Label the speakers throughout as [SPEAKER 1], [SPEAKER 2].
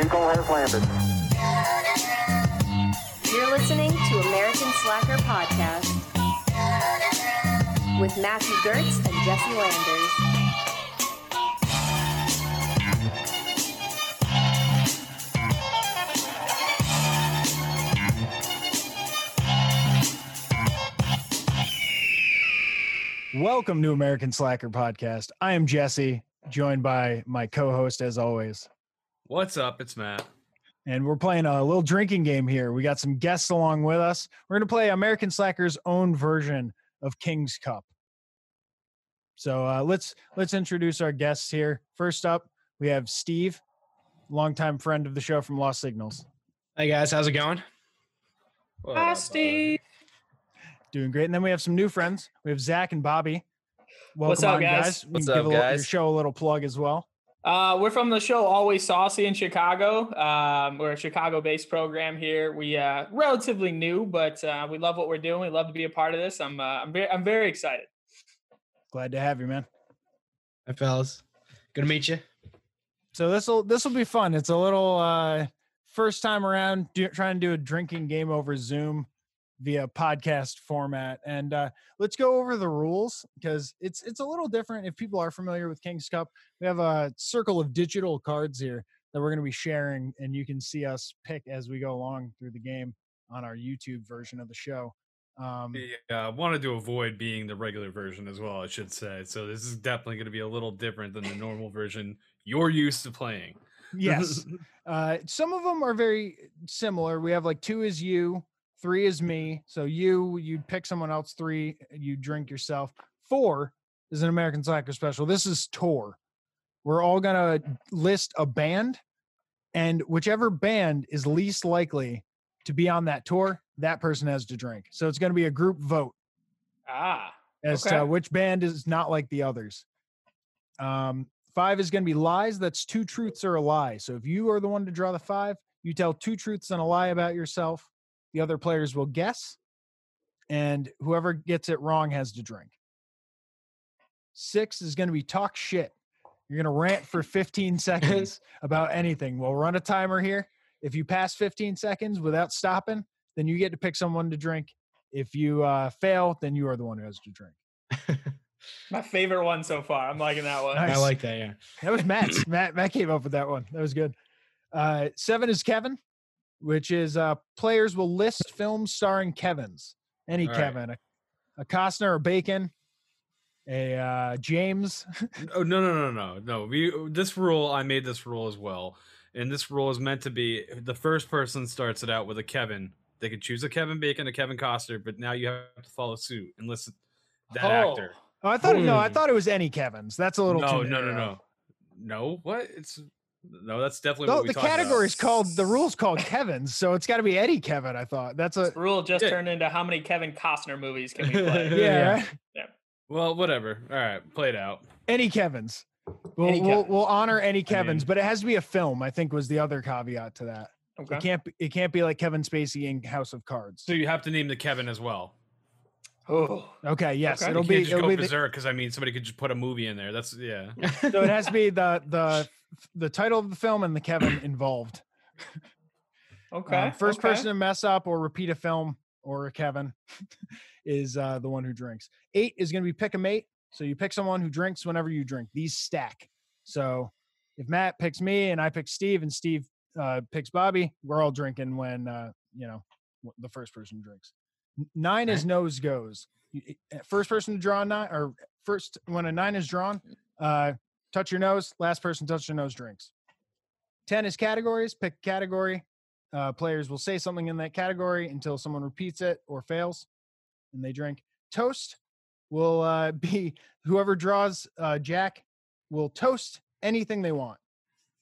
[SPEAKER 1] Eagle has landed.
[SPEAKER 2] You're listening to American Slacker Podcast with Matthew Gertz and Jesse Landers.
[SPEAKER 3] Welcome to American Slacker Podcast. I am Jesse, joined by my co host, as always.
[SPEAKER 4] What's up? It's Matt.
[SPEAKER 3] And we're playing a little drinking game here. We got some guests along with us. We're going to play American Slacker's own version of King's Cup. So uh, let's let's introduce our guests here. First up, we have Steve, longtime friend of the show from Lost Signals.
[SPEAKER 5] Hey guys, how's it going?
[SPEAKER 4] What
[SPEAKER 5] uh,
[SPEAKER 4] up, bud?
[SPEAKER 3] Doing great. And then we have some new friends. We have Zach and Bobby. Welcome
[SPEAKER 5] What's up,
[SPEAKER 3] on,
[SPEAKER 5] guys?
[SPEAKER 3] We
[SPEAKER 6] What's
[SPEAKER 3] can
[SPEAKER 6] up,
[SPEAKER 3] give a little- your
[SPEAKER 6] guys?
[SPEAKER 3] show a little plug as well.
[SPEAKER 5] Uh, we're from the show Always Saucy in Chicago. Um, we're a Chicago-based program here. We uh, relatively new, but uh, we love what we're doing. We love to be a part of this. I'm uh, I'm, very, I'm very excited.
[SPEAKER 3] Glad to have you, man.
[SPEAKER 7] Hi, fellas. Good to meet you.
[SPEAKER 3] So this will this will be fun. It's a little uh first time around do, trying to do a drinking game over Zoom via podcast format. And uh let's go over the rules because it's it's a little different if people are familiar with King's Cup. We have a circle of digital cards here that we're going to be sharing and you can see us pick as we go along through the game on our YouTube version of the show. Um
[SPEAKER 4] Yeah, I wanted to avoid being the regular version as well, I should say. So this is definitely going to be a little different than the normal version you're used to playing.
[SPEAKER 3] yes uh some of them are very similar we have like two is you three is me so you you'd pick someone else three you drink yourself four is an american slacker special this is tour we're all gonna list a band and whichever band is least likely to be on that tour that person has to drink so it's gonna be a group vote
[SPEAKER 5] Ah,
[SPEAKER 3] as
[SPEAKER 5] Okay.
[SPEAKER 3] to which band is not like the others. Um, five is going to be lies. That's two truths or a lie. So if you are the one to draw the five, you tell two truths and a lie about yourself. The other players will guess, and whoever gets it wrong has to drink. Six is going to be talk shit. You're going to rant for 15 seconds about anything. We'll run a timer here. If you pass 15 seconds without stopping, then you get to pick someone to drink. If you uh, fail, then you are the one who has to drink.
[SPEAKER 5] my favorite one so far. I'm liking that one.
[SPEAKER 3] Nice.
[SPEAKER 7] I like that. Yeah.
[SPEAKER 3] That was Matt's. Matt Matt came up with that one. That was good. Uh, seven is Kevin, which is uh, players will list films starring Kevin's. Any
[SPEAKER 4] All right.
[SPEAKER 3] Kevin, a, a Costner, a Bacon, a uh, James.
[SPEAKER 4] Oh no no no no no! We this rule I made this rule as well, and this rule is meant to be the first person starts it out with a Kevin. They could choose a Kevin Bacon, a Kevin Costner, but now you have to follow suit and listen that
[SPEAKER 5] Oh,
[SPEAKER 4] actor.
[SPEAKER 3] Oh, I thought no, I
[SPEAKER 7] Hmm.
[SPEAKER 3] thought it was any Kevin's. That's a
[SPEAKER 4] No
[SPEAKER 3] little
[SPEAKER 4] no
[SPEAKER 3] too
[SPEAKER 4] no
[SPEAKER 3] narrow.
[SPEAKER 4] no no. What it's no that's definitely
[SPEAKER 3] No,
[SPEAKER 4] what we
[SPEAKER 3] the
[SPEAKER 4] talked about.
[SPEAKER 3] category is called the rules called Kevin's, so it's got to be Eddie Kevin. I thought that's a
[SPEAKER 5] This rule just
[SPEAKER 4] Yeah.
[SPEAKER 5] turned into how many Kevin Costner movies can we play?
[SPEAKER 3] yeah,
[SPEAKER 7] Yeah.
[SPEAKER 3] right?
[SPEAKER 4] Well, whatever. All right, play it out.
[SPEAKER 3] any Kevin's. We'll,
[SPEAKER 5] Any
[SPEAKER 3] we'll
[SPEAKER 5] Kevin.
[SPEAKER 3] we'll honor any
[SPEAKER 4] I mean-
[SPEAKER 3] Kevin's, but it has to be a film. I think was the other caveat to that. It
[SPEAKER 5] Okay.
[SPEAKER 3] can't be, it can't be like Kevin Spacey in House of Cards.
[SPEAKER 4] So you have to name the Kevin as well.
[SPEAKER 3] Um,
[SPEAKER 5] Oh,
[SPEAKER 3] Okay, yes,
[SPEAKER 5] Okay.
[SPEAKER 3] it'll
[SPEAKER 4] you
[SPEAKER 3] be
[SPEAKER 4] can't just
[SPEAKER 3] it'll
[SPEAKER 4] go
[SPEAKER 3] be the,
[SPEAKER 4] berserk because I mean somebody could just put a movie in there. That's yeah.
[SPEAKER 3] so it has to be the the the title of the film and the Kevin involved.
[SPEAKER 5] okay.
[SPEAKER 3] Um, first
[SPEAKER 5] okay.
[SPEAKER 3] person to mess up or repeat a film or a Kevin is uh, the one who drinks. Eight is going to be pick a mate. So you pick someone who drinks whenever you drink. These stack. So if Matt picks me and I pick Steve and Steve uh, picks Bobby, we're all drinking when uh, you know w- the first person drinks. N- Nine is nose goes. You- eh, First person to draw a nine or first when a nine is drawn, uh, touch your nose. Last person to touch your nose drinks. Ten is categories. Pick a category uh, players will say something in that category until someone repeats it or fails, and they drink. Toast will uh, be whoever draws uh, Jack will toast anything they want.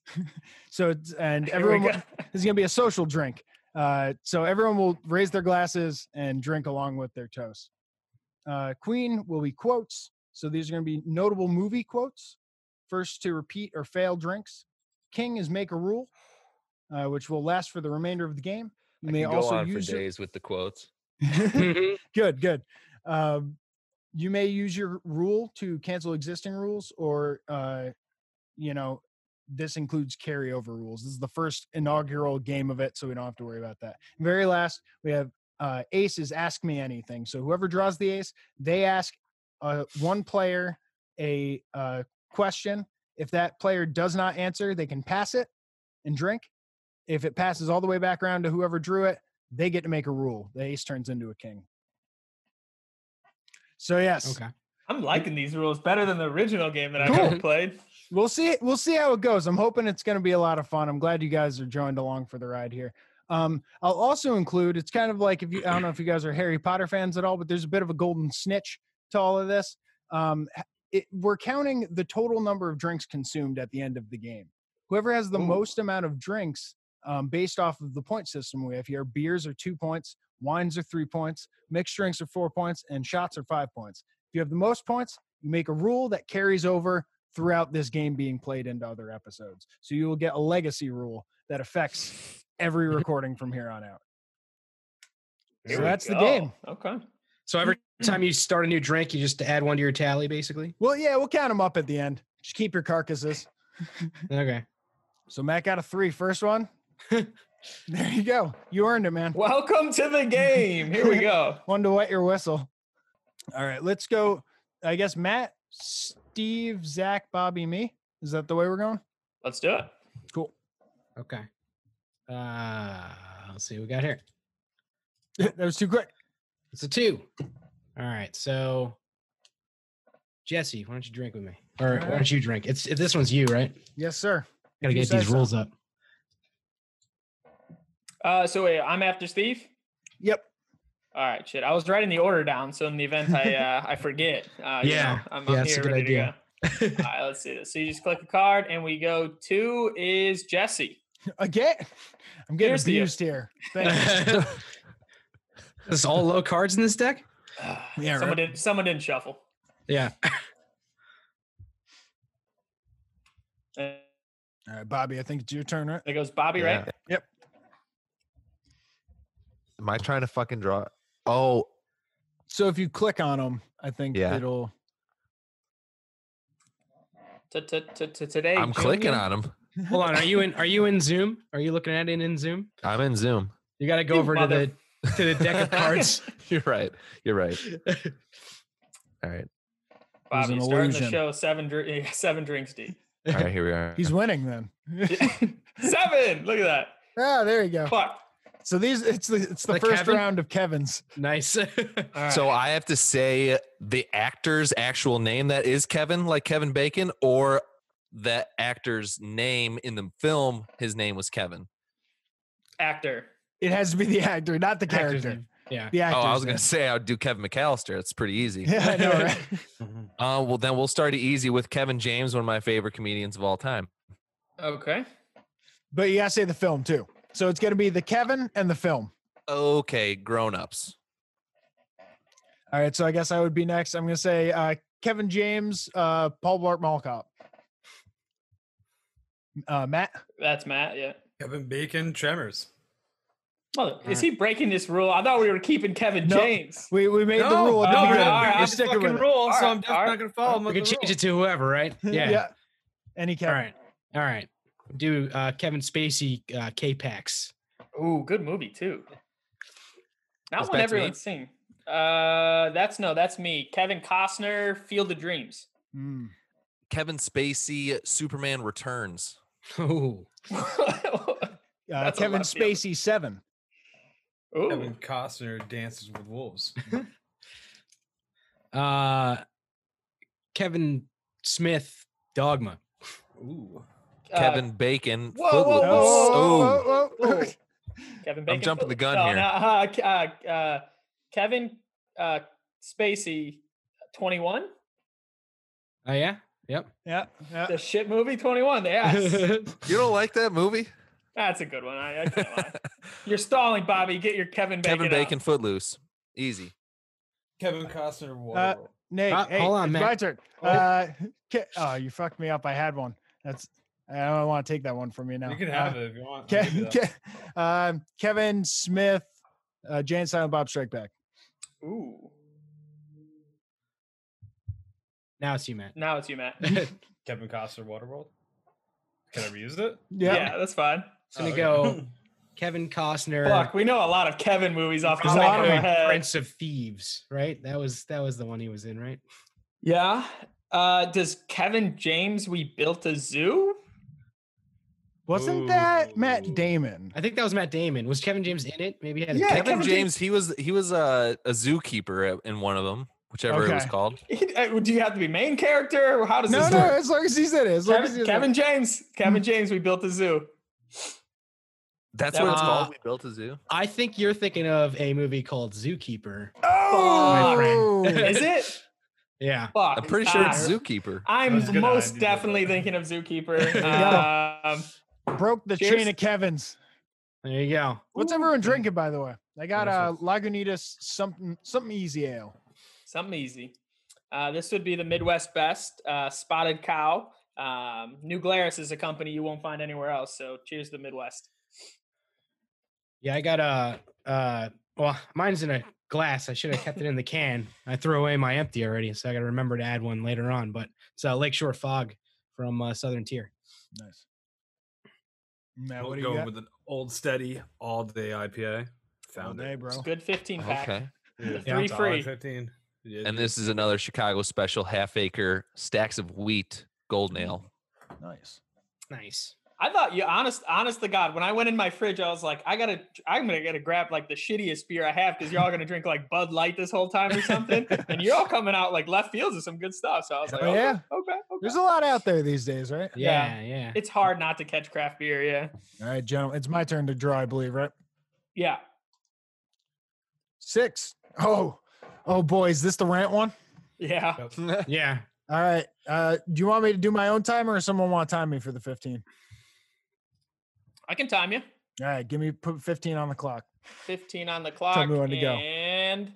[SPEAKER 3] so it's, and
[SPEAKER 5] Here we
[SPEAKER 3] everyone will-
[SPEAKER 5] go.
[SPEAKER 3] this is going to be a social drink. Uh, so everyone will raise their glasses and drink along with their toast. Uh, Queen will be quotes. So these are going to be notable movie quotes. First to repeat or fail drinks. King is make a rule, uh, which will last for the remainder of the game. You
[SPEAKER 6] I
[SPEAKER 3] may
[SPEAKER 6] can go
[SPEAKER 3] also
[SPEAKER 6] on for
[SPEAKER 3] use your-
[SPEAKER 6] days Mm-hmm. with the quotes.
[SPEAKER 3] good, good. Um, you may use your rule to cancel existing rules, or uh, you know, this includes carryover rules. This is the first inaugural game of it, so we don't have to worry about that. Very last, we have uh, aces ask me anything. So whoever draws the ace, they ask uh, one player a uh, question. If that player does not answer, they can pass it and drink. If it passes all the way back around to whoever drew it, they get to make a rule. The ace turns into a king. So yes,
[SPEAKER 7] Okay.
[SPEAKER 5] I'm liking these rules better than the original game that I've
[SPEAKER 3] Cool.
[SPEAKER 5] ever played.
[SPEAKER 3] we'll see. We'll see how it goes. I'm hoping it's going to be a lot of fun. I'm glad you guys are joined along for the ride here. Um, I'll also include. It's kind of like if you. I don't know if you guys are Harry Potter fans at all, but there's a bit of a golden snitch to all of this. Um, h- it, we're counting the total number of drinks consumed at the end of the game. Whoever has the
[SPEAKER 5] Ooh.
[SPEAKER 3] most amount of drinks, um, based off of the point system we have here, beers are two points, wines are three points, mixed drinks are four points, and shots are five points. If you have the most points, you make a rule that carries over throughout this game being played into other episodes. So you will get a legacy rule that affects every recording from here on out.
[SPEAKER 5] Here
[SPEAKER 3] So
[SPEAKER 5] we
[SPEAKER 3] that's the
[SPEAKER 5] go.
[SPEAKER 3] game.
[SPEAKER 5] Okay.
[SPEAKER 7] So every time you start a new drink, you just add one to your tally, basically.
[SPEAKER 3] Well, yeah, we'll count them up at the end. Just keep your carcasses.
[SPEAKER 7] Okay.
[SPEAKER 3] So Matt got a three. First one. there you go. You earned it, man.
[SPEAKER 5] Welcome to the game. Here we go.
[SPEAKER 3] One to wet your whistle. All right, let's go. I guess Matt, Steve, Zach, Bobby, me. Is that the way we're going?
[SPEAKER 5] Let's do it.
[SPEAKER 3] Cool.
[SPEAKER 7] Okay. Uh, let's see what we got here.
[SPEAKER 3] that was too quick.
[SPEAKER 7] It's a two. All right. So, Jesse, why don't you drink with me? Or
[SPEAKER 3] All
[SPEAKER 7] why
[SPEAKER 3] right.
[SPEAKER 7] don't you drink? It's this one's you, right?
[SPEAKER 3] Yes, sir.
[SPEAKER 7] Gotta
[SPEAKER 3] you
[SPEAKER 7] get
[SPEAKER 3] say
[SPEAKER 7] these
[SPEAKER 3] so.
[SPEAKER 7] rules up.
[SPEAKER 5] Uh, so wait, I'm after Steve.
[SPEAKER 3] Yep.
[SPEAKER 5] All right, shit. I was writing the order down, so in the event I uh, I forget. Uh, you know,
[SPEAKER 7] Yeah.
[SPEAKER 5] I'm,
[SPEAKER 7] Yeah,
[SPEAKER 5] I'm
[SPEAKER 7] that's a
[SPEAKER 5] here
[SPEAKER 7] good
[SPEAKER 5] ready
[SPEAKER 7] idea.
[SPEAKER 5] to go. All right, let's see this. So you just click a card, and we go. Two is Jesse.
[SPEAKER 3] Again, I'm getting
[SPEAKER 5] Here's the-
[SPEAKER 3] abused here. Thanks.
[SPEAKER 7] Is this all low cards in this deck?
[SPEAKER 3] Yeah,
[SPEAKER 5] someone
[SPEAKER 3] right.
[SPEAKER 5] didn't. Someone didn't shuffle.
[SPEAKER 7] Yeah.
[SPEAKER 5] And
[SPEAKER 3] All right, Bobby, I think it's your turn, right?
[SPEAKER 5] it goes Bobby,
[SPEAKER 1] Yeah.
[SPEAKER 5] Oh, right?
[SPEAKER 1] Am I trying to fucking draw? Oh,
[SPEAKER 3] So if you click on them, I think
[SPEAKER 1] Yeah.
[SPEAKER 3] it'll.
[SPEAKER 5] To to to to today.
[SPEAKER 1] I'm clicking
[SPEAKER 5] Junior.
[SPEAKER 1] on them.
[SPEAKER 7] Hold on. Are you in? Are you in Zoom? Are you looking at it in Zoom?
[SPEAKER 1] I'm in Zoom.
[SPEAKER 7] You gotta go
[SPEAKER 5] You
[SPEAKER 7] over to
[SPEAKER 5] mother-
[SPEAKER 7] the to the deck of cards.
[SPEAKER 1] You're right. You're right. All right.
[SPEAKER 3] was
[SPEAKER 5] Bobby
[SPEAKER 3] an
[SPEAKER 5] starting the
[SPEAKER 3] illusion.
[SPEAKER 5] show seven dr- seven drinks deep.
[SPEAKER 1] All right. Here we are.
[SPEAKER 3] He's winning then.
[SPEAKER 5] seven. Look at
[SPEAKER 3] Ah, there you
[SPEAKER 5] that.
[SPEAKER 3] go.
[SPEAKER 5] Fuck.
[SPEAKER 3] So these, it's the it's the
[SPEAKER 7] Like
[SPEAKER 3] first
[SPEAKER 7] Kevin?
[SPEAKER 3] round of Kevin's.
[SPEAKER 7] nice.
[SPEAKER 5] All right.
[SPEAKER 1] So I have to say the actor's actual name that is Kevin, like Kevin Bacon, or the actor's name in the film. His name was Kevin.
[SPEAKER 5] actor.
[SPEAKER 3] It has to be the actor, not the
[SPEAKER 7] Actor's
[SPEAKER 3] character.
[SPEAKER 7] name. Yeah.
[SPEAKER 3] The actor.
[SPEAKER 1] Oh, I was gonna say I'd do Kevin McAllister. It's pretty easy.
[SPEAKER 3] Yeah, I know, right?
[SPEAKER 1] Uh, well, then we'll start it easy with Kevin James, one of my favorite comedians of all time.
[SPEAKER 5] Okay.
[SPEAKER 3] but you gotta say the film too. So it's gonna be the Kevin and the film.
[SPEAKER 1] Okay, grown ups.
[SPEAKER 3] All right, so I guess I would be next. I'm gonna say uh, Kevin James, uh, Paul Blart Mall Cop. Uh, Matt,
[SPEAKER 5] That's Matt. Yeah.
[SPEAKER 4] Kevin Bacon Tremors.
[SPEAKER 5] Mother, is he breaking this rule? I thought we were keeping Kevin
[SPEAKER 3] No.
[SPEAKER 5] James.
[SPEAKER 3] we, we made the
[SPEAKER 4] No,
[SPEAKER 3] rule. at the
[SPEAKER 5] no,
[SPEAKER 3] beginning.
[SPEAKER 5] no, all right,
[SPEAKER 3] You're
[SPEAKER 5] I'm
[SPEAKER 3] sticking
[SPEAKER 4] fucking
[SPEAKER 3] with it.
[SPEAKER 4] rule, so
[SPEAKER 5] All
[SPEAKER 4] I'm
[SPEAKER 5] right,
[SPEAKER 4] definitely
[SPEAKER 5] all
[SPEAKER 4] not gonna follow him.
[SPEAKER 7] We can change it to whoever, right? Yeah.
[SPEAKER 3] Any
[SPEAKER 7] All
[SPEAKER 3] Kevin.
[SPEAKER 7] right. All right. Do uh, Kevin Spacey uh, K Pax.
[SPEAKER 5] Ooh, good movie too. Not one
[SPEAKER 1] That's back to me?
[SPEAKER 5] everyone's seen. Uh, that's no, that's me. Kevin Costner, Field of Dreams.
[SPEAKER 3] Mm.
[SPEAKER 1] Kevin Spacey, Superman Returns.
[SPEAKER 7] Oh,
[SPEAKER 5] Ooh,
[SPEAKER 3] Uh,
[SPEAKER 5] That's a
[SPEAKER 3] Kevin
[SPEAKER 5] left fielder.
[SPEAKER 3] Spacey seven.
[SPEAKER 4] Kevin Costner dances with wolves.
[SPEAKER 7] uh, Kevin Smith Dogma.
[SPEAKER 4] Ooh.
[SPEAKER 5] uh,
[SPEAKER 1] Kevin Bacon.
[SPEAKER 5] whoa, whoa,
[SPEAKER 1] Footloose.
[SPEAKER 5] whoa,
[SPEAKER 1] Oh,
[SPEAKER 3] whoa, whoa, whoa.
[SPEAKER 5] whoa. Kevin Bacon.
[SPEAKER 1] jumping the
[SPEAKER 5] Footloose.
[SPEAKER 1] gun
[SPEAKER 5] No,
[SPEAKER 1] here.
[SPEAKER 5] no, uh, K- uh, uh, Kevin uh, Spacey, uh, Twenty One,
[SPEAKER 7] Oh yeah. Yep.
[SPEAKER 3] Yeah, yeah.
[SPEAKER 5] the shit movie Twenty One. Yes,
[SPEAKER 1] You don't like that movie?
[SPEAKER 5] that's a good one. I, I can't lie. You're stalling, Bobby. Get your Kevin Bacon.
[SPEAKER 1] Kevin
[SPEAKER 5] out.
[SPEAKER 1] Bacon, Footloose. Easy.
[SPEAKER 4] Kevin Costner
[SPEAKER 3] Uh,
[SPEAKER 4] Waterworld.
[SPEAKER 3] Nate,
[SPEAKER 7] Uh,
[SPEAKER 3] hey,
[SPEAKER 7] hold on,
[SPEAKER 3] it's
[SPEAKER 7] Matt.
[SPEAKER 3] my turn.
[SPEAKER 7] Oh.
[SPEAKER 3] Uh, Ke- oh, you fucked me up. I had one. That's I don't want to take that one from you now.
[SPEAKER 4] You can have it if you want. I'll give you
[SPEAKER 3] uh, Ke-
[SPEAKER 4] that.
[SPEAKER 3] Ke- um, Kevin Smith, uh, Jane Silent Bob Strike Back.
[SPEAKER 5] Ooh,
[SPEAKER 7] now it's you, Matt.
[SPEAKER 5] now it's you, Matt.
[SPEAKER 4] Kevin Costner Waterworld. Can I have used it?
[SPEAKER 5] Yeah,
[SPEAKER 3] Yeah.
[SPEAKER 5] that's fine.
[SPEAKER 7] It's
[SPEAKER 4] Oh,
[SPEAKER 7] gonna
[SPEAKER 4] okay.
[SPEAKER 7] go Kevin Costner.
[SPEAKER 5] Fuck, we know a lot of Kevin movies off the
[SPEAKER 3] There's a
[SPEAKER 5] top
[SPEAKER 3] lot
[SPEAKER 5] of
[SPEAKER 3] of
[SPEAKER 5] our
[SPEAKER 3] them.
[SPEAKER 5] head.
[SPEAKER 7] Prince of Thieves, right? That was that was the one he was in, right?
[SPEAKER 5] Yeah. Uh, does Kevin James We Built a Zoo?
[SPEAKER 3] Wasn't that
[SPEAKER 4] Ooh.
[SPEAKER 3] Matt Damon?
[SPEAKER 7] I think that was Matt Damon. Was Kevin James in it? Maybe he had a
[SPEAKER 3] Yeah,
[SPEAKER 7] bit-
[SPEAKER 1] Kevin,
[SPEAKER 3] Kevin
[SPEAKER 1] James, he was he was a, a zookeeper at- in one of them, whichever it was
[SPEAKER 3] Okay.
[SPEAKER 1] called.
[SPEAKER 5] Uh, Do you have to be main character? Or How does
[SPEAKER 3] No,
[SPEAKER 5] this
[SPEAKER 3] no,
[SPEAKER 5] work?
[SPEAKER 3] as long as he's in it. As long as he's in
[SPEAKER 5] Kevin,
[SPEAKER 3] it.
[SPEAKER 5] Kevin James.
[SPEAKER 3] Hmm.
[SPEAKER 5] Kevin James, we built a zoo.
[SPEAKER 1] That's
[SPEAKER 5] That
[SPEAKER 1] what
[SPEAKER 7] was-
[SPEAKER 1] it's called. We built a zoo.
[SPEAKER 7] I think you're thinking of a movie called Zookeeper.
[SPEAKER 3] Oh,
[SPEAKER 7] friend.
[SPEAKER 5] Is it?
[SPEAKER 7] Yeah.
[SPEAKER 5] Fuck.
[SPEAKER 1] I'm pretty sure
[SPEAKER 5] Ah,
[SPEAKER 1] it's zookeeper.
[SPEAKER 5] I'm
[SPEAKER 4] That's good. I
[SPEAKER 5] most
[SPEAKER 4] did
[SPEAKER 5] definitely
[SPEAKER 4] that.
[SPEAKER 5] thinking of Zookeeper.
[SPEAKER 4] There you go.
[SPEAKER 5] Um,
[SPEAKER 3] broke the
[SPEAKER 5] Cheers.
[SPEAKER 3] chain of Kevin's.
[SPEAKER 7] There you go.
[SPEAKER 3] What's everyone drinking, by the way? I got uh,
[SPEAKER 4] Delicious.
[SPEAKER 3] Lagunitas something something easy ale.
[SPEAKER 5] something easy. Uh, this would be the Midwest best uh, spotted cow. Um, New Glarus is a company you won't find anywhere else. So cheers to the Midwest.
[SPEAKER 7] Yeah, I got a uh well, mine's in a glass. I should have kept it in the can. I threw away my empty already, so I gotta remember to add one later on. But it's uh, Lakeshore Fog from uh, Southern Tier.
[SPEAKER 3] Nice. Matt,
[SPEAKER 4] We'll
[SPEAKER 3] what do
[SPEAKER 4] go
[SPEAKER 3] you got?
[SPEAKER 4] with an old steady all day IPA.
[SPEAKER 3] All
[SPEAKER 4] Found
[SPEAKER 3] day,
[SPEAKER 4] it.
[SPEAKER 3] bro.
[SPEAKER 5] It's a good 15 pack.
[SPEAKER 1] Okay.
[SPEAKER 4] Yeah,
[SPEAKER 5] Three
[SPEAKER 4] it's a dollar
[SPEAKER 5] free.
[SPEAKER 4] Fifteen. Yeah,
[SPEAKER 1] And
[SPEAKER 4] dude.
[SPEAKER 1] this is another Chicago special half acre stacks of wheat golden ale.
[SPEAKER 3] Nice.
[SPEAKER 7] Nice.
[SPEAKER 5] I thought you honest, honest to God, when I went in my fridge, I was like, I gotta, I'm gonna gotta grab like the shittiest beer I have because you're all gonna drink like Bud Light this whole time or something, and you're all coming out like left fields with some good stuff. So I was like,
[SPEAKER 3] Oh,
[SPEAKER 5] okay,
[SPEAKER 3] yeah.
[SPEAKER 5] okay, okay.
[SPEAKER 3] There's a lot out there these days, right?
[SPEAKER 7] Yeah,
[SPEAKER 5] Yeah.
[SPEAKER 7] yeah.
[SPEAKER 5] It's hard not to catch craft beer. Yeah,
[SPEAKER 3] All right, gentlemen. It's my turn to draw, I believe, right?
[SPEAKER 5] yeah.
[SPEAKER 3] Six. Oh, oh, boy. Is this the rant one?
[SPEAKER 5] Yeah.
[SPEAKER 7] Yeah.
[SPEAKER 3] All right. Uh, do you want me to do my own timer or someone want to time me for the 15?
[SPEAKER 5] I can time you.
[SPEAKER 3] All right. Give me put 15 on the clock.
[SPEAKER 5] 15 on the clock.
[SPEAKER 3] me when to go.
[SPEAKER 5] And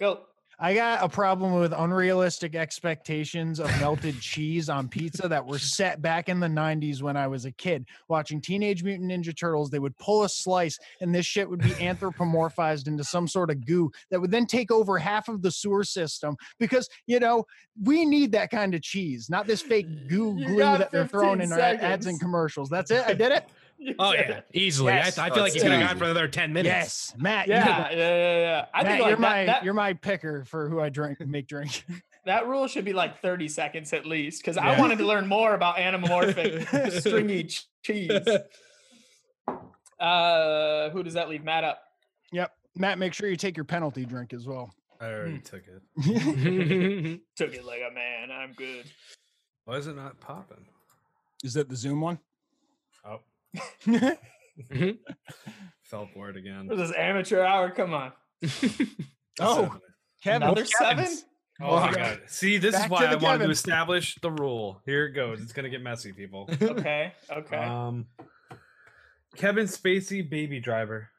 [SPEAKER 5] go.
[SPEAKER 3] I got a problem with unrealistic expectations of melted cheese on pizza that were set back in the 90s when I was a kid. Watching Teenage Mutant Ninja Turtles, they would pull a slice and this shit would be anthropomorphized into some sort of goo that would then take over half of the sewer system because, you know, we need that kind of cheese, not this fake goo
[SPEAKER 5] You
[SPEAKER 3] glue
[SPEAKER 5] got
[SPEAKER 3] that they're throwing in
[SPEAKER 5] 15
[SPEAKER 3] our ad- ads and
[SPEAKER 5] seconds.
[SPEAKER 3] commercials. That's it. I did it.
[SPEAKER 5] You
[SPEAKER 7] Oh
[SPEAKER 5] said
[SPEAKER 7] yeah,
[SPEAKER 5] it.
[SPEAKER 7] easily.
[SPEAKER 5] Yes.
[SPEAKER 7] I, I
[SPEAKER 1] Oh,
[SPEAKER 7] feel like
[SPEAKER 1] it's
[SPEAKER 7] you could have
[SPEAKER 1] easy.
[SPEAKER 7] gone for another ten minutes.
[SPEAKER 3] Yes. Matt, you did
[SPEAKER 5] Yeah, yeah,
[SPEAKER 3] that.
[SPEAKER 5] yeah, yeah. I
[SPEAKER 3] Matt,
[SPEAKER 5] think like
[SPEAKER 3] you're
[SPEAKER 5] that,
[SPEAKER 3] my
[SPEAKER 5] that,
[SPEAKER 3] you're my picker for who I drink make drink.
[SPEAKER 5] that rule should be like 30 seconds at least because I
[SPEAKER 7] Yeah.
[SPEAKER 5] wanted to learn more about anamorphic stringy ch- cheese. Uh, who does that leave? Matt up.
[SPEAKER 3] Yep. Matt, make sure you take your penalty drink as well.
[SPEAKER 4] I already took it.
[SPEAKER 7] yeah,
[SPEAKER 5] Took it like a man. I'm good.
[SPEAKER 4] Why is it not popping?
[SPEAKER 3] Is that the Zoom one?
[SPEAKER 4] Oh, fell for it again.
[SPEAKER 5] What is this amateur hour? Come on.
[SPEAKER 3] oh, Kevin.
[SPEAKER 5] Another seven?
[SPEAKER 4] Oh my
[SPEAKER 3] Fuck.
[SPEAKER 4] god. See, this
[SPEAKER 3] Back
[SPEAKER 4] is
[SPEAKER 3] to
[SPEAKER 4] why
[SPEAKER 3] the
[SPEAKER 4] I wanted to
[SPEAKER 3] Kevin.
[SPEAKER 4] establish the rule. Here it goes. It's gonna get messy, people.
[SPEAKER 5] Okay. Okay.
[SPEAKER 3] Oh,
[SPEAKER 4] Um Kevin Spacey Baby Driver.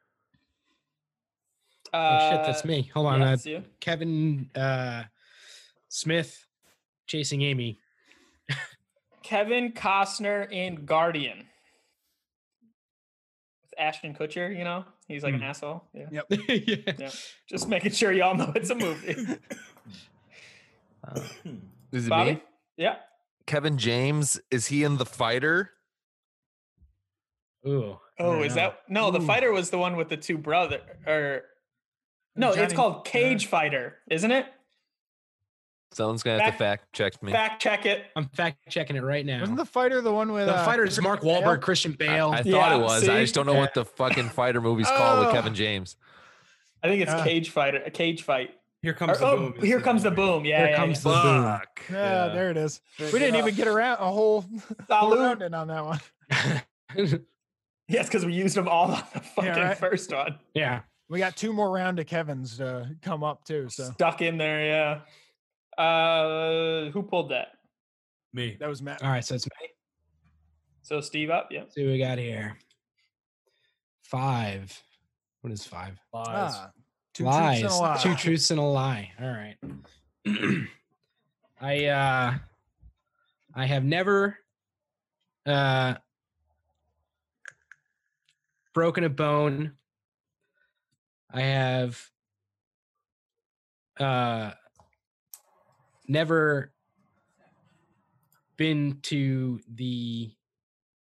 [SPEAKER 7] oh shit, that's me. Hold on,
[SPEAKER 5] yeah,
[SPEAKER 7] uh,
[SPEAKER 5] that's you.
[SPEAKER 7] Kevin uh, Smith chasing Amy.
[SPEAKER 5] Kevin Costner in Guardian. With Ashton Kutcher, you know? He's like an asshole. Yeah.
[SPEAKER 7] yeah.
[SPEAKER 5] Just making sure y'all know it's a movie.
[SPEAKER 1] Is it
[SPEAKER 5] Bobby?
[SPEAKER 1] me?
[SPEAKER 5] Yeah.
[SPEAKER 1] Kevin James, is he in The Fighter?
[SPEAKER 7] Ooh. I
[SPEAKER 5] Oh,
[SPEAKER 7] don't
[SPEAKER 5] is
[SPEAKER 7] know.
[SPEAKER 5] that no, the
[SPEAKER 3] Ooh.
[SPEAKER 5] fighter was the one with the two brother or no, it's
[SPEAKER 3] Johnny-
[SPEAKER 5] called Cage Fighter, isn't it?
[SPEAKER 1] Someone's gonna have to
[SPEAKER 5] Fact-
[SPEAKER 1] fact check me.
[SPEAKER 5] Fact check it.
[SPEAKER 7] I'm fact checking it right now.
[SPEAKER 3] Wasn't the fighter the one with
[SPEAKER 7] The
[SPEAKER 3] uh,
[SPEAKER 7] fighter is Mark
[SPEAKER 3] Bale?
[SPEAKER 7] Wahlberg, Christian
[SPEAKER 1] I,
[SPEAKER 7] Bale.
[SPEAKER 1] I thought
[SPEAKER 5] Yeah,
[SPEAKER 1] it was. I just
[SPEAKER 5] see?
[SPEAKER 1] don't know what the fucking fighter movie's called
[SPEAKER 3] Oh.
[SPEAKER 1] with Kevin James.
[SPEAKER 5] I think it's
[SPEAKER 3] Ah.
[SPEAKER 5] Cage Fighter, a cage fight.
[SPEAKER 4] Here comes
[SPEAKER 5] Or,
[SPEAKER 4] the
[SPEAKER 5] oh,
[SPEAKER 4] boom.
[SPEAKER 5] here comes the boom. Yeah,
[SPEAKER 7] Here
[SPEAKER 5] yeah,
[SPEAKER 7] comes
[SPEAKER 5] yeah.
[SPEAKER 7] the boom.
[SPEAKER 3] Yeah,
[SPEAKER 4] Yeah.
[SPEAKER 3] there it is. We didn't even get around a whole whole
[SPEAKER 5] Salute.
[SPEAKER 3] round in on that one.
[SPEAKER 5] Yes, because we used them all on the fucking
[SPEAKER 3] right.
[SPEAKER 5] first one.
[SPEAKER 7] yeah.
[SPEAKER 3] We got two more round of Kevin's to come up too. So
[SPEAKER 5] Stuck in there, yeah. Uh, who pulled that?
[SPEAKER 4] me.
[SPEAKER 3] that was Matt.
[SPEAKER 7] All right, so it's
[SPEAKER 5] So Steve up, yeah.
[SPEAKER 7] see what we got here. Five. What is five?
[SPEAKER 4] Lies.
[SPEAKER 3] Ah, two truths
[SPEAKER 7] lies.
[SPEAKER 3] and a lie.
[SPEAKER 7] Two truths and a lie. All right. I uh I have never uh broken a bone. I have uh never been to the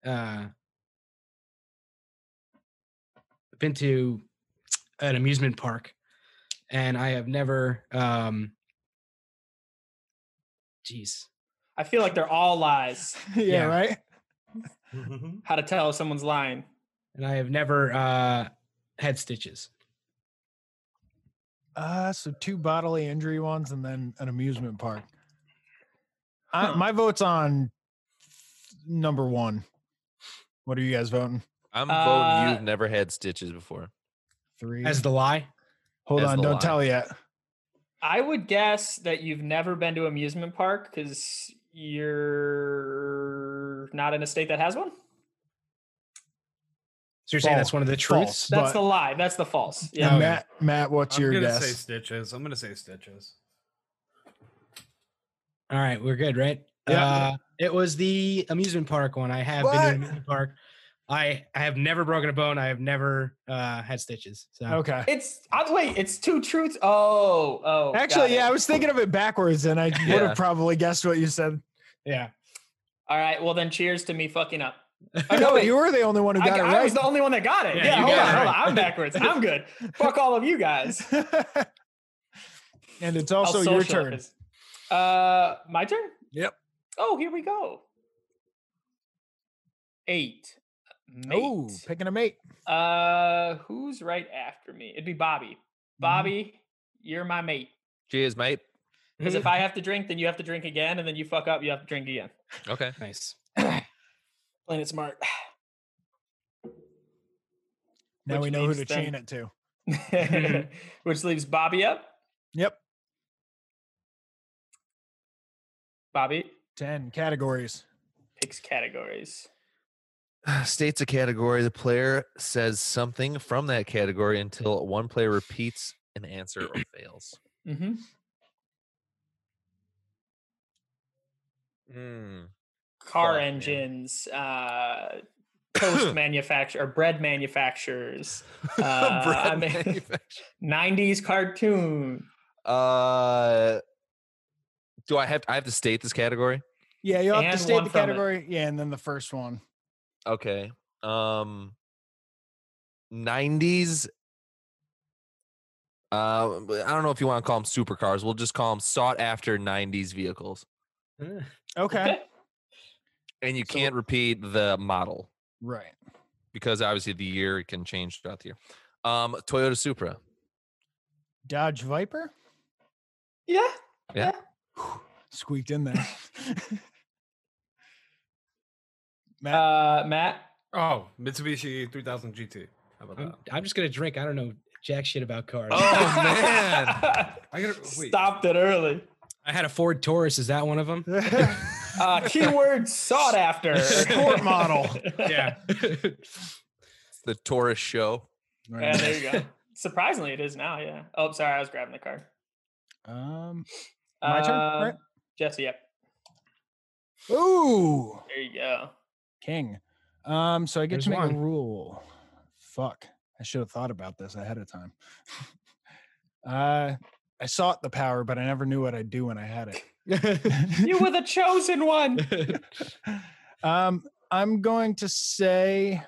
[SPEAKER 7] uh been to an amusement park and I have never um jeez.
[SPEAKER 5] I feel like they're all lies.
[SPEAKER 3] yeah,
[SPEAKER 7] Yeah.
[SPEAKER 3] right.
[SPEAKER 5] How to tell if someone's lying.
[SPEAKER 7] And I have never uh had stitches.
[SPEAKER 3] Uh, so two bodily injury ones and then an amusement park. I,
[SPEAKER 5] Huh.
[SPEAKER 3] my vote's on number one. What are you guys voting?
[SPEAKER 1] I'm
[SPEAKER 5] Uh,
[SPEAKER 1] voting you've never had stitches before.
[SPEAKER 3] Three.
[SPEAKER 7] As the lie.
[SPEAKER 3] Hold
[SPEAKER 1] as
[SPEAKER 3] on,
[SPEAKER 1] the
[SPEAKER 3] don't
[SPEAKER 1] lie.
[SPEAKER 3] tell yet.
[SPEAKER 5] I would guess that you've never been to amusement park because you're not in a state that has one.
[SPEAKER 7] So you're saying that's
[SPEAKER 3] False.
[SPEAKER 7] one of the
[SPEAKER 3] False.
[SPEAKER 7] truths?
[SPEAKER 5] That's
[SPEAKER 3] But-
[SPEAKER 5] the lie. That's the false.
[SPEAKER 3] Yeah,
[SPEAKER 5] Yeah.
[SPEAKER 3] Matt, Matt, what's
[SPEAKER 4] I'm
[SPEAKER 3] your
[SPEAKER 4] gonna
[SPEAKER 3] guess?
[SPEAKER 4] say stitches. I'm gonna say stitches.
[SPEAKER 7] All right, we're good, right?
[SPEAKER 3] Yeah.
[SPEAKER 7] Uh, it was the amusement park one. I have been to
[SPEAKER 3] What?
[SPEAKER 7] an amusement park. I I have never broken a bone. I have never uh had stitches. So
[SPEAKER 3] okay.
[SPEAKER 5] It's I, wait. It's two truths. Oh, oh. got
[SPEAKER 3] Actually, yeah,
[SPEAKER 5] it.
[SPEAKER 3] I was thinking of it backwards, and I would
[SPEAKER 1] Yeah.
[SPEAKER 3] have probably guessed what you said.
[SPEAKER 7] yeah.
[SPEAKER 5] All right. Well, then, cheers to me fucking up. Oh,
[SPEAKER 3] I
[SPEAKER 5] no,
[SPEAKER 3] know
[SPEAKER 5] wait.
[SPEAKER 3] you were the only one who
[SPEAKER 5] I,
[SPEAKER 3] got
[SPEAKER 5] I was
[SPEAKER 3] it
[SPEAKER 5] the only one that got it.
[SPEAKER 7] Yeah,
[SPEAKER 5] Yeah,
[SPEAKER 7] you
[SPEAKER 5] hold,
[SPEAKER 7] got
[SPEAKER 5] on,
[SPEAKER 7] it
[SPEAKER 5] hold on.
[SPEAKER 7] right.
[SPEAKER 5] I'm backwards. I'm good. Fuck all of you guys.
[SPEAKER 3] right. and it's
[SPEAKER 5] I'll
[SPEAKER 3] also your
[SPEAKER 5] social
[SPEAKER 3] turn.
[SPEAKER 5] this. Uh, my turn.
[SPEAKER 3] Yep.
[SPEAKER 5] Oh, here we go. Eight. Mate.
[SPEAKER 3] Oh, picking a mate.
[SPEAKER 5] Uh, who's right after me? It'd be Bobby.
[SPEAKER 1] Mm-hmm.
[SPEAKER 5] Bobby, you're my mate.
[SPEAKER 1] Cheers, mate.
[SPEAKER 5] Because
[SPEAKER 7] Mm.
[SPEAKER 1] Mm-hmm.
[SPEAKER 5] if I have to drink, then you have to drink again, and then you fuck up, you have to drink again.
[SPEAKER 1] Okay.
[SPEAKER 7] Nice.
[SPEAKER 5] Playing it smart.
[SPEAKER 3] Now
[SPEAKER 5] Which
[SPEAKER 3] we know who
[SPEAKER 5] leaves
[SPEAKER 3] to
[SPEAKER 5] them-
[SPEAKER 3] chain it to.
[SPEAKER 1] Mm-hmm.
[SPEAKER 7] Mhm.
[SPEAKER 5] Which leaves Bobby up.
[SPEAKER 3] Yep.
[SPEAKER 5] Bobby
[SPEAKER 3] 10 categories.
[SPEAKER 5] picks categories.
[SPEAKER 1] States a category. The player says something from that category until one player repeats an answer or fails.
[SPEAKER 5] Mm-hmm.
[SPEAKER 1] Hmm.
[SPEAKER 5] car
[SPEAKER 1] Fuck, man.
[SPEAKER 5] engines, uh, toast manufacture or bread manufacturers, Uh,
[SPEAKER 1] Bread
[SPEAKER 5] I mean-
[SPEAKER 1] manufacturer.
[SPEAKER 5] '90s cartoon.
[SPEAKER 1] Uh, do I have I have to state this category?
[SPEAKER 3] Yeah, you'll have
[SPEAKER 5] And
[SPEAKER 3] to state
[SPEAKER 5] one
[SPEAKER 3] the
[SPEAKER 5] from it.
[SPEAKER 3] category. Yeah, and then the first one.
[SPEAKER 1] Okay. Um 90s uh but I don't know if you want to call them supercars. We'll just call them sought after 90s vehicles.
[SPEAKER 7] Uh,
[SPEAKER 3] Okay.
[SPEAKER 1] And you
[SPEAKER 3] So-
[SPEAKER 1] can't repeat the model
[SPEAKER 3] Right.
[SPEAKER 1] because obviously the year it can change throughout the year. Um Toyota Supra.
[SPEAKER 3] Dodge Viper
[SPEAKER 5] Yeah.
[SPEAKER 3] squeaked in there. Matt,
[SPEAKER 5] Uh, Matt.
[SPEAKER 4] Oh, Mitsubishi 3000 GT. How about
[SPEAKER 7] I'm,
[SPEAKER 4] that?
[SPEAKER 7] I'm just gonna drink. I don't know jack shit about cars.
[SPEAKER 1] Oh, man.
[SPEAKER 4] I gotta wait.
[SPEAKER 5] Stopped it early.
[SPEAKER 7] I had a Ford Taurus. Is that one of them?
[SPEAKER 5] Uh, keyword sought after.
[SPEAKER 3] Sport model.
[SPEAKER 7] yeah.
[SPEAKER 1] The Taurus show.
[SPEAKER 5] yeah, there you go. Surprisingly, it is now. Yeah. Oh, sorry, I was grabbing the card.
[SPEAKER 3] Um, My turn,
[SPEAKER 5] Um,
[SPEAKER 3] right?
[SPEAKER 5] Jesse, yep.
[SPEAKER 3] ooh,
[SPEAKER 5] There you go.
[SPEAKER 3] king. Um, so I get
[SPEAKER 7] There's
[SPEAKER 3] to make
[SPEAKER 7] one.
[SPEAKER 3] a rule. Fuck, I should have thought about this ahead of time. uh, I sought the power, but I never knew what I'd do when I had it.
[SPEAKER 5] You were the chosen one.
[SPEAKER 3] um, I'm going to say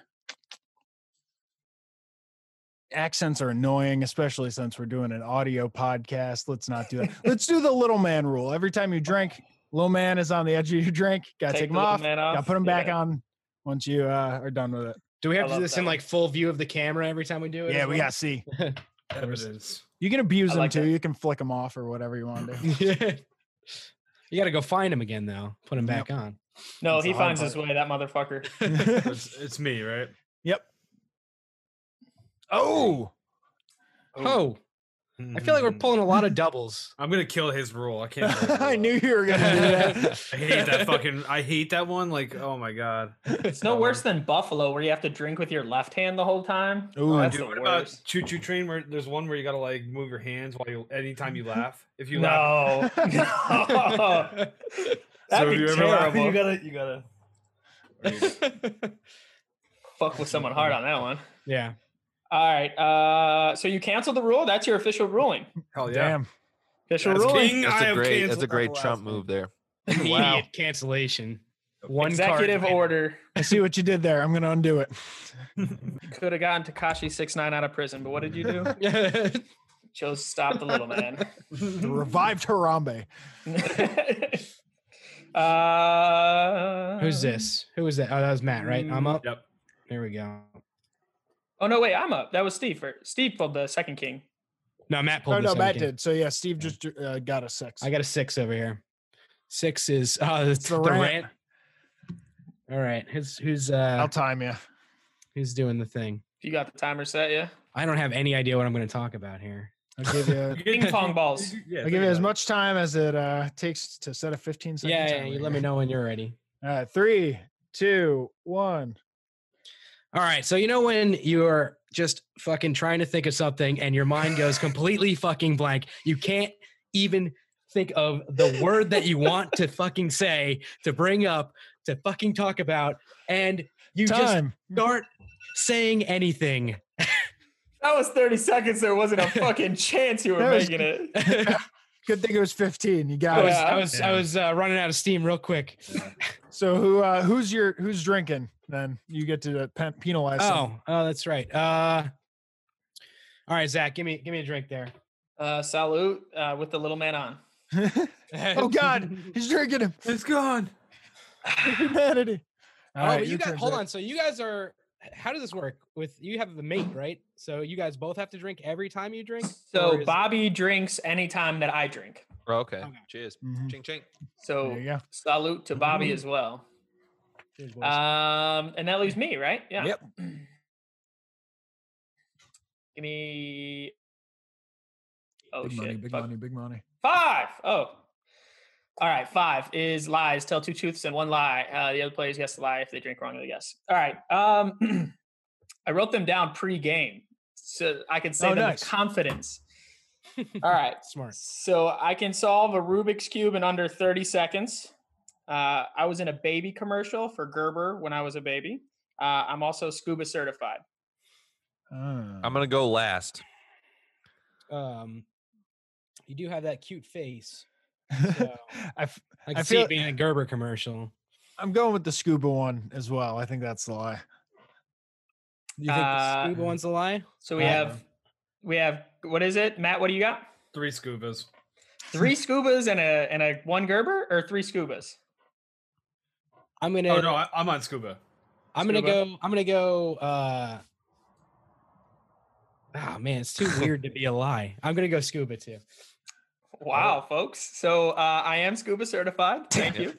[SPEAKER 3] accents are annoying, especially since we're doing an audio podcast. Let's not do that. Let's do the little man rule. Every time you drink, little man is on the edge of your drink. Gotta take,
[SPEAKER 5] Take
[SPEAKER 3] him
[SPEAKER 5] the little
[SPEAKER 3] off.
[SPEAKER 5] man
[SPEAKER 3] Gotta
[SPEAKER 5] off,
[SPEAKER 3] put him back
[SPEAKER 5] yeah.
[SPEAKER 3] on once you uh, are done with it.
[SPEAKER 7] Do we
[SPEAKER 5] I
[SPEAKER 7] have to do
[SPEAKER 5] love
[SPEAKER 7] this
[SPEAKER 5] that
[SPEAKER 7] in
[SPEAKER 5] one.
[SPEAKER 7] like full view of the camera every time we do it?
[SPEAKER 3] Yeah,
[SPEAKER 7] as
[SPEAKER 3] we
[SPEAKER 7] well?
[SPEAKER 3] gotta see.
[SPEAKER 4] Evidence.
[SPEAKER 3] You can abuse
[SPEAKER 5] I
[SPEAKER 3] him
[SPEAKER 5] like
[SPEAKER 3] too.
[SPEAKER 5] that.
[SPEAKER 3] You can flick him off or whatever you want to do.
[SPEAKER 7] you gotta go find him again though. Put him back on.
[SPEAKER 5] No,
[SPEAKER 3] That's
[SPEAKER 5] he
[SPEAKER 3] the hard
[SPEAKER 5] finds his way. That motherfucker.
[SPEAKER 4] It's, it's me, right?
[SPEAKER 3] oh,
[SPEAKER 7] Oh, I feel like we're
[SPEAKER 4] Mhm.
[SPEAKER 7] pulling a lot of doubles.
[SPEAKER 4] Hmm. I'm gonna kill his rule. I can't. kill his
[SPEAKER 3] I
[SPEAKER 4] rule.
[SPEAKER 3] knew you were gonna do that.
[SPEAKER 4] I hate that fucking. I hate that one. Like, oh my god.
[SPEAKER 5] It's no worse than Buffalo, where you have to drink with your left hand the whole time.
[SPEAKER 3] Ooh,
[SPEAKER 5] oh, that's
[SPEAKER 4] Dude,
[SPEAKER 5] the
[SPEAKER 4] what about
[SPEAKER 5] worst.
[SPEAKER 4] Choo Choo Train? Where there's one where you gotta like move your hands while you anytime you laugh. If you laugh,
[SPEAKER 5] No, no.
[SPEAKER 4] So
[SPEAKER 5] that'd
[SPEAKER 4] if
[SPEAKER 5] be
[SPEAKER 4] you ever laugh,
[SPEAKER 5] terrible.
[SPEAKER 4] you gotta you gotta.
[SPEAKER 5] Fuck with someone hard on that one.
[SPEAKER 7] yeah.
[SPEAKER 5] All right, uh, so you canceled the rule. That's your official ruling.
[SPEAKER 4] Hell yeah.
[SPEAKER 3] Damn.
[SPEAKER 5] Official
[SPEAKER 4] That's
[SPEAKER 5] ruling.
[SPEAKER 4] king.
[SPEAKER 1] That's
[SPEAKER 4] I
[SPEAKER 1] a
[SPEAKER 4] have
[SPEAKER 1] great that's
[SPEAKER 4] canceled
[SPEAKER 1] a
[SPEAKER 4] out
[SPEAKER 1] great
[SPEAKER 4] the last
[SPEAKER 1] Trump
[SPEAKER 4] one.
[SPEAKER 1] move there.
[SPEAKER 7] Immediate cancellation. One
[SPEAKER 5] Executive
[SPEAKER 7] card.
[SPEAKER 5] order.
[SPEAKER 3] I see what you did there. I'm gonna undo it.
[SPEAKER 5] Could have gotten Takashi six nine out of prison, but what did you do? Chose to stop the little man.
[SPEAKER 3] The revived Harambe.
[SPEAKER 5] uh,
[SPEAKER 7] Who's this? Who was that? Oh, that was Matt, right? I'm up.
[SPEAKER 4] Yep.
[SPEAKER 7] There we go.
[SPEAKER 5] Oh no, wait, I'm up. That was Steve. or- Steve pulled the second king.
[SPEAKER 7] No, Matt
[SPEAKER 3] Oh
[SPEAKER 7] pulled. the
[SPEAKER 3] no,
[SPEAKER 7] seven
[SPEAKER 3] Matt
[SPEAKER 7] king.
[SPEAKER 3] did. So yeah, Steve just uh, got a six.
[SPEAKER 7] I got a six over here. Six is uh, it's
[SPEAKER 3] the
[SPEAKER 7] the,
[SPEAKER 3] rant.
[SPEAKER 7] rant. All right, who's who's
[SPEAKER 3] I'll
[SPEAKER 7] uh
[SPEAKER 3] time you.
[SPEAKER 7] who's doing the thing?
[SPEAKER 5] You got the timer set, yeah.
[SPEAKER 7] I don't have any idea what I'm going to talk about here.
[SPEAKER 3] I'll give you.
[SPEAKER 5] Ping pong balls.
[SPEAKER 4] Yeah,
[SPEAKER 3] I'll give you as much time as it uh, takes to set a 15 second.
[SPEAKER 7] yeah, yeah,
[SPEAKER 3] timer
[SPEAKER 7] you let me
[SPEAKER 3] here.
[SPEAKER 7] know when you're ready.
[SPEAKER 3] All right, three, two, one.
[SPEAKER 7] All right, so you know when you're just fucking trying to think of something and your mind goes completely fucking blank. You can't even think of the word that you want to fucking say, to bring up, to fucking talk about, and you just
[SPEAKER 3] Time.
[SPEAKER 7] start saying anything.
[SPEAKER 5] That was 30 seconds. There wasn't a fucking chance you were
[SPEAKER 3] That was-
[SPEAKER 5] making it.
[SPEAKER 3] Good thing it was 15. You
[SPEAKER 7] I
[SPEAKER 3] got
[SPEAKER 7] was
[SPEAKER 5] Yeah.
[SPEAKER 3] it.
[SPEAKER 7] I was I was uh, running out of steam real quick.
[SPEAKER 3] So who uh, who's your who's drinking? Then you get to uh, pen- penalize. them.
[SPEAKER 7] Oh, oh, that's right. Uh, all right, Zach, give me give me a drink there.
[SPEAKER 5] Uh, salute uh, with the little man on.
[SPEAKER 3] oh God, he's drinking him.
[SPEAKER 4] It's gone.
[SPEAKER 3] Humanity.
[SPEAKER 7] oh,
[SPEAKER 3] All right,
[SPEAKER 7] but you
[SPEAKER 3] your
[SPEAKER 7] got
[SPEAKER 3] turn,
[SPEAKER 7] hold
[SPEAKER 3] Zach.
[SPEAKER 7] on. So you guys are how does this work? With you have the mate, right? So you guys both have to drink every time you drink.
[SPEAKER 5] So
[SPEAKER 7] is it-
[SPEAKER 5] Bobby drinks anytime that I drink.
[SPEAKER 1] Oh, okay.
[SPEAKER 7] Okay.
[SPEAKER 1] Cheers.
[SPEAKER 3] Mhm.
[SPEAKER 1] Ching ching.
[SPEAKER 3] There you
[SPEAKER 5] So
[SPEAKER 3] go.
[SPEAKER 5] salute to Bobby as well.
[SPEAKER 7] Cheers, boys.
[SPEAKER 5] Um, and that leaves me, right? Yeah.
[SPEAKER 3] Yep.
[SPEAKER 5] Give me. Oh
[SPEAKER 3] big
[SPEAKER 5] shit!
[SPEAKER 3] money, big
[SPEAKER 5] Fuck.
[SPEAKER 3] money, big money.
[SPEAKER 5] Five. Oh. All right. Five is lies. Tell two truths and one lie. Uh, the other players guess the lie if they drink wrong. They guess. All right. Um, I wrote them down pre-game so I can say
[SPEAKER 3] Oh,
[SPEAKER 5] them
[SPEAKER 3] nice.
[SPEAKER 5] with confidence. All right.
[SPEAKER 7] Smart.
[SPEAKER 5] So I can solve a Rubik's cube in under 30 seconds. Uh, I was in a baby commercial for Gerber when I was a baby. Uh, I'm also scuba certified.
[SPEAKER 3] Uh,
[SPEAKER 1] I'm gonna go last.
[SPEAKER 7] Um, you do have that cute face.
[SPEAKER 3] I f-
[SPEAKER 7] I
[SPEAKER 3] I
[SPEAKER 7] can see
[SPEAKER 3] feel-
[SPEAKER 7] it being a Gerber commercial.
[SPEAKER 3] I'm going with the scuba one as well. I think that's the lie.
[SPEAKER 7] Do you think
[SPEAKER 5] Uh,
[SPEAKER 7] the scuba one's a lie?
[SPEAKER 5] So we
[SPEAKER 7] Uh,
[SPEAKER 5] have, we have what is it, Matt? What do you got?
[SPEAKER 4] Three scubas.
[SPEAKER 5] Three scubas and a and a one Gerber or three scubas?
[SPEAKER 7] I'm gonna.
[SPEAKER 4] Oh no, I, I'm on scuba.
[SPEAKER 7] I'm gonna
[SPEAKER 5] Scuba.
[SPEAKER 7] go. I'm gonna go. uh Oh man, it's too weird to be a lie. I'm gonna go scuba too.
[SPEAKER 5] Wow, folks. So uh, I am scuba certified. Thank you.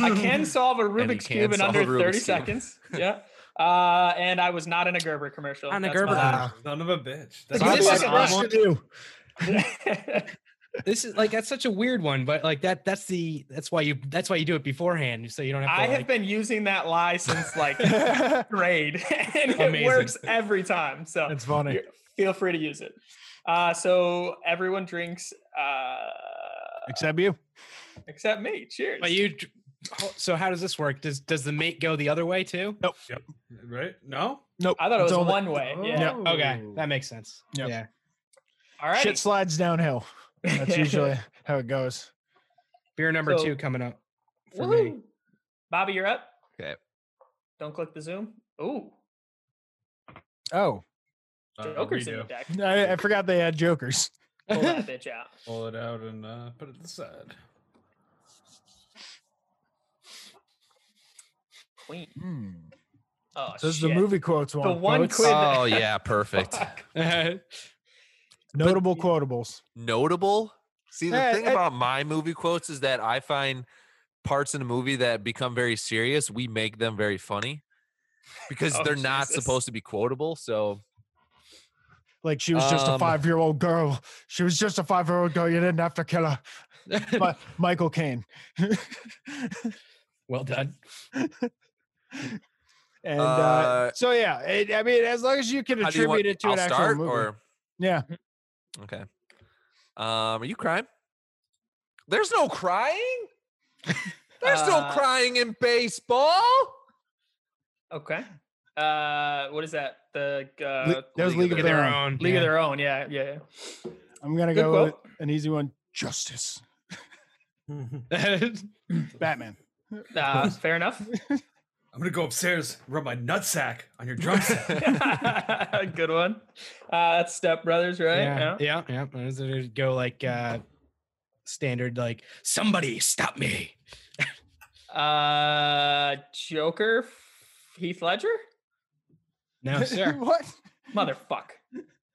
[SPEAKER 5] I can solve a
[SPEAKER 1] you
[SPEAKER 5] Rubik's
[SPEAKER 1] can
[SPEAKER 5] cube in
[SPEAKER 1] solve
[SPEAKER 5] under
[SPEAKER 1] a
[SPEAKER 5] 30
[SPEAKER 1] Rubik's cube.
[SPEAKER 5] seconds. Yeah. Uh, and I was not in a Gerber commercial.
[SPEAKER 7] On a
[SPEAKER 5] That's my
[SPEAKER 7] Gerber
[SPEAKER 5] lie.
[SPEAKER 3] Wow.
[SPEAKER 4] Son of a bitch.
[SPEAKER 7] This
[SPEAKER 4] That's
[SPEAKER 7] is
[SPEAKER 4] what
[SPEAKER 7] like
[SPEAKER 4] I
[SPEAKER 7] a
[SPEAKER 4] want.
[SPEAKER 3] to do.
[SPEAKER 7] This is like that's such a weird one, but like that that's the that's why you that's why you do it beforehand, so you don't have to.
[SPEAKER 5] I have
[SPEAKER 7] like-
[SPEAKER 5] been using that lie since like grade, and it
[SPEAKER 7] Amazing.
[SPEAKER 5] works every time. So
[SPEAKER 3] That's funny.
[SPEAKER 5] you're- feel free to use it. Uh, so everyone drinks uh,
[SPEAKER 3] Except you.
[SPEAKER 5] except me. Cheers.
[SPEAKER 7] but you. dr- ho- So how does this work? Does does the mate go the other way too?
[SPEAKER 4] Right? No.
[SPEAKER 3] Nope.
[SPEAKER 5] I thought it
[SPEAKER 3] it's
[SPEAKER 5] was
[SPEAKER 3] only-
[SPEAKER 5] one way. Yeah.
[SPEAKER 3] Yep.
[SPEAKER 7] Okay,
[SPEAKER 4] Oh.
[SPEAKER 7] that makes sense.
[SPEAKER 3] Yep.
[SPEAKER 7] Yeah.
[SPEAKER 5] All right.
[SPEAKER 3] Shit slides downhill. That's usually how it goes.
[SPEAKER 7] Beer number
[SPEAKER 5] So-
[SPEAKER 7] two coming up for me.
[SPEAKER 5] Woohoo. Bobby, you're up.
[SPEAKER 1] Okay.
[SPEAKER 5] Don't click the zoom. Ooh,
[SPEAKER 3] Oh,
[SPEAKER 4] Uh,
[SPEAKER 5] Joker's in the
[SPEAKER 4] redo.
[SPEAKER 5] deck.
[SPEAKER 3] I, I forgot they had jokers.
[SPEAKER 5] Pull that bitch out.
[SPEAKER 4] Pull it out and uh, put it aside.
[SPEAKER 5] Queen.
[SPEAKER 3] Hmm.
[SPEAKER 5] Oh,
[SPEAKER 3] So this is
[SPEAKER 5] shit.
[SPEAKER 3] the movie quotes one.
[SPEAKER 5] The one
[SPEAKER 3] Quotes.
[SPEAKER 5] quid.
[SPEAKER 1] Oh yeah, perfect.
[SPEAKER 5] Fuck.
[SPEAKER 3] Notable quotables.
[SPEAKER 1] Notable. See, the
[SPEAKER 3] Yeah,
[SPEAKER 1] thing
[SPEAKER 3] it-
[SPEAKER 1] about my movie quotes is that I find parts in a movie that become very serious, we make them very funny because
[SPEAKER 5] Oh,
[SPEAKER 1] they're not
[SPEAKER 5] Jesus.
[SPEAKER 1] supposed to be quotable. So
[SPEAKER 3] Like she was just a
[SPEAKER 1] Um,
[SPEAKER 3] five-year-old girl. She was just a five-year-old girl. You didn't have to kill her. But Michael Caine.
[SPEAKER 7] well done.
[SPEAKER 3] And uh,
[SPEAKER 1] Uh,
[SPEAKER 3] so yeah, it, I mean, as long as you can
[SPEAKER 1] how do you
[SPEAKER 3] attribute
[SPEAKER 1] want
[SPEAKER 3] it to
[SPEAKER 1] I'll
[SPEAKER 3] an actual
[SPEAKER 1] start
[SPEAKER 3] movie.
[SPEAKER 1] or Mm-hmm.
[SPEAKER 3] yeah,
[SPEAKER 1] okay. Um, are you crying? There's no crying. There's no
[SPEAKER 5] Uh,
[SPEAKER 1] crying in baseball.
[SPEAKER 5] Okay. Uh, what is that? The uh,
[SPEAKER 3] Le- that was League of Their Own.
[SPEAKER 7] own.
[SPEAKER 5] League
[SPEAKER 7] yeah.
[SPEAKER 5] of Their Own. Yeah, yeah. yeah.
[SPEAKER 3] I'm gonna
[SPEAKER 5] Good
[SPEAKER 3] go
[SPEAKER 5] quote.
[SPEAKER 3] with an easy one. Justice. Batman.
[SPEAKER 5] Uh, fair enough.
[SPEAKER 4] I'm gonna go upstairs, rub my nutsack on your drum set.
[SPEAKER 5] Good one. Uh, that's Step Brothers, right?
[SPEAKER 7] Yeah, yeah, yeah. And it's- it'd go like uh standard like somebody stop me.
[SPEAKER 5] Yeah. Uh, Joker, Heath Ledger,
[SPEAKER 7] No, sir.
[SPEAKER 3] what?
[SPEAKER 5] motherfuck.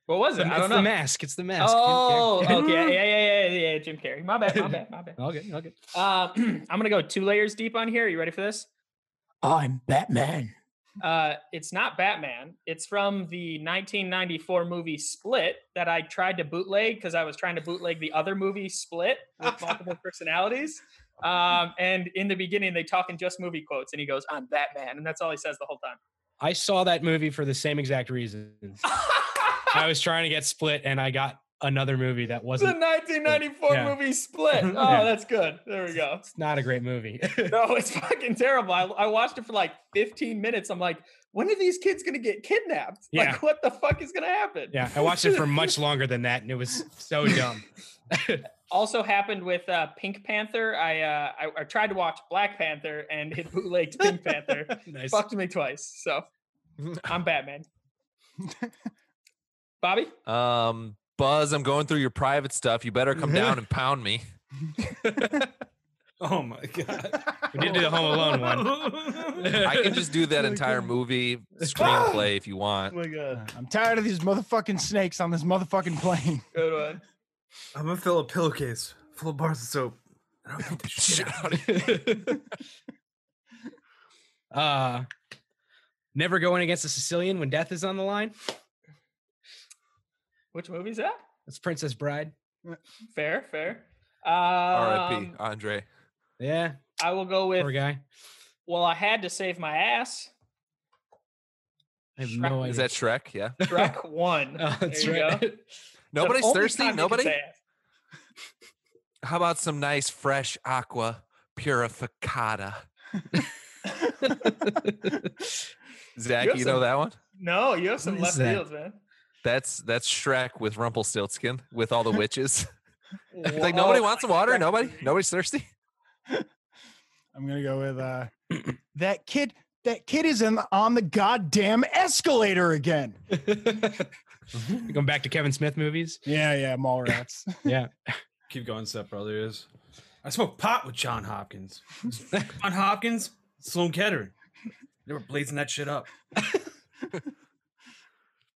[SPEAKER 5] What was it? I
[SPEAKER 7] it's
[SPEAKER 5] don't
[SPEAKER 7] the
[SPEAKER 5] know.
[SPEAKER 7] mask. It's the mask.
[SPEAKER 5] Oh, okay. Yeah, yeah, yeah, yeah, yeah. Jim Carrey. My bad. My bad. My bad.
[SPEAKER 7] Okay, okay.
[SPEAKER 5] Uh, I'm gonna go two layers deep on here. Are you ready for this?
[SPEAKER 7] I'm Batman.
[SPEAKER 5] Uh, it's not Batman. It's from the 1994 movie Split that I tried to bootleg because I was trying to bootleg the other movie Split with multiple personalities. Um, and in the beginning, they talk in just movie quotes, and he goes, "I'm Batman," and that's all he says the whole
[SPEAKER 7] I saw that movie for the same exact reason.
[SPEAKER 5] time.
[SPEAKER 7] I was trying to get split and I got another movie that
[SPEAKER 5] It's the
[SPEAKER 7] wasn't
[SPEAKER 5] 1994
[SPEAKER 7] Yeah.
[SPEAKER 5] movie Split. Oh,
[SPEAKER 7] Yeah.
[SPEAKER 5] that's good. There we go.
[SPEAKER 7] it's not a great movie.
[SPEAKER 5] No, it's fucking terrible. I, I watched it for like 15 minutes. I'm like, when are these kids gonna get kidnapped?
[SPEAKER 7] Yeah.
[SPEAKER 5] Like, what the fuck is gonna happen?
[SPEAKER 7] yeah, I watched it for much longer than that and it was so dumb.
[SPEAKER 5] also happened with uh, Pink Panther. I, uh, I I tried to watch Black Panther and it bootlegged Pink Panther.
[SPEAKER 7] nice.
[SPEAKER 5] Fucked me twice. So I'm Batman. Bobby,
[SPEAKER 1] Um, Buzz, I'm going through your private stuff. You better come down and pound me.
[SPEAKER 4] oh my god!
[SPEAKER 7] We did do the Home Alone one.
[SPEAKER 1] I can just do that entire movie screenplay if you want.
[SPEAKER 5] my god,
[SPEAKER 3] I'm tired of these motherfucking snakes on this motherfucking plane.
[SPEAKER 5] good one.
[SPEAKER 4] I'm gonna fill a pillowcase full of bars of soap. and I'll beat the shit out of
[SPEAKER 7] Uh never going against a Sicilian when death is on the line.
[SPEAKER 5] Which movie's that?
[SPEAKER 7] That's Princess Bride.
[SPEAKER 5] Fair, fair. Um,
[SPEAKER 1] R.I.P. Andre.
[SPEAKER 7] Yeah,
[SPEAKER 5] I will go
[SPEAKER 7] poor
[SPEAKER 5] with.
[SPEAKER 7] guy.
[SPEAKER 5] Well, I had to save my ass.
[SPEAKER 7] I have
[SPEAKER 5] Shrek-
[SPEAKER 7] no idea.
[SPEAKER 1] Is that Shrek? Yeah.
[SPEAKER 5] Shrek one.
[SPEAKER 7] Oh, that's
[SPEAKER 5] There you
[SPEAKER 7] right.
[SPEAKER 5] go. The
[SPEAKER 1] Nobody's
[SPEAKER 5] only
[SPEAKER 1] thirsty.
[SPEAKER 5] time you can
[SPEAKER 1] Nobody.
[SPEAKER 5] say ass.
[SPEAKER 1] How about some nice fresh aqua purificata? Zach,
[SPEAKER 5] You have
[SPEAKER 1] you, know
[SPEAKER 5] some-
[SPEAKER 1] that one?
[SPEAKER 5] No, you have some
[SPEAKER 7] What
[SPEAKER 5] left
[SPEAKER 7] is that?
[SPEAKER 5] fields, man.
[SPEAKER 1] That's that's Shrek with Rumpelstiltskin with all the witches. It's like nobody
[SPEAKER 5] Whoa.
[SPEAKER 1] wants some water.
[SPEAKER 5] Shrek
[SPEAKER 1] Nobody.
[SPEAKER 5] movie.
[SPEAKER 1] Nobody's thirsty.
[SPEAKER 3] I'm gonna go with uh that kid. That kid is in on the goddamn escalator again.
[SPEAKER 7] Going back to Kevin Smith movies.
[SPEAKER 3] Yeah, yeah, Mallrats.
[SPEAKER 7] Yeah.
[SPEAKER 4] Keep going, Step Brothers. I smoked pot with John Hopkins. John Hopkins, Sloan Kettering. They were blazing that shit up.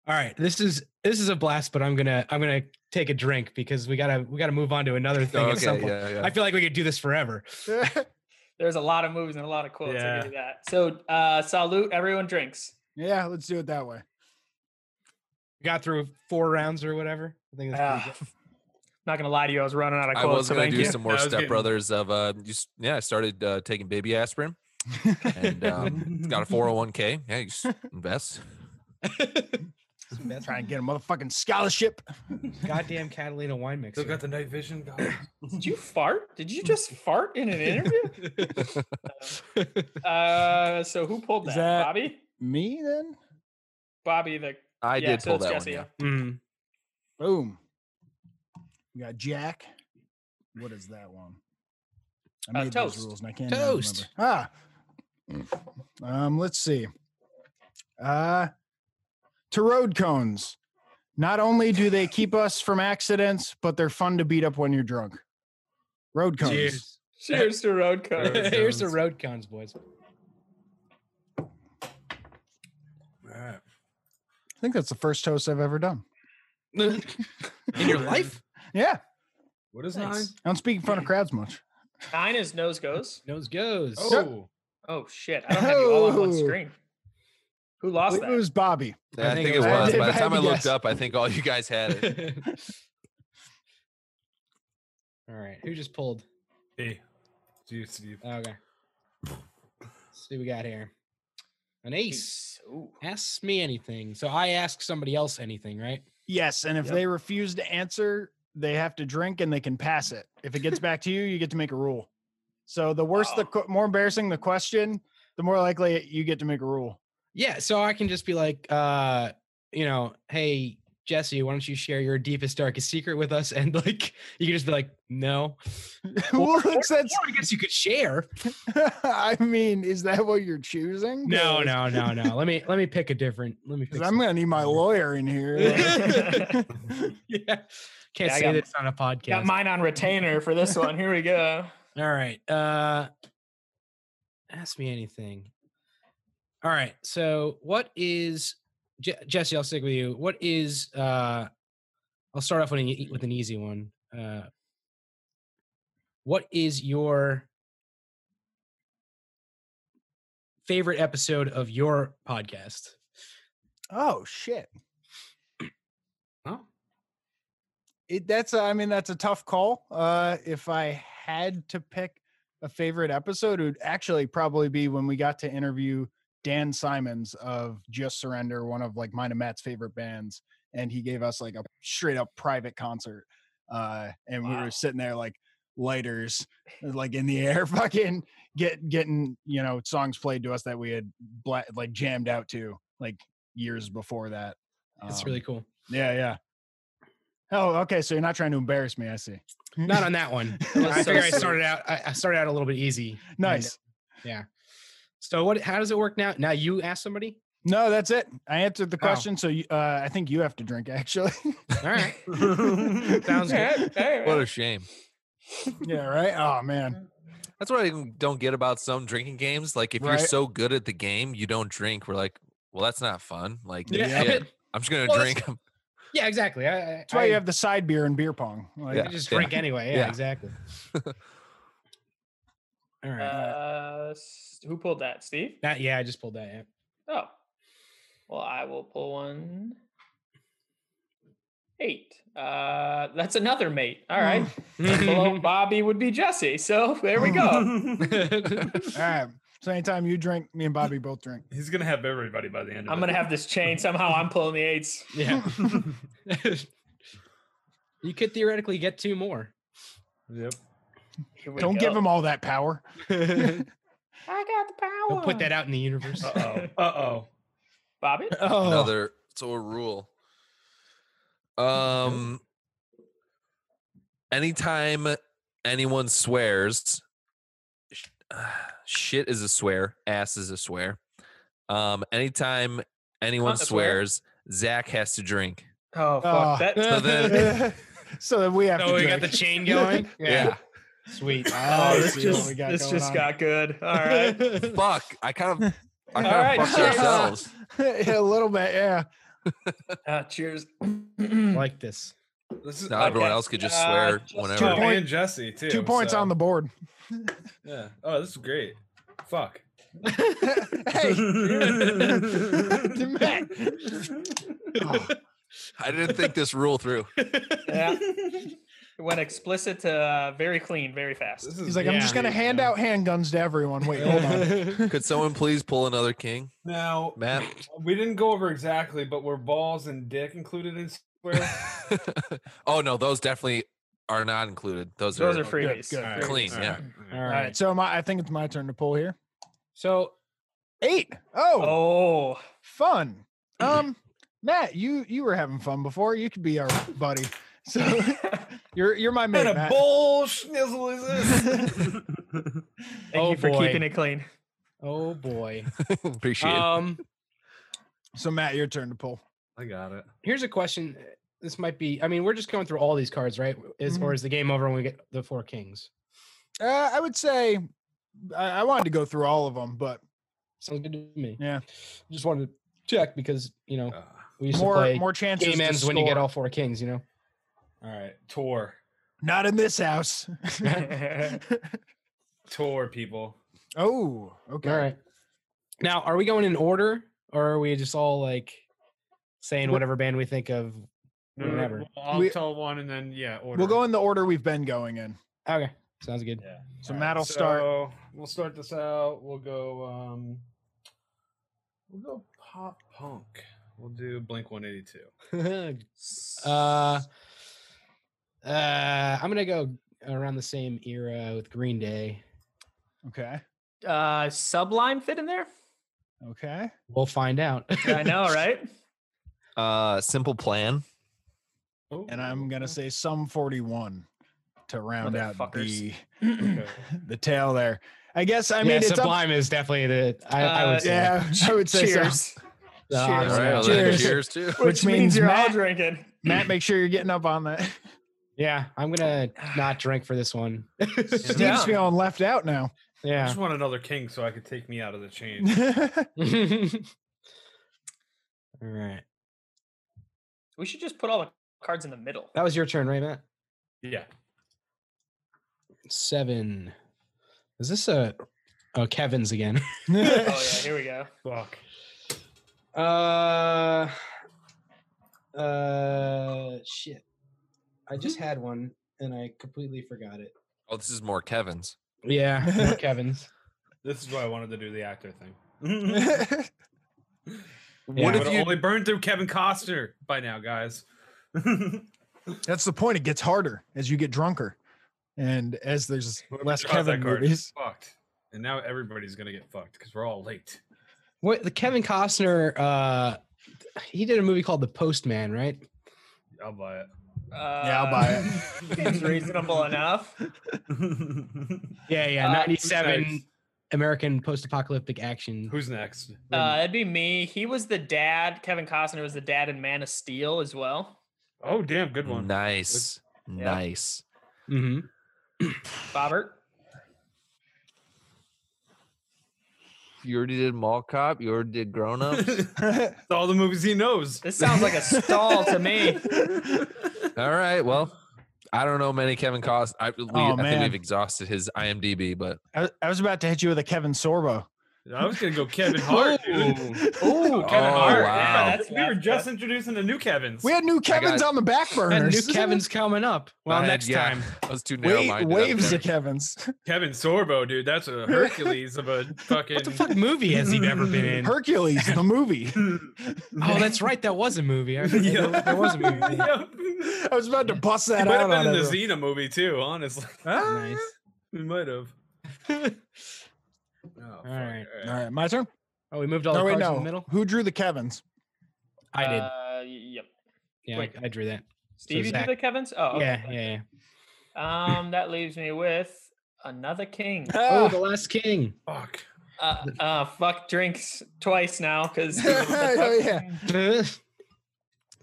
[SPEAKER 7] All right. This is this is a blast, but I'm gonna I'm gonna take a drink because we gotta we gotta move on to another thing
[SPEAKER 1] Oh,
[SPEAKER 7] at some
[SPEAKER 1] okay.
[SPEAKER 7] point.
[SPEAKER 1] Yeah. yeah.
[SPEAKER 7] I feel like we could do this forever.
[SPEAKER 5] There's a lot of movies and a lot of quotes. I
[SPEAKER 4] Yeah.
[SPEAKER 5] give you that. So, uh, salute. Everyone drinks.
[SPEAKER 3] yeah, let's do it that way.
[SPEAKER 7] We got through four rounds or whatever. I think that's
[SPEAKER 5] Ah,
[SPEAKER 7] pretty
[SPEAKER 5] I'm not gonna lie to you, I was running out of
[SPEAKER 1] I
[SPEAKER 5] quotes.
[SPEAKER 1] was
[SPEAKER 5] so
[SPEAKER 1] gonna
[SPEAKER 5] thank
[SPEAKER 1] do
[SPEAKER 5] you.
[SPEAKER 1] some more
[SPEAKER 4] I was getting-
[SPEAKER 1] Step Brothers of uh, you, s- yeah. I started uh, taking baby aspirin, and um, it's got a 401k. Yeah, you s- invest.
[SPEAKER 3] Try and get a motherfucking scholarship.
[SPEAKER 7] good. Goddamn Catalina wine mixer.
[SPEAKER 4] Still got the night vision. goggles.
[SPEAKER 5] Did you fart? Did you just fart in an interview? uh, so who pulled that?
[SPEAKER 3] Is that-
[SPEAKER 5] Bobby.
[SPEAKER 3] Me then?
[SPEAKER 5] Bobby. The
[SPEAKER 1] I
[SPEAKER 5] yeah,
[SPEAKER 1] did
[SPEAKER 5] so
[SPEAKER 1] pull
[SPEAKER 5] it's
[SPEAKER 1] that
[SPEAKER 5] Jesse.
[SPEAKER 1] one. Yeah.
[SPEAKER 7] Mm.
[SPEAKER 3] Boom. We got Jack. What is that one? I
[SPEAKER 5] Uh,
[SPEAKER 3] made
[SPEAKER 5] toast.
[SPEAKER 3] those rules and I can't even
[SPEAKER 7] Toast.
[SPEAKER 3] remember. Ah. Um, let's see. Uh to road cones. Not only do they keep us from accidents, but they're fun to beat up when you're drunk. Road cones.
[SPEAKER 7] Cheers.
[SPEAKER 5] Cheers to Road Codes.
[SPEAKER 7] Here's the
[SPEAKER 4] Sounds-
[SPEAKER 7] road cones, boys.
[SPEAKER 4] All right.
[SPEAKER 3] I think that's the first toast I've ever done.
[SPEAKER 7] In your life?
[SPEAKER 3] Yeah.
[SPEAKER 4] What is
[SPEAKER 7] Nice.
[SPEAKER 4] nine?
[SPEAKER 3] I don't speak in front of crowds much.
[SPEAKER 5] Nine is nose goes.
[SPEAKER 7] Nose goes.
[SPEAKER 4] Oh,
[SPEAKER 5] Oh shit! I don't have you all on one
[SPEAKER 3] Oh.
[SPEAKER 5] screen. Who lost
[SPEAKER 3] It
[SPEAKER 5] that?
[SPEAKER 3] was Bobby.
[SPEAKER 1] Yeah, I, think, it
[SPEAKER 3] was- I
[SPEAKER 1] was.
[SPEAKER 3] did-
[SPEAKER 1] By
[SPEAKER 3] I
[SPEAKER 1] the
[SPEAKER 3] had
[SPEAKER 1] time
[SPEAKER 3] to
[SPEAKER 1] I looked
[SPEAKER 3] guess.
[SPEAKER 1] up, I think all you guys had it.
[SPEAKER 7] All right. Who just pulled?
[SPEAKER 4] hey, Steve, Steve.
[SPEAKER 7] Okay. Let's see what we got here. An ace.
[SPEAKER 5] Jeez. Ooh.
[SPEAKER 7] Ask me anything. So I ask somebody else anything, right?
[SPEAKER 3] Yes, and if
[SPEAKER 4] Yep.
[SPEAKER 3] they refuse to answer, they have to drink and they can pass it. If it gets back to you, you get to make a rule. So the worse the
[SPEAKER 5] Wow.
[SPEAKER 3] que- more embarrassing the question, the more likely you get to make a rule.
[SPEAKER 7] Yeah. So I can just be like, uh, you know, hey, Jesse, why don't you share your deepest, darkest secret with us? And like, you can just be like, no.
[SPEAKER 3] well, that's- that's-
[SPEAKER 7] Or I guess you could share.
[SPEAKER 3] I mean, is that what you're choosing?
[SPEAKER 7] No, no, no, no. Let me let me pick a different. Let me.
[SPEAKER 3] Because
[SPEAKER 7] Pick
[SPEAKER 3] I'm gonna need my lawyer in here.
[SPEAKER 7] something. yeah, can't
[SPEAKER 5] Yeah, I
[SPEAKER 7] say
[SPEAKER 5] got-
[SPEAKER 7] this on a podcast.
[SPEAKER 5] Got mine on retainer for this one. Here we go.
[SPEAKER 7] All right. Uh ask me anything. All right. So what is Je- Jesse, I'll stick with you. What is uh I'll start off with an, e- with an easy one. Uh what is your favorite episode of your podcast?
[SPEAKER 3] oh shit!
[SPEAKER 4] Oh,
[SPEAKER 3] It, that's a, I mean that's a tough call. Uh, if I had to pick a favorite episode, it would actually probably be when we got to interview Dan Simons of Just Surrender, one of like mine and Matt's favorite bands, and he gave us like a straight up private concert. Uh, and we
[SPEAKER 5] Wow.
[SPEAKER 3] were sitting there like lighters uh, like in the air fucking get getting you know songs played to us that we had bla- like jammed out to like years before that
[SPEAKER 7] That's
[SPEAKER 3] Um,
[SPEAKER 7] really cool.
[SPEAKER 3] yeah, yeah. Oh, okay. So you're not trying to embarrass me. I see.
[SPEAKER 7] Not on that one.
[SPEAKER 5] was
[SPEAKER 7] I
[SPEAKER 5] so
[SPEAKER 7] figure I
[SPEAKER 5] sweet.
[SPEAKER 7] started out I, I started out a little bit easy. and,
[SPEAKER 3] nice.
[SPEAKER 7] So what how does it work now? Now you ask somebody?
[SPEAKER 3] No, that's it. I answered the
[SPEAKER 7] Oh.
[SPEAKER 3] question. So you, uh, I think you have to drink, actually.
[SPEAKER 7] All right.
[SPEAKER 3] Sounds
[SPEAKER 5] Yeah, yeah.
[SPEAKER 1] What a shame.
[SPEAKER 3] yeah, right. Oh man.
[SPEAKER 1] That's what I don't get about some drinking games. Like if
[SPEAKER 3] Right.
[SPEAKER 1] you're so good at the game, you don't drink. We're like, well, that's not fun. Like,
[SPEAKER 3] Yeah.
[SPEAKER 1] shit, I'm just gonna
[SPEAKER 7] Well, that's-
[SPEAKER 1] drink.
[SPEAKER 7] Yeah, exactly. I, I,
[SPEAKER 3] That's why you
[SPEAKER 7] I-
[SPEAKER 3] have the side beer and beer pong. Like,
[SPEAKER 7] I
[SPEAKER 1] Yeah.
[SPEAKER 7] just drink anyway. Yeah,
[SPEAKER 1] Yeah.
[SPEAKER 7] exactly. All right.
[SPEAKER 5] Uh, s- who pulled that, Steve?
[SPEAKER 7] that yeah, I just pulled that. Yeah.
[SPEAKER 5] Oh. Well, I will pull one. Eight. Uh, that's another mate. All right. Below Bobby would be Jesse. So there we go.
[SPEAKER 3] All
[SPEAKER 7] Mm-hmm.
[SPEAKER 3] right. So anytime you drink, me and Bobby both drink.
[SPEAKER 4] He's gonna have everybody by the end. Of
[SPEAKER 5] I'm
[SPEAKER 4] it.
[SPEAKER 5] gonna have this chain. Somehow I'm pulling the eights.
[SPEAKER 7] yeah. you could theoretically get two more.
[SPEAKER 4] Yep.
[SPEAKER 5] Here we
[SPEAKER 3] Don't give
[SPEAKER 5] go.
[SPEAKER 3] him all that power. Oh.
[SPEAKER 7] We'll
[SPEAKER 5] I got the power.
[SPEAKER 7] put that out in the universe.
[SPEAKER 4] Uh oh. Uh oh.
[SPEAKER 5] Bobby.
[SPEAKER 3] Oh,
[SPEAKER 1] Another so a rule. Um anytime anyone swears sh- shit is a swear, ass is a swear. Um anytime anyone
[SPEAKER 5] Not a swear.
[SPEAKER 1] swears, Zach has to drink.
[SPEAKER 5] Oh fuck.
[SPEAKER 3] Oh.
[SPEAKER 5] That,
[SPEAKER 1] So then
[SPEAKER 3] so that we have
[SPEAKER 7] so
[SPEAKER 3] to.
[SPEAKER 7] we
[SPEAKER 3] Drink.
[SPEAKER 7] got the chain going.
[SPEAKER 1] yeah.
[SPEAKER 7] Sweet.
[SPEAKER 3] I
[SPEAKER 5] oh, this
[SPEAKER 3] see what
[SPEAKER 5] just
[SPEAKER 3] we got
[SPEAKER 5] this
[SPEAKER 3] going
[SPEAKER 5] just
[SPEAKER 3] on.
[SPEAKER 5] got good. All right.
[SPEAKER 1] Fuck. I kind of I kind
[SPEAKER 5] Alright,
[SPEAKER 1] of fucked
[SPEAKER 5] cheers.
[SPEAKER 1] ourselves.
[SPEAKER 3] a little bit. Yeah.
[SPEAKER 5] Uh, cheers.
[SPEAKER 7] I like this.
[SPEAKER 4] This is
[SPEAKER 1] Now
[SPEAKER 5] Okay.
[SPEAKER 1] everyone else could just
[SPEAKER 5] Uh,
[SPEAKER 1] swear
[SPEAKER 5] just
[SPEAKER 1] whenever.
[SPEAKER 4] Joe
[SPEAKER 3] Two point-
[SPEAKER 4] and Jesse too.
[SPEAKER 3] Two points
[SPEAKER 4] so-
[SPEAKER 3] on the board.
[SPEAKER 4] Yeah. Oh, this is great. Fuck.
[SPEAKER 3] hey, Matt.
[SPEAKER 1] I didn't think this rule through.
[SPEAKER 5] Yeah. It went explicit to uh, very clean, very fast.
[SPEAKER 3] He's like, I'm just gonna
[SPEAKER 4] Yeah.
[SPEAKER 3] hand out handguns to everyone. Wait, hold on.
[SPEAKER 1] Could someone please pull another king,
[SPEAKER 4] Now
[SPEAKER 1] Matt?
[SPEAKER 4] we didn't go over exactly, but were balls and dick included in square?
[SPEAKER 1] oh no, those definitely are not included. Those,
[SPEAKER 5] Those
[SPEAKER 1] are,
[SPEAKER 5] are freebies.
[SPEAKER 3] Oh, good,
[SPEAKER 4] All
[SPEAKER 5] Freebies.
[SPEAKER 1] Clean, yeah.
[SPEAKER 7] All
[SPEAKER 3] All
[SPEAKER 7] right.
[SPEAKER 3] right, so my I think it's my turn to pull here.
[SPEAKER 7] So
[SPEAKER 3] Eight. Oh,
[SPEAKER 5] Oh,
[SPEAKER 3] fun. Um, Matt, you you were having fun before. You could be our buddy. So you're you're my mate,
[SPEAKER 4] What a
[SPEAKER 3] Matt.
[SPEAKER 4] bull schnizzle is this?
[SPEAKER 5] thank
[SPEAKER 7] Oh,
[SPEAKER 5] you for
[SPEAKER 7] boy.
[SPEAKER 5] keeping it clean.
[SPEAKER 7] oh boy.
[SPEAKER 1] Appreciate it.
[SPEAKER 7] Um
[SPEAKER 3] So Matt, your turn to pull.
[SPEAKER 4] I got it.
[SPEAKER 7] here's a question. uh, This might be. I mean, we're just going through all these cards, right? Is
[SPEAKER 3] Mm-hmm.
[SPEAKER 7] or is the game over when we get the four kings?
[SPEAKER 3] Uh, I would say I, I wanted to go through all of them, but
[SPEAKER 7] Sounds good to me.
[SPEAKER 3] Yeah.
[SPEAKER 7] Just wanted to check because you
[SPEAKER 3] Oh.
[SPEAKER 7] know
[SPEAKER 4] Uh,
[SPEAKER 7] we used to
[SPEAKER 3] more
[SPEAKER 7] play
[SPEAKER 3] more chances.
[SPEAKER 7] game
[SPEAKER 3] to
[SPEAKER 7] ends when you get
[SPEAKER 3] score.
[SPEAKER 7] all four kings. You know.
[SPEAKER 4] all right. Tour.
[SPEAKER 3] Not in this house.
[SPEAKER 4] Tour, people.
[SPEAKER 3] oh, okay.
[SPEAKER 7] All right. Now, are we going in order, or are we just all like saying
[SPEAKER 3] Wha-
[SPEAKER 7] whatever band we think of?
[SPEAKER 4] No, no, no,
[SPEAKER 7] Whatever.
[SPEAKER 4] well, I'll
[SPEAKER 3] We-
[SPEAKER 4] tell one and then, yeah. Order.
[SPEAKER 3] We'll go in the order we've been going in.
[SPEAKER 7] Okay, sounds good.
[SPEAKER 4] Yeah.
[SPEAKER 3] So
[SPEAKER 4] All
[SPEAKER 3] Matt will start.
[SPEAKER 4] so We'll start this out. We'll go. um We'll go pop punk. We'll do Blink 182.
[SPEAKER 7] uh, uh, I'm gonna go around the same era with Green Day.
[SPEAKER 3] Okay.
[SPEAKER 5] Uh, Sublime fit in there?
[SPEAKER 3] Okay.
[SPEAKER 7] We'll find out.
[SPEAKER 5] I know, right?
[SPEAKER 1] Uh, simple plan.
[SPEAKER 3] and I'm
[SPEAKER 4] Oh,
[SPEAKER 3] gonna say some 41 to round out the
[SPEAKER 5] Motherfuckers.
[SPEAKER 4] Okay.
[SPEAKER 3] the tail there. I guess I
[SPEAKER 7] I
[SPEAKER 3] mean
[SPEAKER 7] mean,
[SPEAKER 3] it's up-
[SPEAKER 7] Sublime is definitely the. I, I
[SPEAKER 5] Uh,
[SPEAKER 7] would say.
[SPEAKER 3] yeah, I would say so.
[SPEAKER 5] Cheers.
[SPEAKER 7] the
[SPEAKER 5] Cheers.
[SPEAKER 1] All
[SPEAKER 7] honorary-
[SPEAKER 1] right, well, then
[SPEAKER 3] Cheers.
[SPEAKER 1] cheers too.
[SPEAKER 5] Which,
[SPEAKER 3] Which
[SPEAKER 5] means,
[SPEAKER 3] means
[SPEAKER 5] you're
[SPEAKER 3] Matt-
[SPEAKER 5] all drinking.
[SPEAKER 3] Matt, make sure you're getting up on that.
[SPEAKER 7] Yeah, I'm gonna not drink for this one.
[SPEAKER 3] Steve's
[SPEAKER 5] Yeah.
[SPEAKER 3] feeling left out now.
[SPEAKER 4] I
[SPEAKER 7] yeah.
[SPEAKER 4] just want another king so I could take me out of the chain.
[SPEAKER 3] All
[SPEAKER 7] All right.
[SPEAKER 5] We should just put all the cards in the middle.
[SPEAKER 7] That was your turn, right, Matt?
[SPEAKER 4] yeah.
[SPEAKER 7] Seven. Is this a? Oh, Kevin's again.
[SPEAKER 5] Oh yeah, here we go.
[SPEAKER 4] Fuck.
[SPEAKER 7] Uh, uh, shit. I
[SPEAKER 3] Hmm.
[SPEAKER 7] just had one and I completely forgot it.
[SPEAKER 1] Oh, this is more Kevin's.
[SPEAKER 7] Yeah, more Kevin's.
[SPEAKER 4] This is why I wanted to do the actor thing.
[SPEAKER 1] What
[SPEAKER 4] I
[SPEAKER 1] if
[SPEAKER 4] would
[SPEAKER 1] you-
[SPEAKER 4] only burned through Kevin Costner by now, guys. Whoever
[SPEAKER 3] That's the point. It gets harder as you get drunker, and as there's less
[SPEAKER 4] draws that
[SPEAKER 3] Kevin
[SPEAKER 4] card
[SPEAKER 3] movies.
[SPEAKER 4] is Fucked. And now everybody's gonna get fucked because we're all late.
[SPEAKER 7] What the Kevin Costner? Uh, he did a movie called The Postman, right?
[SPEAKER 4] I'll buy it.
[SPEAKER 5] Uh,
[SPEAKER 3] I'll buy it.
[SPEAKER 5] Seems Uh, reasonable enough.
[SPEAKER 7] Yeah, yeah,
[SPEAKER 5] Uh, who's
[SPEAKER 7] ninety-seven
[SPEAKER 4] next?
[SPEAKER 7] American post-apocalyptic action.
[SPEAKER 4] Who's next?
[SPEAKER 5] Uh, it'd be me. He was the dad. Kevin Costner was the dad in Man of Steel as well.
[SPEAKER 4] oh damn, good one.
[SPEAKER 1] Nice, nice.
[SPEAKER 7] hmm
[SPEAKER 5] Bobbert.
[SPEAKER 1] You already did Mall Cop. You already did Grown Ups.
[SPEAKER 4] It's all the movies he knows.
[SPEAKER 5] This sounds like a stall to me.
[SPEAKER 1] All right. Well, I don't know many Kevin Cost. I, we,
[SPEAKER 3] Oh,
[SPEAKER 1] I think
[SPEAKER 3] man.
[SPEAKER 1] we've exhausted his IMDb, but
[SPEAKER 3] I, was- I was about to hit you with a Kevin Sorbo.
[SPEAKER 4] I was gonna go Kevin Hart. dude.
[SPEAKER 5] Ooh,
[SPEAKER 1] Kevin Oh, Hart. wow.
[SPEAKER 5] Yeah, Oh. that's,
[SPEAKER 4] we were
[SPEAKER 5] that's-
[SPEAKER 4] just introducing the new Kevin's.
[SPEAKER 3] We had new Kevin's
[SPEAKER 1] got-
[SPEAKER 3] on the back
[SPEAKER 7] And
[SPEAKER 3] burner.
[SPEAKER 7] new Kevin's coming up. Well,
[SPEAKER 1] I had-
[SPEAKER 7] next
[SPEAKER 1] yeah,
[SPEAKER 7] time.
[SPEAKER 1] I was too narrow
[SPEAKER 3] Wait,
[SPEAKER 1] minded.
[SPEAKER 3] waves of Kevin's.
[SPEAKER 4] Kevin Sorbo, dude. That's a Hercules of a fucking.
[SPEAKER 7] What the fuck movie has he ever been in?
[SPEAKER 3] Hercules, the movie.
[SPEAKER 7] Oh, that's right. That was a movie. I, yeah. there, there was a movie.
[SPEAKER 4] Yep.
[SPEAKER 3] I was about to bust that
[SPEAKER 4] He might
[SPEAKER 3] out
[SPEAKER 4] have been
[SPEAKER 3] on
[SPEAKER 4] in the
[SPEAKER 3] everyone.
[SPEAKER 4] Xena movie too, honestly.
[SPEAKER 7] Nice.
[SPEAKER 4] Ah, We might have. Oh, fuck.
[SPEAKER 7] right.
[SPEAKER 3] All right, my turn.
[SPEAKER 7] Oh, we moved all
[SPEAKER 3] no,
[SPEAKER 7] the
[SPEAKER 3] wait,
[SPEAKER 7] cards
[SPEAKER 3] no.
[SPEAKER 7] in the middle.
[SPEAKER 3] Who drew the Kevin's?
[SPEAKER 7] I did.
[SPEAKER 5] Uh, yep.
[SPEAKER 7] Yeah,
[SPEAKER 5] wait.
[SPEAKER 7] I, I drew that.
[SPEAKER 5] Stevie
[SPEAKER 7] Zach-
[SPEAKER 5] did the Kevin's. Oh, okay.
[SPEAKER 7] Yeah, yeah, yeah.
[SPEAKER 5] Um, that leaves me with another king.
[SPEAKER 7] Oh, the last king.
[SPEAKER 4] Fuck.
[SPEAKER 5] Uh, uh fuck drinks twice now because.
[SPEAKER 3] oh yeah.
[SPEAKER 7] Ugh.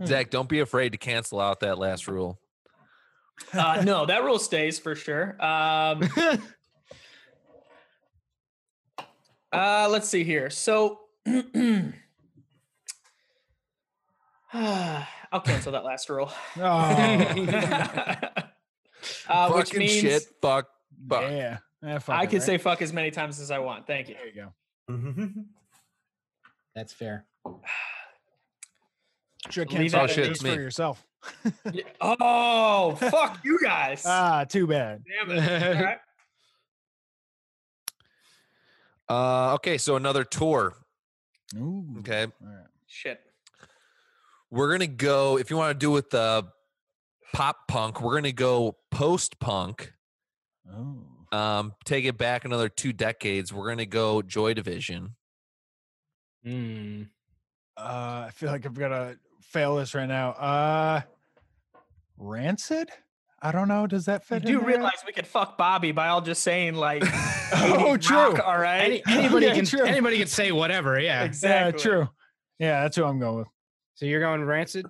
[SPEAKER 1] Zach, don't be afraid to cancel out that last rule.
[SPEAKER 5] Uh, no, that rule stays for sure. Um, Uh, let's see here. So I'll cancel that last rule.
[SPEAKER 3] Oh
[SPEAKER 5] uh, which
[SPEAKER 1] Fucking
[SPEAKER 5] means
[SPEAKER 1] shit. Fuck. Fuck.
[SPEAKER 3] yeah. Eh, fuck
[SPEAKER 5] I
[SPEAKER 3] it,
[SPEAKER 5] can
[SPEAKER 3] right?
[SPEAKER 5] say fuck as many times as I want. Thank you.
[SPEAKER 3] There you go.
[SPEAKER 7] That's fair.
[SPEAKER 3] Should
[SPEAKER 5] Leave
[SPEAKER 3] cancel
[SPEAKER 4] Oh,
[SPEAKER 5] that
[SPEAKER 3] out the
[SPEAKER 5] to me.
[SPEAKER 3] dates
[SPEAKER 1] Me.
[SPEAKER 3] for yourself.
[SPEAKER 5] Y- Oh, fuck you guys.
[SPEAKER 3] Ah, too bad.
[SPEAKER 5] Damn it. All right.
[SPEAKER 1] Uh, okay, so another tour.
[SPEAKER 3] Ooh.
[SPEAKER 1] Okay,
[SPEAKER 3] All right.
[SPEAKER 5] Shit.
[SPEAKER 1] we're gonna go. If you want to do with the pop punk, we're gonna go post punk.
[SPEAKER 3] Oh.
[SPEAKER 1] Um, take it back another two decades. We're gonna go Joy Division.
[SPEAKER 7] Mm.
[SPEAKER 3] Uh, I feel like I'm gonna fail this right now. Uh, Rancid. I don't know. Does that
[SPEAKER 5] You
[SPEAKER 3] fit? in
[SPEAKER 5] do
[SPEAKER 3] there?
[SPEAKER 5] realize we could fuck Bobby by all just saying like 80
[SPEAKER 3] Oh,
[SPEAKER 5] rock,
[SPEAKER 3] true.
[SPEAKER 5] all right.
[SPEAKER 7] Any, anybody
[SPEAKER 3] Yeah,
[SPEAKER 7] can
[SPEAKER 3] true.
[SPEAKER 7] anybody can say whatever. Yeah.
[SPEAKER 3] Yeah,
[SPEAKER 5] exactly.
[SPEAKER 3] true. Yeah, that's who I'm going with.
[SPEAKER 7] So you're going Rancid,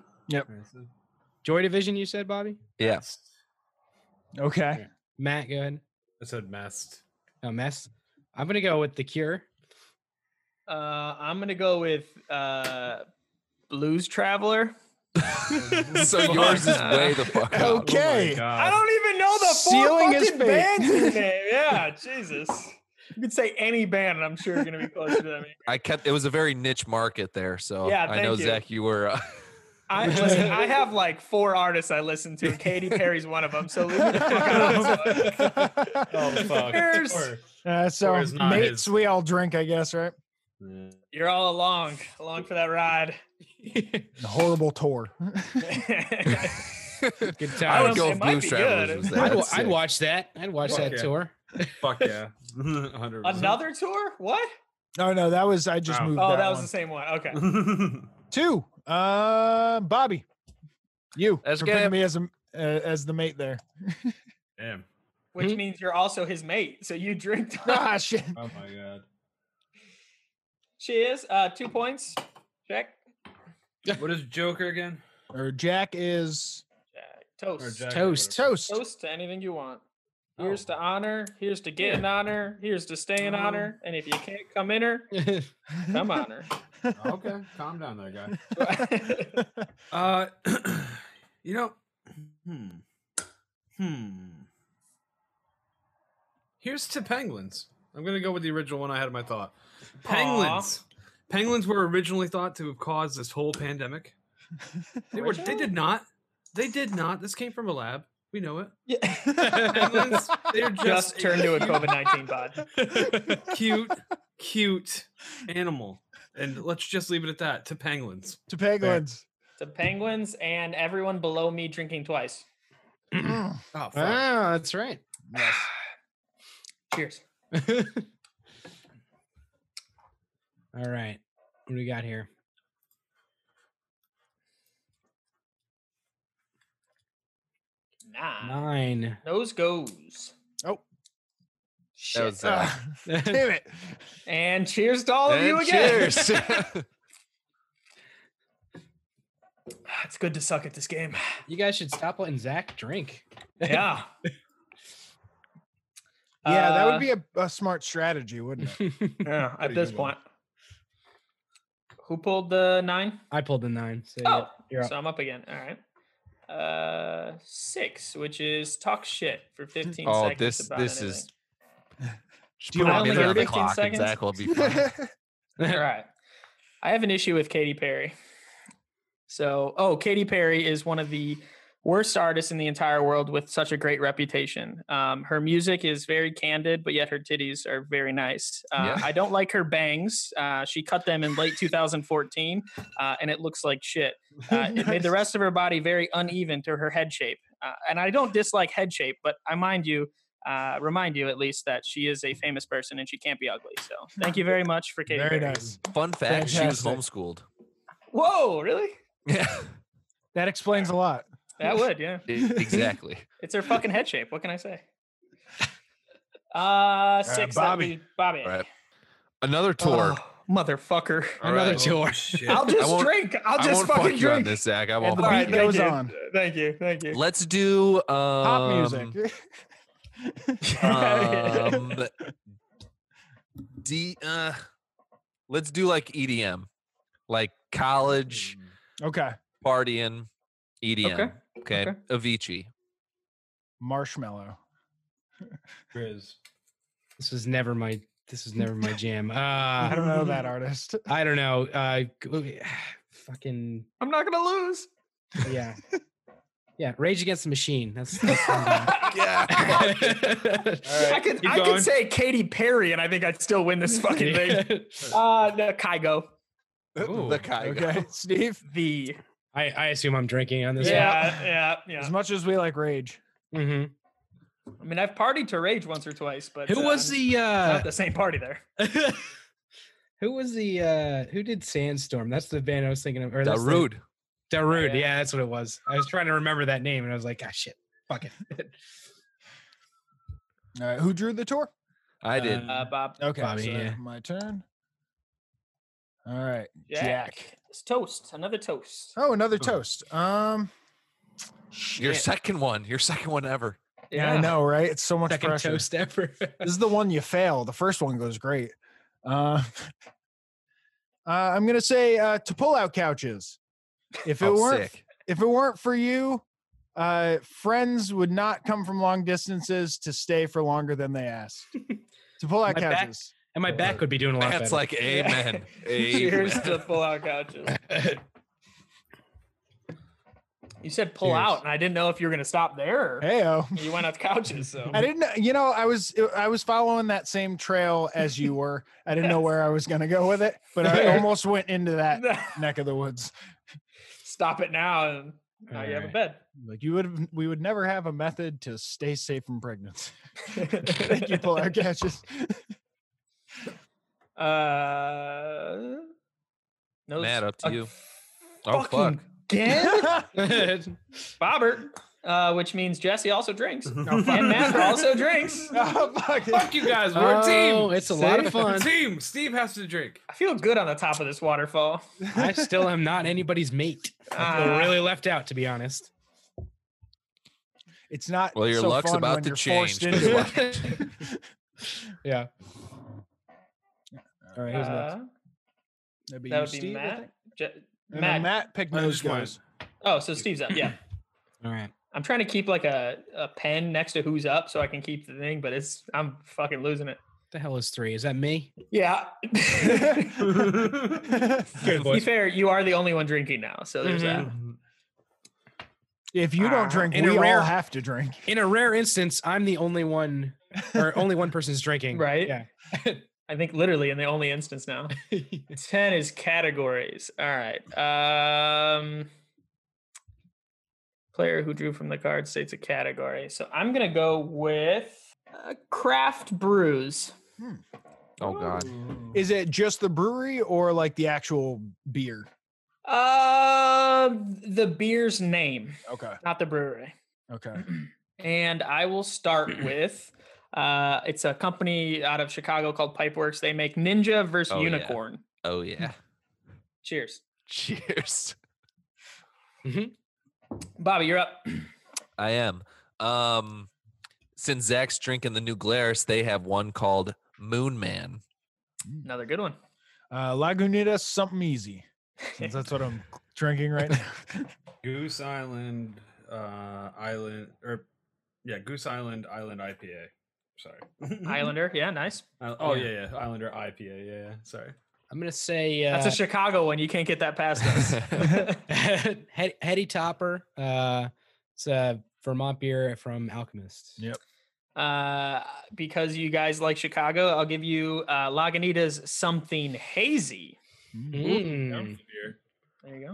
[SPEAKER 7] Joy Division. You said Bobby,
[SPEAKER 1] Yeah,
[SPEAKER 3] Okay.
[SPEAKER 7] Matt. Go ahead.
[SPEAKER 4] I said messed.
[SPEAKER 7] No mess. I'm gonna go with the Cure.
[SPEAKER 5] Uh, I'm gonna go with uh, Blues Traveler.
[SPEAKER 1] so yours is way the fuck up.
[SPEAKER 3] Okay.
[SPEAKER 4] Oh
[SPEAKER 5] I don't even know the
[SPEAKER 3] Sealing
[SPEAKER 5] four
[SPEAKER 3] his fate.
[SPEAKER 5] fucking bands in there. Yeah, Jesus. You could say any band, and I'm sure you're gonna be closer to me.
[SPEAKER 1] I kept. It was a very niche market there, so
[SPEAKER 5] Yeah,
[SPEAKER 1] I know
[SPEAKER 5] thank you.
[SPEAKER 1] Zach, you were. Uh,
[SPEAKER 5] I listen, I have like four artists I listen to. and Katy Perry's one of them. So leave me the fuck out of this one.
[SPEAKER 4] Oh fuck.
[SPEAKER 5] Here's-
[SPEAKER 4] Or-
[SPEAKER 3] Uh, so
[SPEAKER 4] Or is not
[SPEAKER 3] mates,
[SPEAKER 4] his.
[SPEAKER 3] we all drink, I guess, right?
[SPEAKER 5] You're all along, along for that ride.
[SPEAKER 3] A horrible tour.
[SPEAKER 7] Good
[SPEAKER 1] I would
[SPEAKER 7] times.
[SPEAKER 1] go
[SPEAKER 5] It
[SPEAKER 1] if
[SPEAKER 5] might
[SPEAKER 1] Blues
[SPEAKER 5] be
[SPEAKER 1] Travelers
[SPEAKER 5] good.
[SPEAKER 1] was there.
[SPEAKER 7] I'd, wa-
[SPEAKER 1] That's
[SPEAKER 7] I'd
[SPEAKER 1] sick.
[SPEAKER 7] watch that. I'd watch
[SPEAKER 4] Fuck
[SPEAKER 7] that
[SPEAKER 4] yeah.
[SPEAKER 7] tour.
[SPEAKER 4] Fuck yeah. 100%.
[SPEAKER 5] Another tour? What?
[SPEAKER 3] No, no, that was I just
[SPEAKER 4] Oh.
[SPEAKER 3] moved.
[SPEAKER 4] Mm-hmm.
[SPEAKER 5] Oh, that,
[SPEAKER 3] that
[SPEAKER 5] was
[SPEAKER 3] one.
[SPEAKER 5] the same one. Okay.
[SPEAKER 3] two. Uh, Bobby. You
[SPEAKER 1] That's
[SPEAKER 3] for
[SPEAKER 1] good.
[SPEAKER 3] picking me as a, uh, as the mate there.
[SPEAKER 4] Damn.
[SPEAKER 5] which
[SPEAKER 7] Hmm?
[SPEAKER 5] means you're also his mate. So you drink.
[SPEAKER 3] ah shit.
[SPEAKER 4] Oh my god.
[SPEAKER 5] she is uh, two points. Check.
[SPEAKER 4] What is Joker again?
[SPEAKER 3] Or Jack is
[SPEAKER 5] Jack. Toast.
[SPEAKER 4] Or Jack or
[SPEAKER 7] Toast.
[SPEAKER 4] whatever.
[SPEAKER 3] toast.
[SPEAKER 5] Toast to anything you want.
[SPEAKER 4] Oh.
[SPEAKER 5] Here's to honor. Here's to get in honor. Here's to stay in
[SPEAKER 4] Um,
[SPEAKER 5] honor. And if you can't come in her, come on her.
[SPEAKER 4] Okay, calm down there, guy. Uh, you know, hmm, hmm. Here's to penguins. I'm gonna go with the original one I had in my thought. Penguins. Penguins were originally thought to have caused this whole pandemic. They were. They did not. They did not. This came from a lab. We know it. Penguins. They're just,
[SPEAKER 5] Just turn to a COVID 19 pod.
[SPEAKER 4] cute, cute animal. And let's just leave it at that. To penguins.
[SPEAKER 3] to penguins.
[SPEAKER 5] To penguins and everyone below me drinking twice.
[SPEAKER 3] Mm.
[SPEAKER 4] Oh, fuck.
[SPEAKER 7] Ah, that's right.
[SPEAKER 3] Yes.
[SPEAKER 5] Cheers.
[SPEAKER 7] All right. What do we got here?
[SPEAKER 5] Nah.
[SPEAKER 7] Nine.
[SPEAKER 5] Nose goes.
[SPEAKER 3] Oh.
[SPEAKER 5] Shit.
[SPEAKER 1] was, uh,
[SPEAKER 3] Ah, damn it.
[SPEAKER 5] and cheers to all of you
[SPEAKER 1] And
[SPEAKER 5] again.
[SPEAKER 1] cheers.
[SPEAKER 5] It's good to suck at this game.
[SPEAKER 7] you guys should stop letting Zach drink.
[SPEAKER 3] Yeah,
[SPEAKER 5] Yeah.
[SPEAKER 3] that
[SPEAKER 5] Uh,
[SPEAKER 3] would be a, a smart strategy, wouldn't it?
[SPEAKER 5] Yeah,
[SPEAKER 4] Pretty
[SPEAKER 5] at this
[SPEAKER 4] good one.
[SPEAKER 5] point. Who pulled the nine?
[SPEAKER 7] I pulled the nine. So
[SPEAKER 5] Oh,
[SPEAKER 7] you're up.
[SPEAKER 5] so I'm up again. All right. Uh, six, which is talk shit for 15
[SPEAKER 1] oh,
[SPEAKER 5] seconds.
[SPEAKER 1] this
[SPEAKER 5] about
[SPEAKER 1] this
[SPEAKER 5] anything.
[SPEAKER 1] is. Just
[SPEAKER 3] Do you
[SPEAKER 1] put
[SPEAKER 3] want
[SPEAKER 1] a
[SPEAKER 3] me
[SPEAKER 1] minute
[SPEAKER 3] to
[SPEAKER 1] on
[SPEAKER 5] do 15
[SPEAKER 1] the clock and
[SPEAKER 5] seconds?
[SPEAKER 1] Zach will be fine.
[SPEAKER 5] All right. I have an issue with Katy Perry. So, oh, Katy Perry is one of the worst artists in the entire world with such a great reputation. Um, her music is very candid, but yet her titties are very nice. Uh,
[SPEAKER 1] Yeah.
[SPEAKER 5] I don't like her bangs. Uh, she cut them in late 2014, uh, and it looks like shit. Uh, It made the
[SPEAKER 3] Nice.
[SPEAKER 5] rest of her body very uneven to her head shape. Uh, and I don't dislike head shape, but I mind you, uh, remind you at least that she is a famous person and she can't be ugly. So thank you very much for Katy
[SPEAKER 3] Very
[SPEAKER 5] Perry.
[SPEAKER 3] nice.
[SPEAKER 1] Fun fact: she was
[SPEAKER 3] Fantastic.
[SPEAKER 1] homeschooled.
[SPEAKER 5] Whoa, really?
[SPEAKER 1] Yeah,
[SPEAKER 3] That explains a lot.
[SPEAKER 5] That would, yeah.
[SPEAKER 1] E, exactly.
[SPEAKER 5] It's her fucking head shape. What can I say? Uh, six. that'd
[SPEAKER 3] Bobby.
[SPEAKER 5] be Bobby.
[SPEAKER 1] All right. Another tour.
[SPEAKER 5] Oh, motherfucker.
[SPEAKER 1] All
[SPEAKER 7] Another
[SPEAKER 4] Oh,
[SPEAKER 1] right.
[SPEAKER 7] tour.
[SPEAKER 5] I'll
[SPEAKER 1] I
[SPEAKER 5] just
[SPEAKER 1] won't-
[SPEAKER 5] drink. I'll
[SPEAKER 1] I
[SPEAKER 5] just
[SPEAKER 1] won't
[SPEAKER 5] fucking
[SPEAKER 1] fuck
[SPEAKER 5] drink.
[SPEAKER 1] you on this, Zach. I
[SPEAKER 3] And
[SPEAKER 1] won't.
[SPEAKER 3] the
[SPEAKER 1] fuck
[SPEAKER 3] beat
[SPEAKER 1] you.
[SPEAKER 5] thank
[SPEAKER 3] goes
[SPEAKER 5] you.
[SPEAKER 3] on.
[SPEAKER 5] Thank you. Thank you.
[SPEAKER 1] Let's do um,
[SPEAKER 3] Pop music.
[SPEAKER 1] Um, D. Uh, let's do like EDM, like college
[SPEAKER 3] okay.
[SPEAKER 1] partying EDM. Okay.
[SPEAKER 5] okay.
[SPEAKER 1] Avicii.
[SPEAKER 3] Marshmallow.
[SPEAKER 4] Grizz.
[SPEAKER 7] This was never my this was never my jam. Uh
[SPEAKER 3] I don't know that artist.
[SPEAKER 7] I don't know. Uh g- fucking
[SPEAKER 5] I'm not gonna lose.
[SPEAKER 7] yeah. Yeah, Rage Against the Machine. That's, that's what I'm doing.
[SPEAKER 1] Mhm.
[SPEAKER 5] Yeah. I could
[SPEAKER 4] keep
[SPEAKER 5] I
[SPEAKER 4] going.
[SPEAKER 5] could say Katy Perry and I think I'd still win this fucking thing. Uh no, Kygo.
[SPEAKER 4] Ooh,
[SPEAKER 1] the Kygo.
[SPEAKER 3] Okay, Steve.
[SPEAKER 5] The
[SPEAKER 7] I, I assume I'm drinking on this
[SPEAKER 5] yeah, yeah, yeah.
[SPEAKER 3] As much as we like rage,
[SPEAKER 7] one. Mhm.
[SPEAKER 5] I mean I've partied to rage once or twice, but
[SPEAKER 7] Who
[SPEAKER 5] uh,
[SPEAKER 7] was the
[SPEAKER 5] not
[SPEAKER 7] uh
[SPEAKER 5] the same party there?
[SPEAKER 7] who was the uh who did Sandstorm? That's the band I was thinking of. Or that's the-
[SPEAKER 1] Darude.
[SPEAKER 7] Darude,
[SPEAKER 5] Yeah.
[SPEAKER 7] yeah, that's what it was. I was trying to remember that name and I was like, ah shit, fuck it.
[SPEAKER 3] All right, who drew the tour?
[SPEAKER 1] I did.
[SPEAKER 7] Um,
[SPEAKER 5] Uh Bob
[SPEAKER 3] Okay,
[SPEAKER 7] Bobby,
[SPEAKER 3] so
[SPEAKER 7] yeah.
[SPEAKER 3] my turn. All right,
[SPEAKER 5] Jack.
[SPEAKER 3] Jack.
[SPEAKER 5] It's toast. Another toast.
[SPEAKER 3] Oh, another toast. Um,
[SPEAKER 1] your
[SPEAKER 3] shit.
[SPEAKER 1] second one. Your second one ever.
[SPEAKER 3] yeah, I know, right? It's so much
[SPEAKER 7] Second
[SPEAKER 3] pressure.
[SPEAKER 7] toast ever.
[SPEAKER 3] This is the one you fail. The first one goes great. Uh, uh, I'm gonna say uh, to pull out couches. If it
[SPEAKER 1] Oh,
[SPEAKER 3] weren't
[SPEAKER 1] sick.
[SPEAKER 3] if it weren't for you, uh, friends would not come from long distances to stay for longer than they asked. to pull out
[SPEAKER 7] My back-
[SPEAKER 3] couches.
[SPEAKER 7] and my back would be doing a lot
[SPEAKER 1] That's
[SPEAKER 7] better.
[SPEAKER 1] like amen.
[SPEAKER 5] Cheers
[SPEAKER 1] amen.
[SPEAKER 5] to pull out couches. You said pull
[SPEAKER 7] Cheers.
[SPEAKER 5] out, and I didn't know if you were gonna stop there. or
[SPEAKER 3] Heyo.
[SPEAKER 5] You went up couches, so
[SPEAKER 3] I didn't, you know, I was uh, I was following that same trail as you were. I didn't know where I was gonna go with it, but I almost went into that neck of the woods.
[SPEAKER 5] stop it now, and now you have a
[SPEAKER 7] Alright.
[SPEAKER 5] bed.
[SPEAKER 3] Like you would, have we would never have a method to stay safe from pregnancy. Thank you, pull out couches.
[SPEAKER 5] Uh, no, Uh,
[SPEAKER 1] Matt, up to you. Oh,
[SPEAKER 5] fucking
[SPEAKER 1] fuck.
[SPEAKER 3] Again?
[SPEAKER 5] Bobbert, uh, which means Jesse also drinks.
[SPEAKER 4] No,
[SPEAKER 5] and Matt also drinks.
[SPEAKER 3] oh, fuck it.
[SPEAKER 4] Fuck you guys. We're a
[SPEAKER 7] Oh,
[SPEAKER 4] team.
[SPEAKER 7] it's a lot of
[SPEAKER 4] We're a
[SPEAKER 7] fun.
[SPEAKER 4] team. Steve has to drink.
[SPEAKER 5] I feel good on the top of this waterfall.
[SPEAKER 7] I still am not anybody's mate. I feel
[SPEAKER 5] Ah.
[SPEAKER 7] really left out, to be honest.
[SPEAKER 3] It's not.
[SPEAKER 1] Well, your
[SPEAKER 3] so
[SPEAKER 1] luck's
[SPEAKER 3] fun
[SPEAKER 1] about
[SPEAKER 3] when
[SPEAKER 1] to
[SPEAKER 3] you're forced
[SPEAKER 1] change,
[SPEAKER 3] into
[SPEAKER 1] 'cause
[SPEAKER 3] it.
[SPEAKER 7] yeah. All right, who's next?
[SPEAKER 5] Uh,
[SPEAKER 3] That'd be,
[SPEAKER 5] that
[SPEAKER 3] you,
[SPEAKER 5] would be
[SPEAKER 3] Steve, I think.
[SPEAKER 5] Matt. Je-
[SPEAKER 3] And then
[SPEAKER 5] Matt.
[SPEAKER 3] Matt picked
[SPEAKER 4] I
[SPEAKER 3] nose
[SPEAKER 4] just wanted-
[SPEAKER 3] goes.
[SPEAKER 5] Oh, so Steve's up. Yeah.
[SPEAKER 7] All right.
[SPEAKER 5] I'm trying to keep like a, a pen next to who's up so I can keep the thing, but it's I'm fucking losing it.
[SPEAKER 7] the hell is three? Is that me?
[SPEAKER 5] Yeah.
[SPEAKER 7] Good
[SPEAKER 5] to be fair, you are the only one drinking now, so there's that.
[SPEAKER 3] If you don't
[SPEAKER 5] Uh,
[SPEAKER 3] drink,
[SPEAKER 7] in a
[SPEAKER 3] we
[SPEAKER 7] rare-
[SPEAKER 3] all have to drink.
[SPEAKER 7] In a rare instance, I'm the only one, or only one person's drinking.
[SPEAKER 5] Right?
[SPEAKER 7] Mm-hmm. Yeah.
[SPEAKER 5] I think literally in the only instance now. Ten is categories. All right. Um, player who drew from the card states a category. So I'm gonna go with uh, craft brews.
[SPEAKER 1] Oh god.
[SPEAKER 3] Is it just the brewery or like the actual beer?
[SPEAKER 5] Uh, the beer's name,
[SPEAKER 3] Okay.
[SPEAKER 5] not the brewery.
[SPEAKER 3] Okay.
[SPEAKER 5] And I will start with uh, it's a company out of Chicago called Pipeworks. They make Ninja versus
[SPEAKER 1] Oh, yeah.
[SPEAKER 5] Unicorn.
[SPEAKER 1] Oh yeah.
[SPEAKER 5] Cheers,
[SPEAKER 1] Cheers.
[SPEAKER 5] Bobby. You're up.
[SPEAKER 1] I am. Um since Zach's drinking the new Glarus, they have one called Moon Man.
[SPEAKER 5] Another good one.
[SPEAKER 3] Uh, Lagunitas, something easy. Since that's what I'm drinking right now.
[SPEAKER 4] Goose Island, uh, Island, or yeah, Goose Island Island IPA. Sorry,
[SPEAKER 5] Islander. Yeah, nice.
[SPEAKER 4] Isl- oh
[SPEAKER 7] Yeah.
[SPEAKER 4] yeah. yeah, Islander IPA. Yeah, yeah. Sorry.
[SPEAKER 7] I'm gonna say uh,
[SPEAKER 5] That's a Chicago one. You can't get that past us.
[SPEAKER 7] Head- Heady Topper. Uh, it's a Vermont beer from Alchemist.
[SPEAKER 3] Yeah.
[SPEAKER 5] uh, because you guys like Chicago, I'll give you uh, Lagunitas something hazy.
[SPEAKER 3] Mm-hmm.
[SPEAKER 7] Mm.
[SPEAKER 5] There you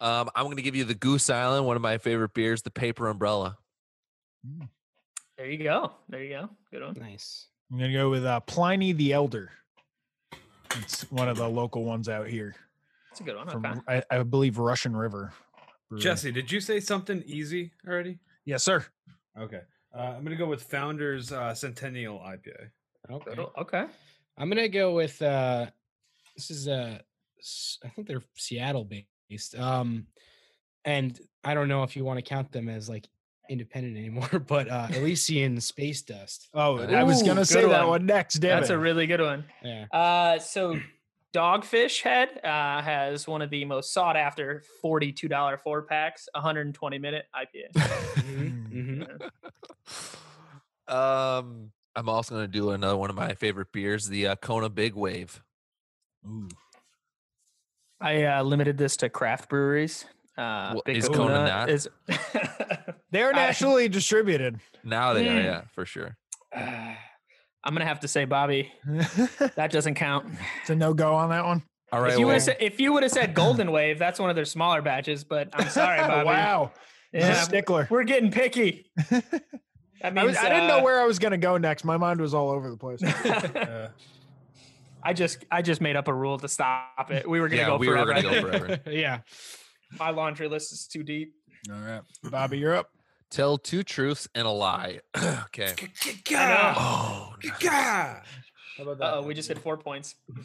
[SPEAKER 5] go.
[SPEAKER 1] Um, I'm gonna give you the Goose Island, one of my favorite beers, the paper umbrella.
[SPEAKER 5] There you go. There you go. Good one.
[SPEAKER 7] Nice.
[SPEAKER 3] I'm gonna go with uh, Pliny the Elder. It's one of the local ones out here
[SPEAKER 5] That's a good one.
[SPEAKER 3] from,
[SPEAKER 5] Okay.
[SPEAKER 3] I, I believe, Russian River.
[SPEAKER 7] Hmm.
[SPEAKER 3] Brewery.
[SPEAKER 4] Jesse, did you say something easy already?
[SPEAKER 3] yes, sir.
[SPEAKER 4] Okay. Uh, I'm gonna go with Founders uh, Centennial IPA.
[SPEAKER 7] Okay.
[SPEAKER 5] Good one. Okay.
[SPEAKER 7] I'm gonna go with uh this is uh s- I think they're Seattle based. Um and I don't know if you want to count them as like independent anymore, but uh Elysian Space Dust.
[SPEAKER 3] Oh, I was
[SPEAKER 5] Ooh,
[SPEAKER 3] gonna
[SPEAKER 5] good
[SPEAKER 3] say that
[SPEAKER 5] one.
[SPEAKER 3] one next. Damn
[SPEAKER 5] That's
[SPEAKER 3] it.
[SPEAKER 5] a really good one.
[SPEAKER 7] Yeah.
[SPEAKER 5] Uh, so Dogfish Head uh, has one of the most sought after $42 four packs, 120 minute IPA.
[SPEAKER 7] Mhm, mhm.
[SPEAKER 1] Um, I'm also gonna do another one of my favorite beers, the uh, Kona Big Wave.
[SPEAKER 3] Ooh.
[SPEAKER 5] I uh, limited this to craft breweries. Uh,
[SPEAKER 1] Well,
[SPEAKER 5] Big
[SPEAKER 1] is Kona
[SPEAKER 5] Kahuna
[SPEAKER 1] not?
[SPEAKER 5] Is,
[SPEAKER 3] They're
[SPEAKER 5] I-
[SPEAKER 3] nationally distributed.
[SPEAKER 1] Now they are,
[SPEAKER 5] Mm.
[SPEAKER 1] yeah, for sure.
[SPEAKER 5] I'm going to have to say, Bobby,
[SPEAKER 3] it's
[SPEAKER 5] that doesn't count.
[SPEAKER 3] a no go on that one.
[SPEAKER 1] All right,
[SPEAKER 5] if you would
[SPEAKER 1] well,
[SPEAKER 5] have said, if you would have said Golden Wave, that's one of their smaller batches. But I'm sorry, Bobby.
[SPEAKER 3] wow, He's a
[SPEAKER 5] Yeah,
[SPEAKER 3] stickler.
[SPEAKER 5] we're getting picky. That
[SPEAKER 3] I, was,
[SPEAKER 5] means,
[SPEAKER 3] I didn't know
[SPEAKER 5] uh,
[SPEAKER 3] where I was gonna go next. My mind was all over the place.
[SPEAKER 4] Uh,
[SPEAKER 5] I just I just made up a rule to stop it. We were gonna
[SPEAKER 1] Yeah,
[SPEAKER 5] go
[SPEAKER 1] we were
[SPEAKER 5] forever.
[SPEAKER 1] gonna go forever.
[SPEAKER 7] yeah.
[SPEAKER 5] My laundry list is too deep.
[SPEAKER 3] all right, Bobby, you're up.
[SPEAKER 1] tell two truths and a lie. okay.
[SPEAKER 5] How
[SPEAKER 1] Oh, no.
[SPEAKER 5] about that? Oh, we just hit four points.
[SPEAKER 7] Yeah,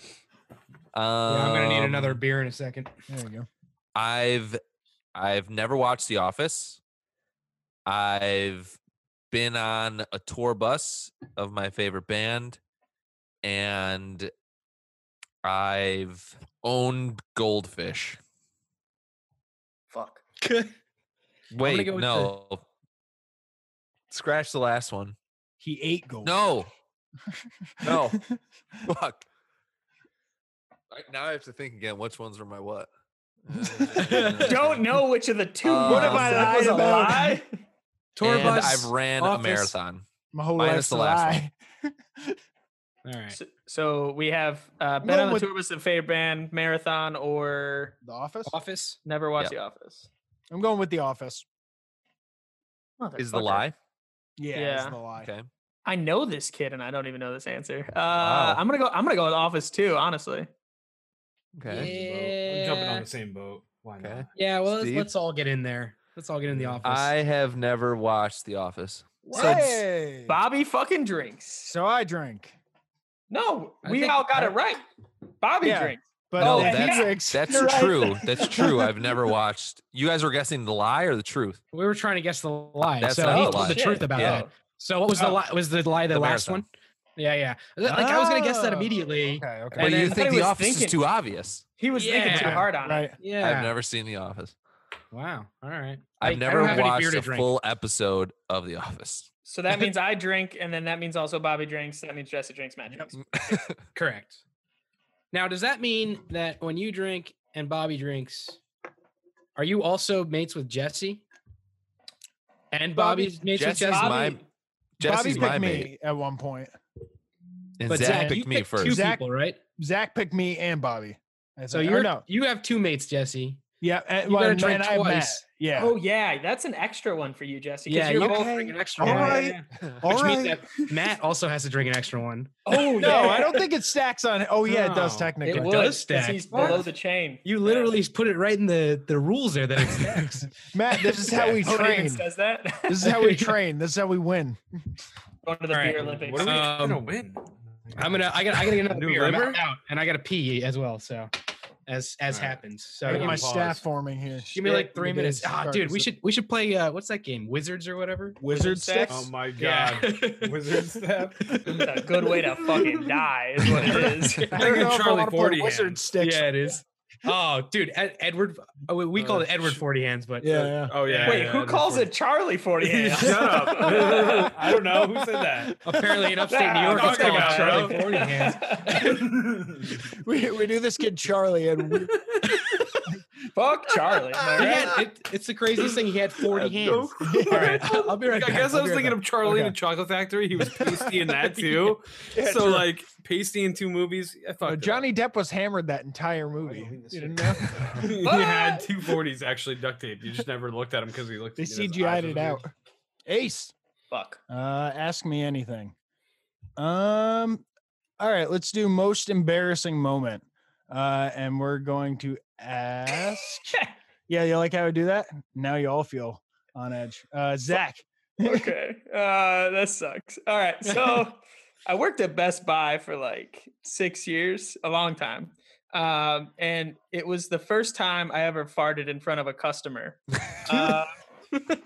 [SPEAKER 7] I'm gonna need
[SPEAKER 1] Um,
[SPEAKER 7] another beer in a second.
[SPEAKER 3] There you go.
[SPEAKER 1] I've I've never watched The Office. I've been on a tour bus of my favorite band and I've owned goldfish.
[SPEAKER 5] Fuck.
[SPEAKER 1] Wait,
[SPEAKER 7] go with the-
[SPEAKER 1] no. Scratch the last one.
[SPEAKER 3] He ate gold.
[SPEAKER 1] No. No. Fuck. I, now I have to think again which ones were my what? Uh,
[SPEAKER 5] Don't know which of the two.
[SPEAKER 1] Um,
[SPEAKER 5] what have I lied Uh, was a
[SPEAKER 3] about?
[SPEAKER 5] lie?
[SPEAKER 1] Tour
[SPEAKER 7] Tour
[SPEAKER 1] and
[SPEAKER 7] bus,
[SPEAKER 1] I've ran
[SPEAKER 7] office.
[SPEAKER 1] a marathon.
[SPEAKER 3] My whole life's
[SPEAKER 1] Minus the
[SPEAKER 3] a
[SPEAKER 1] last
[SPEAKER 3] lie.
[SPEAKER 1] one.
[SPEAKER 7] All right.
[SPEAKER 5] So, so we have uh, been
[SPEAKER 3] One
[SPEAKER 5] on the
[SPEAKER 3] with-
[SPEAKER 5] tour bus of favorite band marathon or
[SPEAKER 3] The Office.
[SPEAKER 7] Office.
[SPEAKER 5] never watched
[SPEAKER 1] Yeah.
[SPEAKER 5] The Office.
[SPEAKER 3] I'm going with The Office.
[SPEAKER 1] Is the
[SPEAKER 5] Motherfucker.
[SPEAKER 1] lie?
[SPEAKER 3] Yeah,
[SPEAKER 5] Yeah.
[SPEAKER 3] It's the lie.
[SPEAKER 1] Okay.
[SPEAKER 5] I know this kid and I don't even know this answer. Uh,
[SPEAKER 1] Wow.
[SPEAKER 5] I'm gonna go. I'm gonna go with Office too. Honestly,
[SPEAKER 1] Okay.
[SPEAKER 4] I'm jumping on the same boat.
[SPEAKER 7] Why
[SPEAKER 1] Okay.
[SPEAKER 7] not? Yeah, well, let's,
[SPEAKER 1] Steve? Mm,
[SPEAKER 7] let's all get in there. Let's all get in the office.
[SPEAKER 1] I have never watched The Office.
[SPEAKER 5] So it's
[SPEAKER 3] Hey!
[SPEAKER 5] Bobby fucking drinks.
[SPEAKER 3] So I drank,
[SPEAKER 5] No,
[SPEAKER 7] I
[SPEAKER 5] we
[SPEAKER 7] think-
[SPEAKER 5] all got it right. Bobby
[SPEAKER 3] Yeah.
[SPEAKER 5] drinks.
[SPEAKER 3] but
[SPEAKER 1] No,
[SPEAKER 3] then he
[SPEAKER 5] that's-
[SPEAKER 3] drinks.
[SPEAKER 1] That's
[SPEAKER 5] You're right.
[SPEAKER 1] true. That's true. I've never watched. You guys were guessing the lie or the truth.
[SPEAKER 7] we were trying to guess the lie.
[SPEAKER 1] That's
[SPEAKER 7] so
[SPEAKER 1] not
[SPEAKER 7] he
[SPEAKER 1] a
[SPEAKER 7] told the
[SPEAKER 1] lie.
[SPEAKER 7] truth about
[SPEAKER 1] Yeah.
[SPEAKER 7] that. So what was the
[SPEAKER 5] Oh.
[SPEAKER 7] lie? Was the lie the,
[SPEAKER 1] The
[SPEAKER 7] last
[SPEAKER 1] marathon.
[SPEAKER 7] one? Yeah, yeah. Like I was gonna guess that
[SPEAKER 3] Oh,
[SPEAKER 7] immediately.
[SPEAKER 3] Okay, okay.
[SPEAKER 1] But
[SPEAKER 5] And
[SPEAKER 1] you
[SPEAKER 5] then-
[SPEAKER 1] think
[SPEAKER 5] I
[SPEAKER 1] The
[SPEAKER 5] was
[SPEAKER 1] Office
[SPEAKER 5] thinking-
[SPEAKER 1] is too obvious.
[SPEAKER 5] He was thinking too
[SPEAKER 7] Yeah.
[SPEAKER 5] hard on
[SPEAKER 3] right.
[SPEAKER 5] it.
[SPEAKER 7] Yeah.
[SPEAKER 1] I've never seen The Office.
[SPEAKER 7] Wow. All right.
[SPEAKER 1] I've
[SPEAKER 7] Like, I
[SPEAKER 1] never
[SPEAKER 7] don't have any beer
[SPEAKER 1] watched
[SPEAKER 7] to
[SPEAKER 1] a
[SPEAKER 7] drink.
[SPEAKER 1] full episode of The Office.
[SPEAKER 5] So that means I drink, and then that means also Bobby drinks. That means Jesse drinks, Matt drinks.
[SPEAKER 7] Correct. Now, does that mean that when you drink and Bobby drinks, are you also mates with Jesse? And
[SPEAKER 3] Bobby-
[SPEAKER 7] Bobby's mates
[SPEAKER 1] Jesse's
[SPEAKER 7] with Jesse.
[SPEAKER 1] my
[SPEAKER 5] Bobby-
[SPEAKER 1] Jesse's
[SPEAKER 3] Bobby
[SPEAKER 1] my
[SPEAKER 3] picked
[SPEAKER 1] mate,
[SPEAKER 3] me at one point.
[SPEAKER 1] and
[SPEAKER 7] but
[SPEAKER 1] Zach,
[SPEAKER 7] Zach, you
[SPEAKER 1] picked me
[SPEAKER 7] picked
[SPEAKER 1] first.
[SPEAKER 7] Two
[SPEAKER 3] Zach-
[SPEAKER 7] people, right?
[SPEAKER 3] Zach picked me and Bobby. And
[SPEAKER 7] So
[SPEAKER 3] I- or
[SPEAKER 7] you're
[SPEAKER 3] no,
[SPEAKER 7] you have two mates, Jesse.
[SPEAKER 3] yeah, and,
[SPEAKER 7] you
[SPEAKER 3] well,
[SPEAKER 7] better
[SPEAKER 3] and,
[SPEAKER 7] drink
[SPEAKER 3] and I have Matt.
[SPEAKER 7] twice.
[SPEAKER 3] Yeah.
[SPEAKER 5] Oh yeah, that's an extra one for you, Jesse. 'cause
[SPEAKER 7] Yeah,
[SPEAKER 5] you're
[SPEAKER 7] you
[SPEAKER 5] both
[SPEAKER 7] can drink
[SPEAKER 5] drinking
[SPEAKER 7] an
[SPEAKER 5] extra.
[SPEAKER 7] extra
[SPEAKER 3] All
[SPEAKER 7] one.
[SPEAKER 3] right. All
[SPEAKER 7] Which means
[SPEAKER 3] right.
[SPEAKER 7] that Matt also has to drink an extra one.
[SPEAKER 5] Oh
[SPEAKER 3] No, I don't think it stacks on. Oh yeah, it does
[SPEAKER 7] No, it
[SPEAKER 3] technically.
[SPEAKER 7] It
[SPEAKER 5] would,
[SPEAKER 7] does
[SPEAKER 5] 'cause
[SPEAKER 7] stack.
[SPEAKER 5] He's below
[SPEAKER 7] What?
[SPEAKER 5] the chain.
[SPEAKER 7] You literally put it right in the the rules there that it's next.
[SPEAKER 3] Matt, this is how we
[SPEAKER 5] Nobody even
[SPEAKER 3] train.
[SPEAKER 5] says that.
[SPEAKER 3] This is how we train. This is how we win.
[SPEAKER 5] going to the
[SPEAKER 7] All right.
[SPEAKER 5] beer Olympics.
[SPEAKER 4] What are we
[SPEAKER 7] Um,
[SPEAKER 4] gonna win?
[SPEAKER 7] I'm gonna I gotta I gotta get another
[SPEAKER 4] New
[SPEAKER 7] beer. I'm
[SPEAKER 4] liver?
[SPEAKER 7] out, and I gotta pee as well. So as as
[SPEAKER 4] All right.
[SPEAKER 7] happens. So
[SPEAKER 3] I got
[SPEAKER 7] give me,
[SPEAKER 3] my
[SPEAKER 4] pause.
[SPEAKER 3] staff forming here.
[SPEAKER 7] give me like three
[SPEAKER 3] It
[SPEAKER 7] minutes.
[SPEAKER 3] is
[SPEAKER 7] Ah,
[SPEAKER 3] start
[SPEAKER 7] dude,
[SPEAKER 3] to
[SPEAKER 7] we
[SPEAKER 3] sit.
[SPEAKER 7] should we should play uh what's that game? Wizards or whatever?
[SPEAKER 3] Wizard sticks.
[SPEAKER 4] Oh my
[SPEAKER 7] Yeah.
[SPEAKER 4] god, wizard step.
[SPEAKER 5] It's a good way to fucking die is what it is.
[SPEAKER 7] yeah,
[SPEAKER 4] I think of
[SPEAKER 3] know if I
[SPEAKER 4] Charlie
[SPEAKER 3] wanna play
[SPEAKER 4] Forty
[SPEAKER 3] Wizard
[SPEAKER 4] Hands.
[SPEAKER 3] sticks.
[SPEAKER 7] it is. Oh, dude, Ed, Edward. Oh, we, we call it Edward Forty Hands, but
[SPEAKER 3] Yeah, yeah.
[SPEAKER 4] Oh yeah.
[SPEAKER 5] Wait,
[SPEAKER 4] yeah,
[SPEAKER 5] who
[SPEAKER 4] that's
[SPEAKER 5] calls
[SPEAKER 4] funny.
[SPEAKER 5] it Charlie 48?
[SPEAKER 4] Shut up. I don't know who said that.
[SPEAKER 7] apparently in upstate New York, it's
[SPEAKER 4] Talking
[SPEAKER 7] called
[SPEAKER 4] about it,
[SPEAKER 7] Charlie
[SPEAKER 4] bro.
[SPEAKER 7] Forty Hands.
[SPEAKER 3] We we do this kid Charlie and we,
[SPEAKER 5] Fuck Charlie.
[SPEAKER 7] He
[SPEAKER 5] am
[SPEAKER 7] had, it, it's the craziest thing. He had
[SPEAKER 4] I
[SPEAKER 7] forty
[SPEAKER 4] have no
[SPEAKER 7] hands.
[SPEAKER 4] clue.
[SPEAKER 7] All right, I'll be right
[SPEAKER 4] I
[SPEAKER 7] back.
[SPEAKER 4] guess I
[SPEAKER 7] I'll
[SPEAKER 4] was
[SPEAKER 7] be right
[SPEAKER 4] thinking
[SPEAKER 7] back.
[SPEAKER 4] of Charlie in
[SPEAKER 3] Okay.
[SPEAKER 4] the Chocolate Factory. He was pasty in that too. so like pasty in two movies. I fucked it
[SPEAKER 3] uh,
[SPEAKER 4] up.
[SPEAKER 3] Johnny Depp was hammered that entire movie.
[SPEAKER 4] believe
[SPEAKER 3] You
[SPEAKER 4] this
[SPEAKER 3] didn't
[SPEAKER 4] shit.
[SPEAKER 3] know?
[SPEAKER 4] he
[SPEAKER 5] Ah!
[SPEAKER 4] had two forties actually duct taped. You just never looked at him because he looked.
[SPEAKER 3] They
[SPEAKER 4] his eyes
[SPEAKER 3] CGI'd
[SPEAKER 4] was
[SPEAKER 3] it
[SPEAKER 4] weird.
[SPEAKER 3] out. Ace,
[SPEAKER 5] Fuck.
[SPEAKER 3] uh, ask me anything. Um, all right, let's do most embarrassing moment. Uh, and we're going to ask. yeah, you like how I do that? Now you all feel on edge. Uh, Zach.
[SPEAKER 5] okay. Uh, that sucks. All right. So I worked at Best Buy for like six years, a long time. Um, and it was the first time I ever farted in front of a customer. Uh,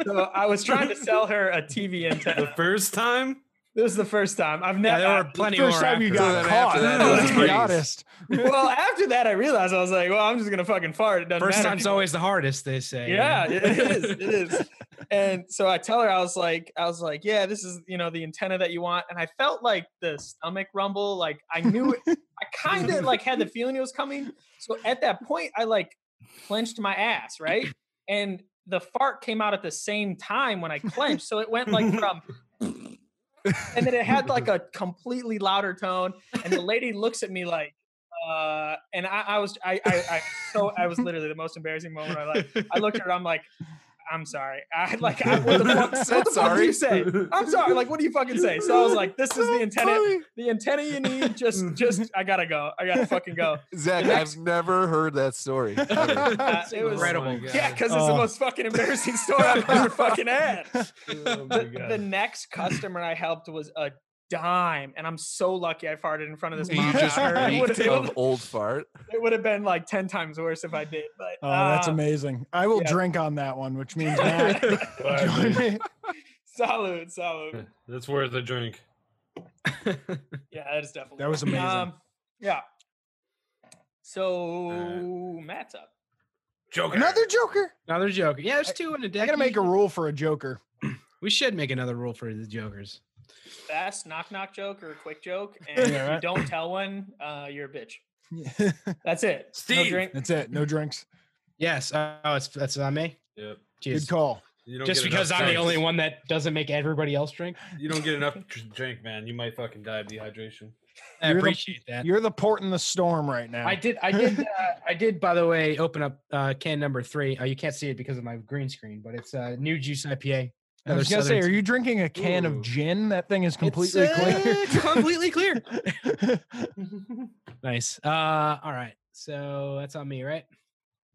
[SPEAKER 5] so I was trying to sell her a TV
[SPEAKER 4] The
[SPEAKER 5] antenna.
[SPEAKER 4] first time.
[SPEAKER 5] This is the first time. I've
[SPEAKER 7] Yeah,
[SPEAKER 5] never.
[SPEAKER 7] there were plenty more.
[SPEAKER 3] First time you
[SPEAKER 7] after
[SPEAKER 1] So
[SPEAKER 3] got
[SPEAKER 1] then
[SPEAKER 3] caught.
[SPEAKER 1] after that,
[SPEAKER 4] it was
[SPEAKER 3] Let's be
[SPEAKER 4] freeze.
[SPEAKER 3] honest.
[SPEAKER 5] well, after that, I realized I was like, well, I'm just gonna fucking fart. It doesn't
[SPEAKER 7] First
[SPEAKER 5] matter
[SPEAKER 7] time's
[SPEAKER 5] anymore.
[SPEAKER 7] always the hardest, they say. you know?
[SPEAKER 5] Yeah, it is. It is. And so I tell her, I was like, I was like, yeah, this is you know the antenna that you want. And I felt like the stomach rumble. Like I knew it. I kind of like had the feeling it was coming. So at that point, I like clenched my ass, right? And the fart came out at the same time when I clenched. So it went like from. And then it had like a completely louder tone, and the lady looks at me like, uh, and I, I was, I, I, I, so I was literally the most embarrassing moment of my life. I looked at her. I'm like, I'm sorry. I like, I, what the fuck? What
[SPEAKER 1] Said
[SPEAKER 5] the fuck do you say? I'm sorry. Like, what do you fucking say? So I was like, this is the antenna, the antenna you need. Just, just, I gotta go. I gotta fucking go.
[SPEAKER 1] Zach, I've never heard that story. ever.
[SPEAKER 5] Uh, it was,
[SPEAKER 7] incredible.
[SPEAKER 4] Oh my
[SPEAKER 5] yeah,
[SPEAKER 4] God.
[SPEAKER 5] because it's the
[SPEAKER 3] Oh.
[SPEAKER 5] most fucking embarrassing story I've ever fucking had.
[SPEAKER 4] Oh my
[SPEAKER 5] The, the
[SPEAKER 4] God.
[SPEAKER 5] next customer I helped was a dime, and I'm so lucky I farted in front of this
[SPEAKER 1] you
[SPEAKER 5] mom.
[SPEAKER 1] just
[SPEAKER 5] and I
[SPEAKER 1] reeked
[SPEAKER 5] would've- it
[SPEAKER 1] of
[SPEAKER 5] would've-
[SPEAKER 1] old fart.
[SPEAKER 5] it would have been like ten times worse if I did. But
[SPEAKER 3] Oh, that's
[SPEAKER 5] uh,
[SPEAKER 3] amazing. I will
[SPEAKER 5] yeah.
[SPEAKER 3] drink on that one, which means Matt. join me.
[SPEAKER 5] Salute, salute.
[SPEAKER 4] That's worth a drink.
[SPEAKER 5] Yeah, that is definitely
[SPEAKER 3] That was
[SPEAKER 5] worth it.
[SPEAKER 3] amazing.
[SPEAKER 5] yeah. So Matt's up.
[SPEAKER 4] Joker.
[SPEAKER 3] Another Joker.
[SPEAKER 7] Another Joker. Yeah, there's two in a
[SPEAKER 3] I
[SPEAKER 7] deck.
[SPEAKER 3] gotta make a rule for a Joker.
[SPEAKER 7] We should make another rule for the Jokers.
[SPEAKER 5] Fast knock knock joke or a quick joke, and
[SPEAKER 3] Yeah,
[SPEAKER 5] if you
[SPEAKER 3] right.
[SPEAKER 5] don't tell one, uh, you're a bitch. That's it. No
[SPEAKER 4] Steve.
[SPEAKER 5] drink.
[SPEAKER 3] That's it. No drinks.
[SPEAKER 7] Yes. Oh, it's that's on me.
[SPEAKER 4] Yep.
[SPEAKER 3] Good
[SPEAKER 7] Jeez.
[SPEAKER 3] call.
[SPEAKER 4] You don't
[SPEAKER 7] Just
[SPEAKER 4] get
[SPEAKER 7] because
[SPEAKER 4] enough
[SPEAKER 7] I'm the
[SPEAKER 4] drinks.
[SPEAKER 7] only one that doesn't make everybody else drink.
[SPEAKER 4] You don't get enough dr- drink, man. You might fucking die of dehydration.
[SPEAKER 7] I
[SPEAKER 3] You're the-
[SPEAKER 7] appreciate that.
[SPEAKER 3] You're the port in the storm right now.
[SPEAKER 7] I did. I did. Uh, I did. By the way, open up uh, can number three. Uh, you can't see it because of my green screen, but it's uh, New Juice IPA.
[SPEAKER 3] I was
[SPEAKER 7] another
[SPEAKER 3] gonna say,
[SPEAKER 7] Southern-
[SPEAKER 3] are you drinking a can
[SPEAKER 4] Ooh.
[SPEAKER 3] of gin? That thing is completely
[SPEAKER 7] It's, uh, completely clear.
[SPEAKER 3] clear.
[SPEAKER 7] Nice. Uh, all right. So that's on me, right?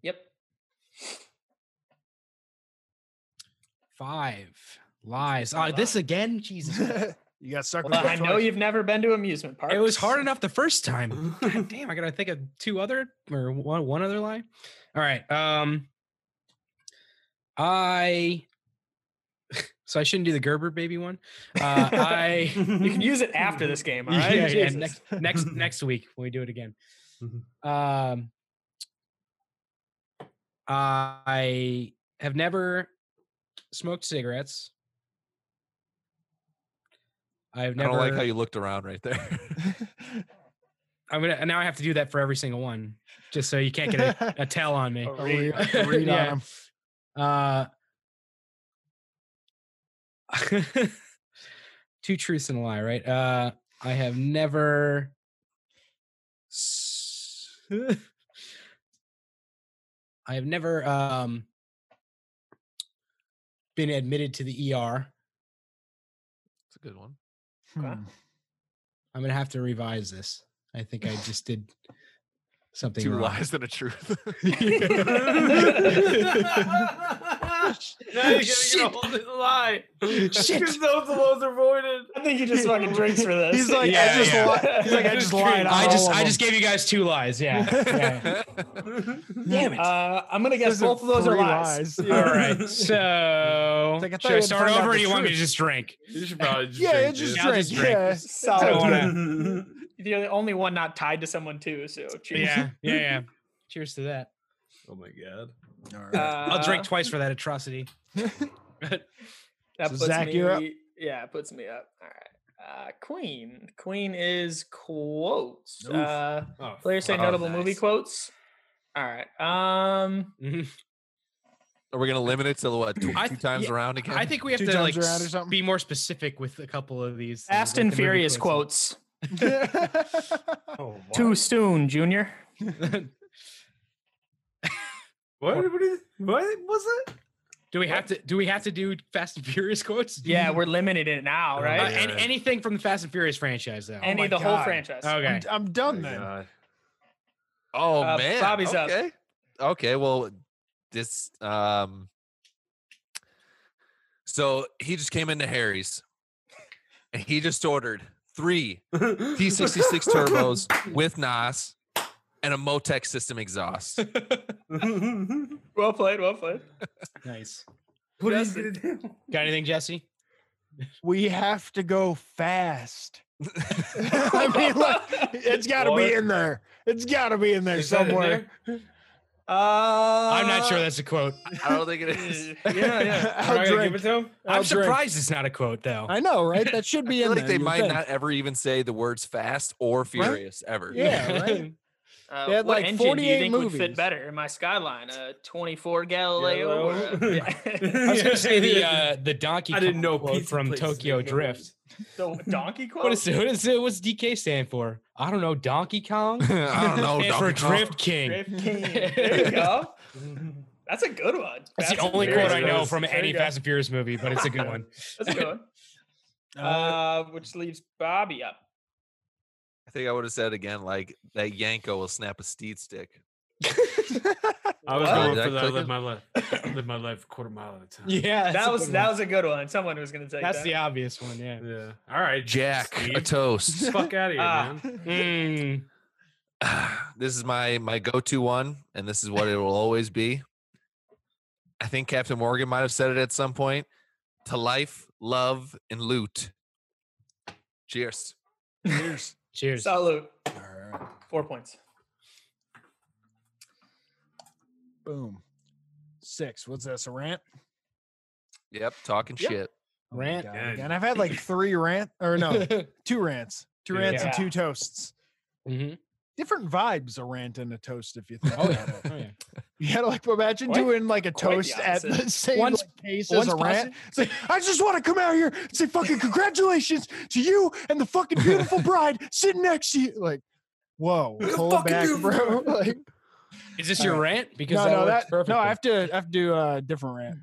[SPEAKER 5] Yep.
[SPEAKER 7] Five lies. Oh, this again? Jesus. Christ.
[SPEAKER 3] you got stuck.
[SPEAKER 5] Well,
[SPEAKER 3] with
[SPEAKER 5] I
[SPEAKER 3] that
[SPEAKER 5] know
[SPEAKER 3] twice.
[SPEAKER 5] you've never been to amusement parks.
[SPEAKER 7] It was hard enough the first time. God damn, I gotta think of two other or one one other lie. All right. Um I so I shouldn't do the Gerber baby one. Uh I
[SPEAKER 5] You can use it after this game, all right?
[SPEAKER 7] yeah, yeah,
[SPEAKER 5] Jesus.
[SPEAKER 7] next next next week when we do it again.
[SPEAKER 4] Mhm.
[SPEAKER 7] Um I have never smoked cigarettes. I've
[SPEAKER 1] I
[SPEAKER 7] never
[SPEAKER 1] don't like how you looked around right there.
[SPEAKER 7] I'm gonna now I have to do that for every single one, just so you can't get a, a tell on me.
[SPEAKER 5] Oh,
[SPEAKER 3] A read,
[SPEAKER 5] really?
[SPEAKER 3] a read
[SPEAKER 7] Yeah.
[SPEAKER 3] on
[SPEAKER 7] Uh, two truths and a lie, right? Uh, I have never. s- I have never um, been admitted to the ER.
[SPEAKER 1] It's a good one.
[SPEAKER 3] him.
[SPEAKER 7] I'm gonna have to revise this. I think I just did something
[SPEAKER 1] Two
[SPEAKER 7] wrong.
[SPEAKER 1] lies and a truth.
[SPEAKER 4] Now you're gonna get a
[SPEAKER 7] Shit.
[SPEAKER 4] whole nother lie.
[SPEAKER 7] Shit.
[SPEAKER 4] Because those lows are voided.
[SPEAKER 5] I think he just fucking drinks for this.
[SPEAKER 3] He's like,
[SPEAKER 7] Yeah,
[SPEAKER 3] I just
[SPEAKER 7] yeah.
[SPEAKER 3] li- he's like, I
[SPEAKER 4] Just
[SPEAKER 3] just lied.
[SPEAKER 4] drink.
[SPEAKER 3] on
[SPEAKER 7] I just
[SPEAKER 3] all of
[SPEAKER 7] I
[SPEAKER 3] them.
[SPEAKER 7] just gave you guys two lies. Yeah. yeah. Damn it.
[SPEAKER 5] uh, I'm gonna guess
[SPEAKER 3] Those are
[SPEAKER 5] both of those are
[SPEAKER 3] three
[SPEAKER 5] lies.
[SPEAKER 7] All right. So
[SPEAKER 3] like, I thought you
[SPEAKER 7] should I
[SPEAKER 3] had
[SPEAKER 7] start
[SPEAKER 3] found out
[SPEAKER 7] over? Or
[SPEAKER 3] the
[SPEAKER 7] do you want me to
[SPEAKER 3] truth.
[SPEAKER 7] just drink?
[SPEAKER 4] You should probably just
[SPEAKER 3] Yeah,
[SPEAKER 4] drink,
[SPEAKER 3] it's just
[SPEAKER 4] dude.
[SPEAKER 7] I'll just
[SPEAKER 3] drink.
[SPEAKER 7] drink.
[SPEAKER 3] Yeah.
[SPEAKER 7] I
[SPEAKER 5] Solid.
[SPEAKER 7] don't wanna-
[SPEAKER 5] You're the only one not tied to someone too. So cheers.
[SPEAKER 7] Yeah. Yeah. Yeah. Cheers to that.
[SPEAKER 4] Oh my god.
[SPEAKER 7] I'll
[SPEAKER 5] Uh,
[SPEAKER 7] drink twice for that atrocity.
[SPEAKER 5] That
[SPEAKER 3] So
[SPEAKER 5] puts
[SPEAKER 3] Zach,
[SPEAKER 5] me.
[SPEAKER 3] you're up.
[SPEAKER 5] Yeah, it puts me up. All right. Uh, Queen. Queen is quotes.
[SPEAKER 3] Oof.
[SPEAKER 5] Uh,
[SPEAKER 4] Oh,
[SPEAKER 5] players say
[SPEAKER 1] Oh,
[SPEAKER 5] notable movie
[SPEAKER 1] nice.
[SPEAKER 5] quotes. All right. Um.
[SPEAKER 7] Mhm.
[SPEAKER 1] Are we gonna limit it to what two,
[SPEAKER 7] I
[SPEAKER 1] two
[SPEAKER 7] th-
[SPEAKER 1] times
[SPEAKER 7] yeah,
[SPEAKER 1] around again?
[SPEAKER 7] I think we have
[SPEAKER 3] Two
[SPEAKER 7] to like
[SPEAKER 3] times around or
[SPEAKER 7] s-
[SPEAKER 3] something?
[SPEAKER 7] be more specific with a couple of these. things,
[SPEAKER 5] Fast
[SPEAKER 7] like
[SPEAKER 5] and
[SPEAKER 7] the movie
[SPEAKER 5] Furious
[SPEAKER 7] quotes.
[SPEAKER 5] quotes.
[SPEAKER 4] Oh,
[SPEAKER 5] Too soon, Junior.
[SPEAKER 4] What? What, what, is, what was it?
[SPEAKER 7] do we have to do we have to do Fast and Furious quotes?
[SPEAKER 5] Yeah, we're limiting it
[SPEAKER 4] Oh,
[SPEAKER 5] now,
[SPEAKER 7] Uh,
[SPEAKER 5] right?
[SPEAKER 4] yeah.
[SPEAKER 7] any, anything from the Fast and Furious franchise though.
[SPEAKER 5] Any
[SPEAKER 3] Oh my
[SPEAKER 5] the whole
[SPEAKER 3] God.
[SPEAKER 5] franchise.
[SPEAKER 7] okay.
[SPEAKER 3] I'm, I'm done
[SPEAKER 4] My
[SPEAKER 3] then.
[SPEAKER 4] God.
[SPEAKER 1] Oh
[SPEAKER 5] Uh,
[SPEAKER 1] man,
[SPEAKER 5] Bobby's up.
[SPEAKER 1] okay. Okay, well, this um. So he just came into Harry's, and he just ordered three T66 turbos with NAS and a Motec system exhaust.
[SPEAKER 5] Well played. Well played.
[SPEAKER 7] Nice.
[SPEAKER 4] What are you
[SPEAKER 5] Justin.
[SPEAKER 4] gonna do?
[SPEAKER 7] Got anything, Jesse?
[SPEAKER 3] We have to go fast. I mean, like, it's got to be
[SPEAKER 4] What?
[SPEAKER 3] in there. It's got to be in there
[SPEAKER 4] Is that in
[SPEAKER 3] somewhere.
[SPEAKER 4] there?
[SPEAKER 5] Uh,
[SPEAKER 7] I'm not sure that's a quote.
[SPEAKER 1] I don't think it is.
[SPEAKER 5] Yeah, yeah.
[SPEAKER 4] Am
[SPEAKER 3] Uh, I'll
[SPEAKER 4] I gonna give it
[SPEAKER 3] drink.
[SPEAKER 4] to him?
[SPEAKER 3] I'll
[SPEAKER 7] I'm
[SPEAKER 3] drink.
[SPEAKER 7] surprised it's not a quote though.
[SPEAKER 3] I know, right? That should
[SPEAKER 1] I
[SPEAKER 3] be
[SPEAKER 1] feel
[SPEAKER 3] in there.
[SPEAKER 1] like they
[SPEAKER 3] you
[SPEAKER 1] might
[SPEAKER 3] think.
[SPEAKER 1] not ever even say the words fast or furious ever.
[SPEAKER 3] Yeah, right?
[SPEAKER 5] Uh,
[SPEAKER 3] They had,
[SPEAKER 5] what
[SPEAKER 3] like,
[SPEAKER 5] engine
[SPEAKER 3] 48
[SPEAKER 5] do you think would fit
[SPEAKER 3] movies.
[SPEAKER 5] better in my Skyline? A 24 Galileo? Or a,
[SPEAKER 4] Galileo.
[SPEAKER 7] I
[SPEAKER 5] yeah.
[SPEAKER 7] was gonna say the uh, the Donkey
[SPEAKER 4] I didn't
[SPEAKER 7] Kong
[SPEAKER 4] know
[SPEAKER 7] quote
[SPEAKER 4] pizza
[SPEAKER 7] from
[SPEAKER 4] places
[SPEAKER 7] Tokyo
[SPEAKER 4] make those.
[SPEAKER 7] Drift.
[SPEAKER 5] the donkey quote?
[SPEAKER 7] What is it? What is it? What's DK stand for? I don't know. Donkey Kong.
[SPEAKER 1] I don't know.
[SPEAKER 7] Stands for
[SPEAKER 1] Donkey Kong.
[SPEAKER 7] Drift King.
[SPEAKER 5] Fifteen. There you go. That's a good one.
[SPEAKER 7] That's the
[SPEAKER 5] Fast and
[SPEAKER 7] only
[SPEAKER 5] Furious
[SPEAKER 7] quote I know
[SPEAKER 5] goes-
[SPEAKER 7] from
[SPEAKER 5] there
[SPEAKER 7] any
[SPEAKER 5] you go.
[SPEAKER 7] Fast and Furious movie, but it's a good one.
[SPEAKER 5] That's a good one. Uh, which leaves Bobby up.
[SPEAKER 1] I think I would have said again like that Yanko will snap a steed stick.
[SPEAKER 4] I was
[SPEAKER 5] What?
[SPEAKER 4] going
[SPEAKER 1] Did I
[SPEAKER 4] for that.
[SPEAKER 1] click
[SPEAKER 4] Live
[SPEAKER 1] it?
[SPEAKER 4] my life. Live my life a quarter mile at a time.
[SPEAKER 7] Yeah,
[SPEAKER 5] That was that was a good one. Someone was gonna take
[SPEAKER 7] that's
[SPEAKER 5] that.
[SPEAKER 7] the obvious one. Yeah.
[SPEAKER 4] Yeah. All right,
[SPEAKER 1] Jack a
[SPEAKER 4] Steve.
[SPEAKER 1] toast.
[SPEAKER 4] fuck out of here,
[SPEAKER 5] Ah.
[SPEAKER 4] man.
[SPEAKER 7] Mm.
[SPEAKER 1] this is my my go-to one and this is what it will always be i think captain morgan might have said it at some point to life love and loot cheers
[SPEAKER 3] Cheers.
[SPEAKER 7] Cheers.
[SPEAKER 5] salute.
[SPEAKER 3] All right.
[SPEAKER 5] Four points.
[SPEAKER 3] Boom. Six. What's this? A rant?
[SPEAKER 1] yep talking
[SPEAKER 3] Yep.
[SPEAKER 1] shit
[SPEAKER 3] Oh my
[SPEAKER 7] Rant.
[SPEAKER 3] God,
[SPEAKER 4] Yeah.
[SPEAKER 3] again. I've had like three rant or no, two rants, two
[SPEAKER 4] Yeah.
[SPEAKER 3] rants and
[SPEAKER 5] Yeah.
[SPEAKER 3] two toasts.
[SPEAKER 7] Mhm.
[SPEAKER 3] Different vibes a rant and a toast. If you think
[SPEAKER 7] Oh
[SPEAKER 3] about
[SPEAKER 7] yeah.
[SPEAKER 3] it,
[SPEAKER 7] Oh, yeah.
[SPEAKER 3] you gotta like imagine
[SPEAKER 5] Quite-
[SPEAKER 3] doing like a
[SPEAKER 5] quite the
[SPEAKER 3] toast at the
[SPEAKER 5] opposite.
[SPEAKER 3] same
[SPEAKER 7] One's-
[SPEAKER 3] like, pace
[SPEAKER 7] one's
[SPEAKER 3] as a rant. It's like, I just want to come out here and say fucking congratulations to you and the fucking beautiful bride sitting next to you. Like, whoa, pull
[SPEAKER 4] fucking
[SPEAKER 3] back, bro.
[SPEAKER 4] beautiful
[SPEAKER 3] Like,
[SPEAKER 7] Is this
[SPEAKER 3] All
[SPEAKER 7] your rant? Because
[SPEAKER 3] no,
[SPEAKER 7] that
[SPEAKER 3] no,
[SPEAKER 7] works
[SPEAKER 3] that
[SPEAKER 7] perfectly.
[SPEAKER 3] no. I have to, I have to do a different rant.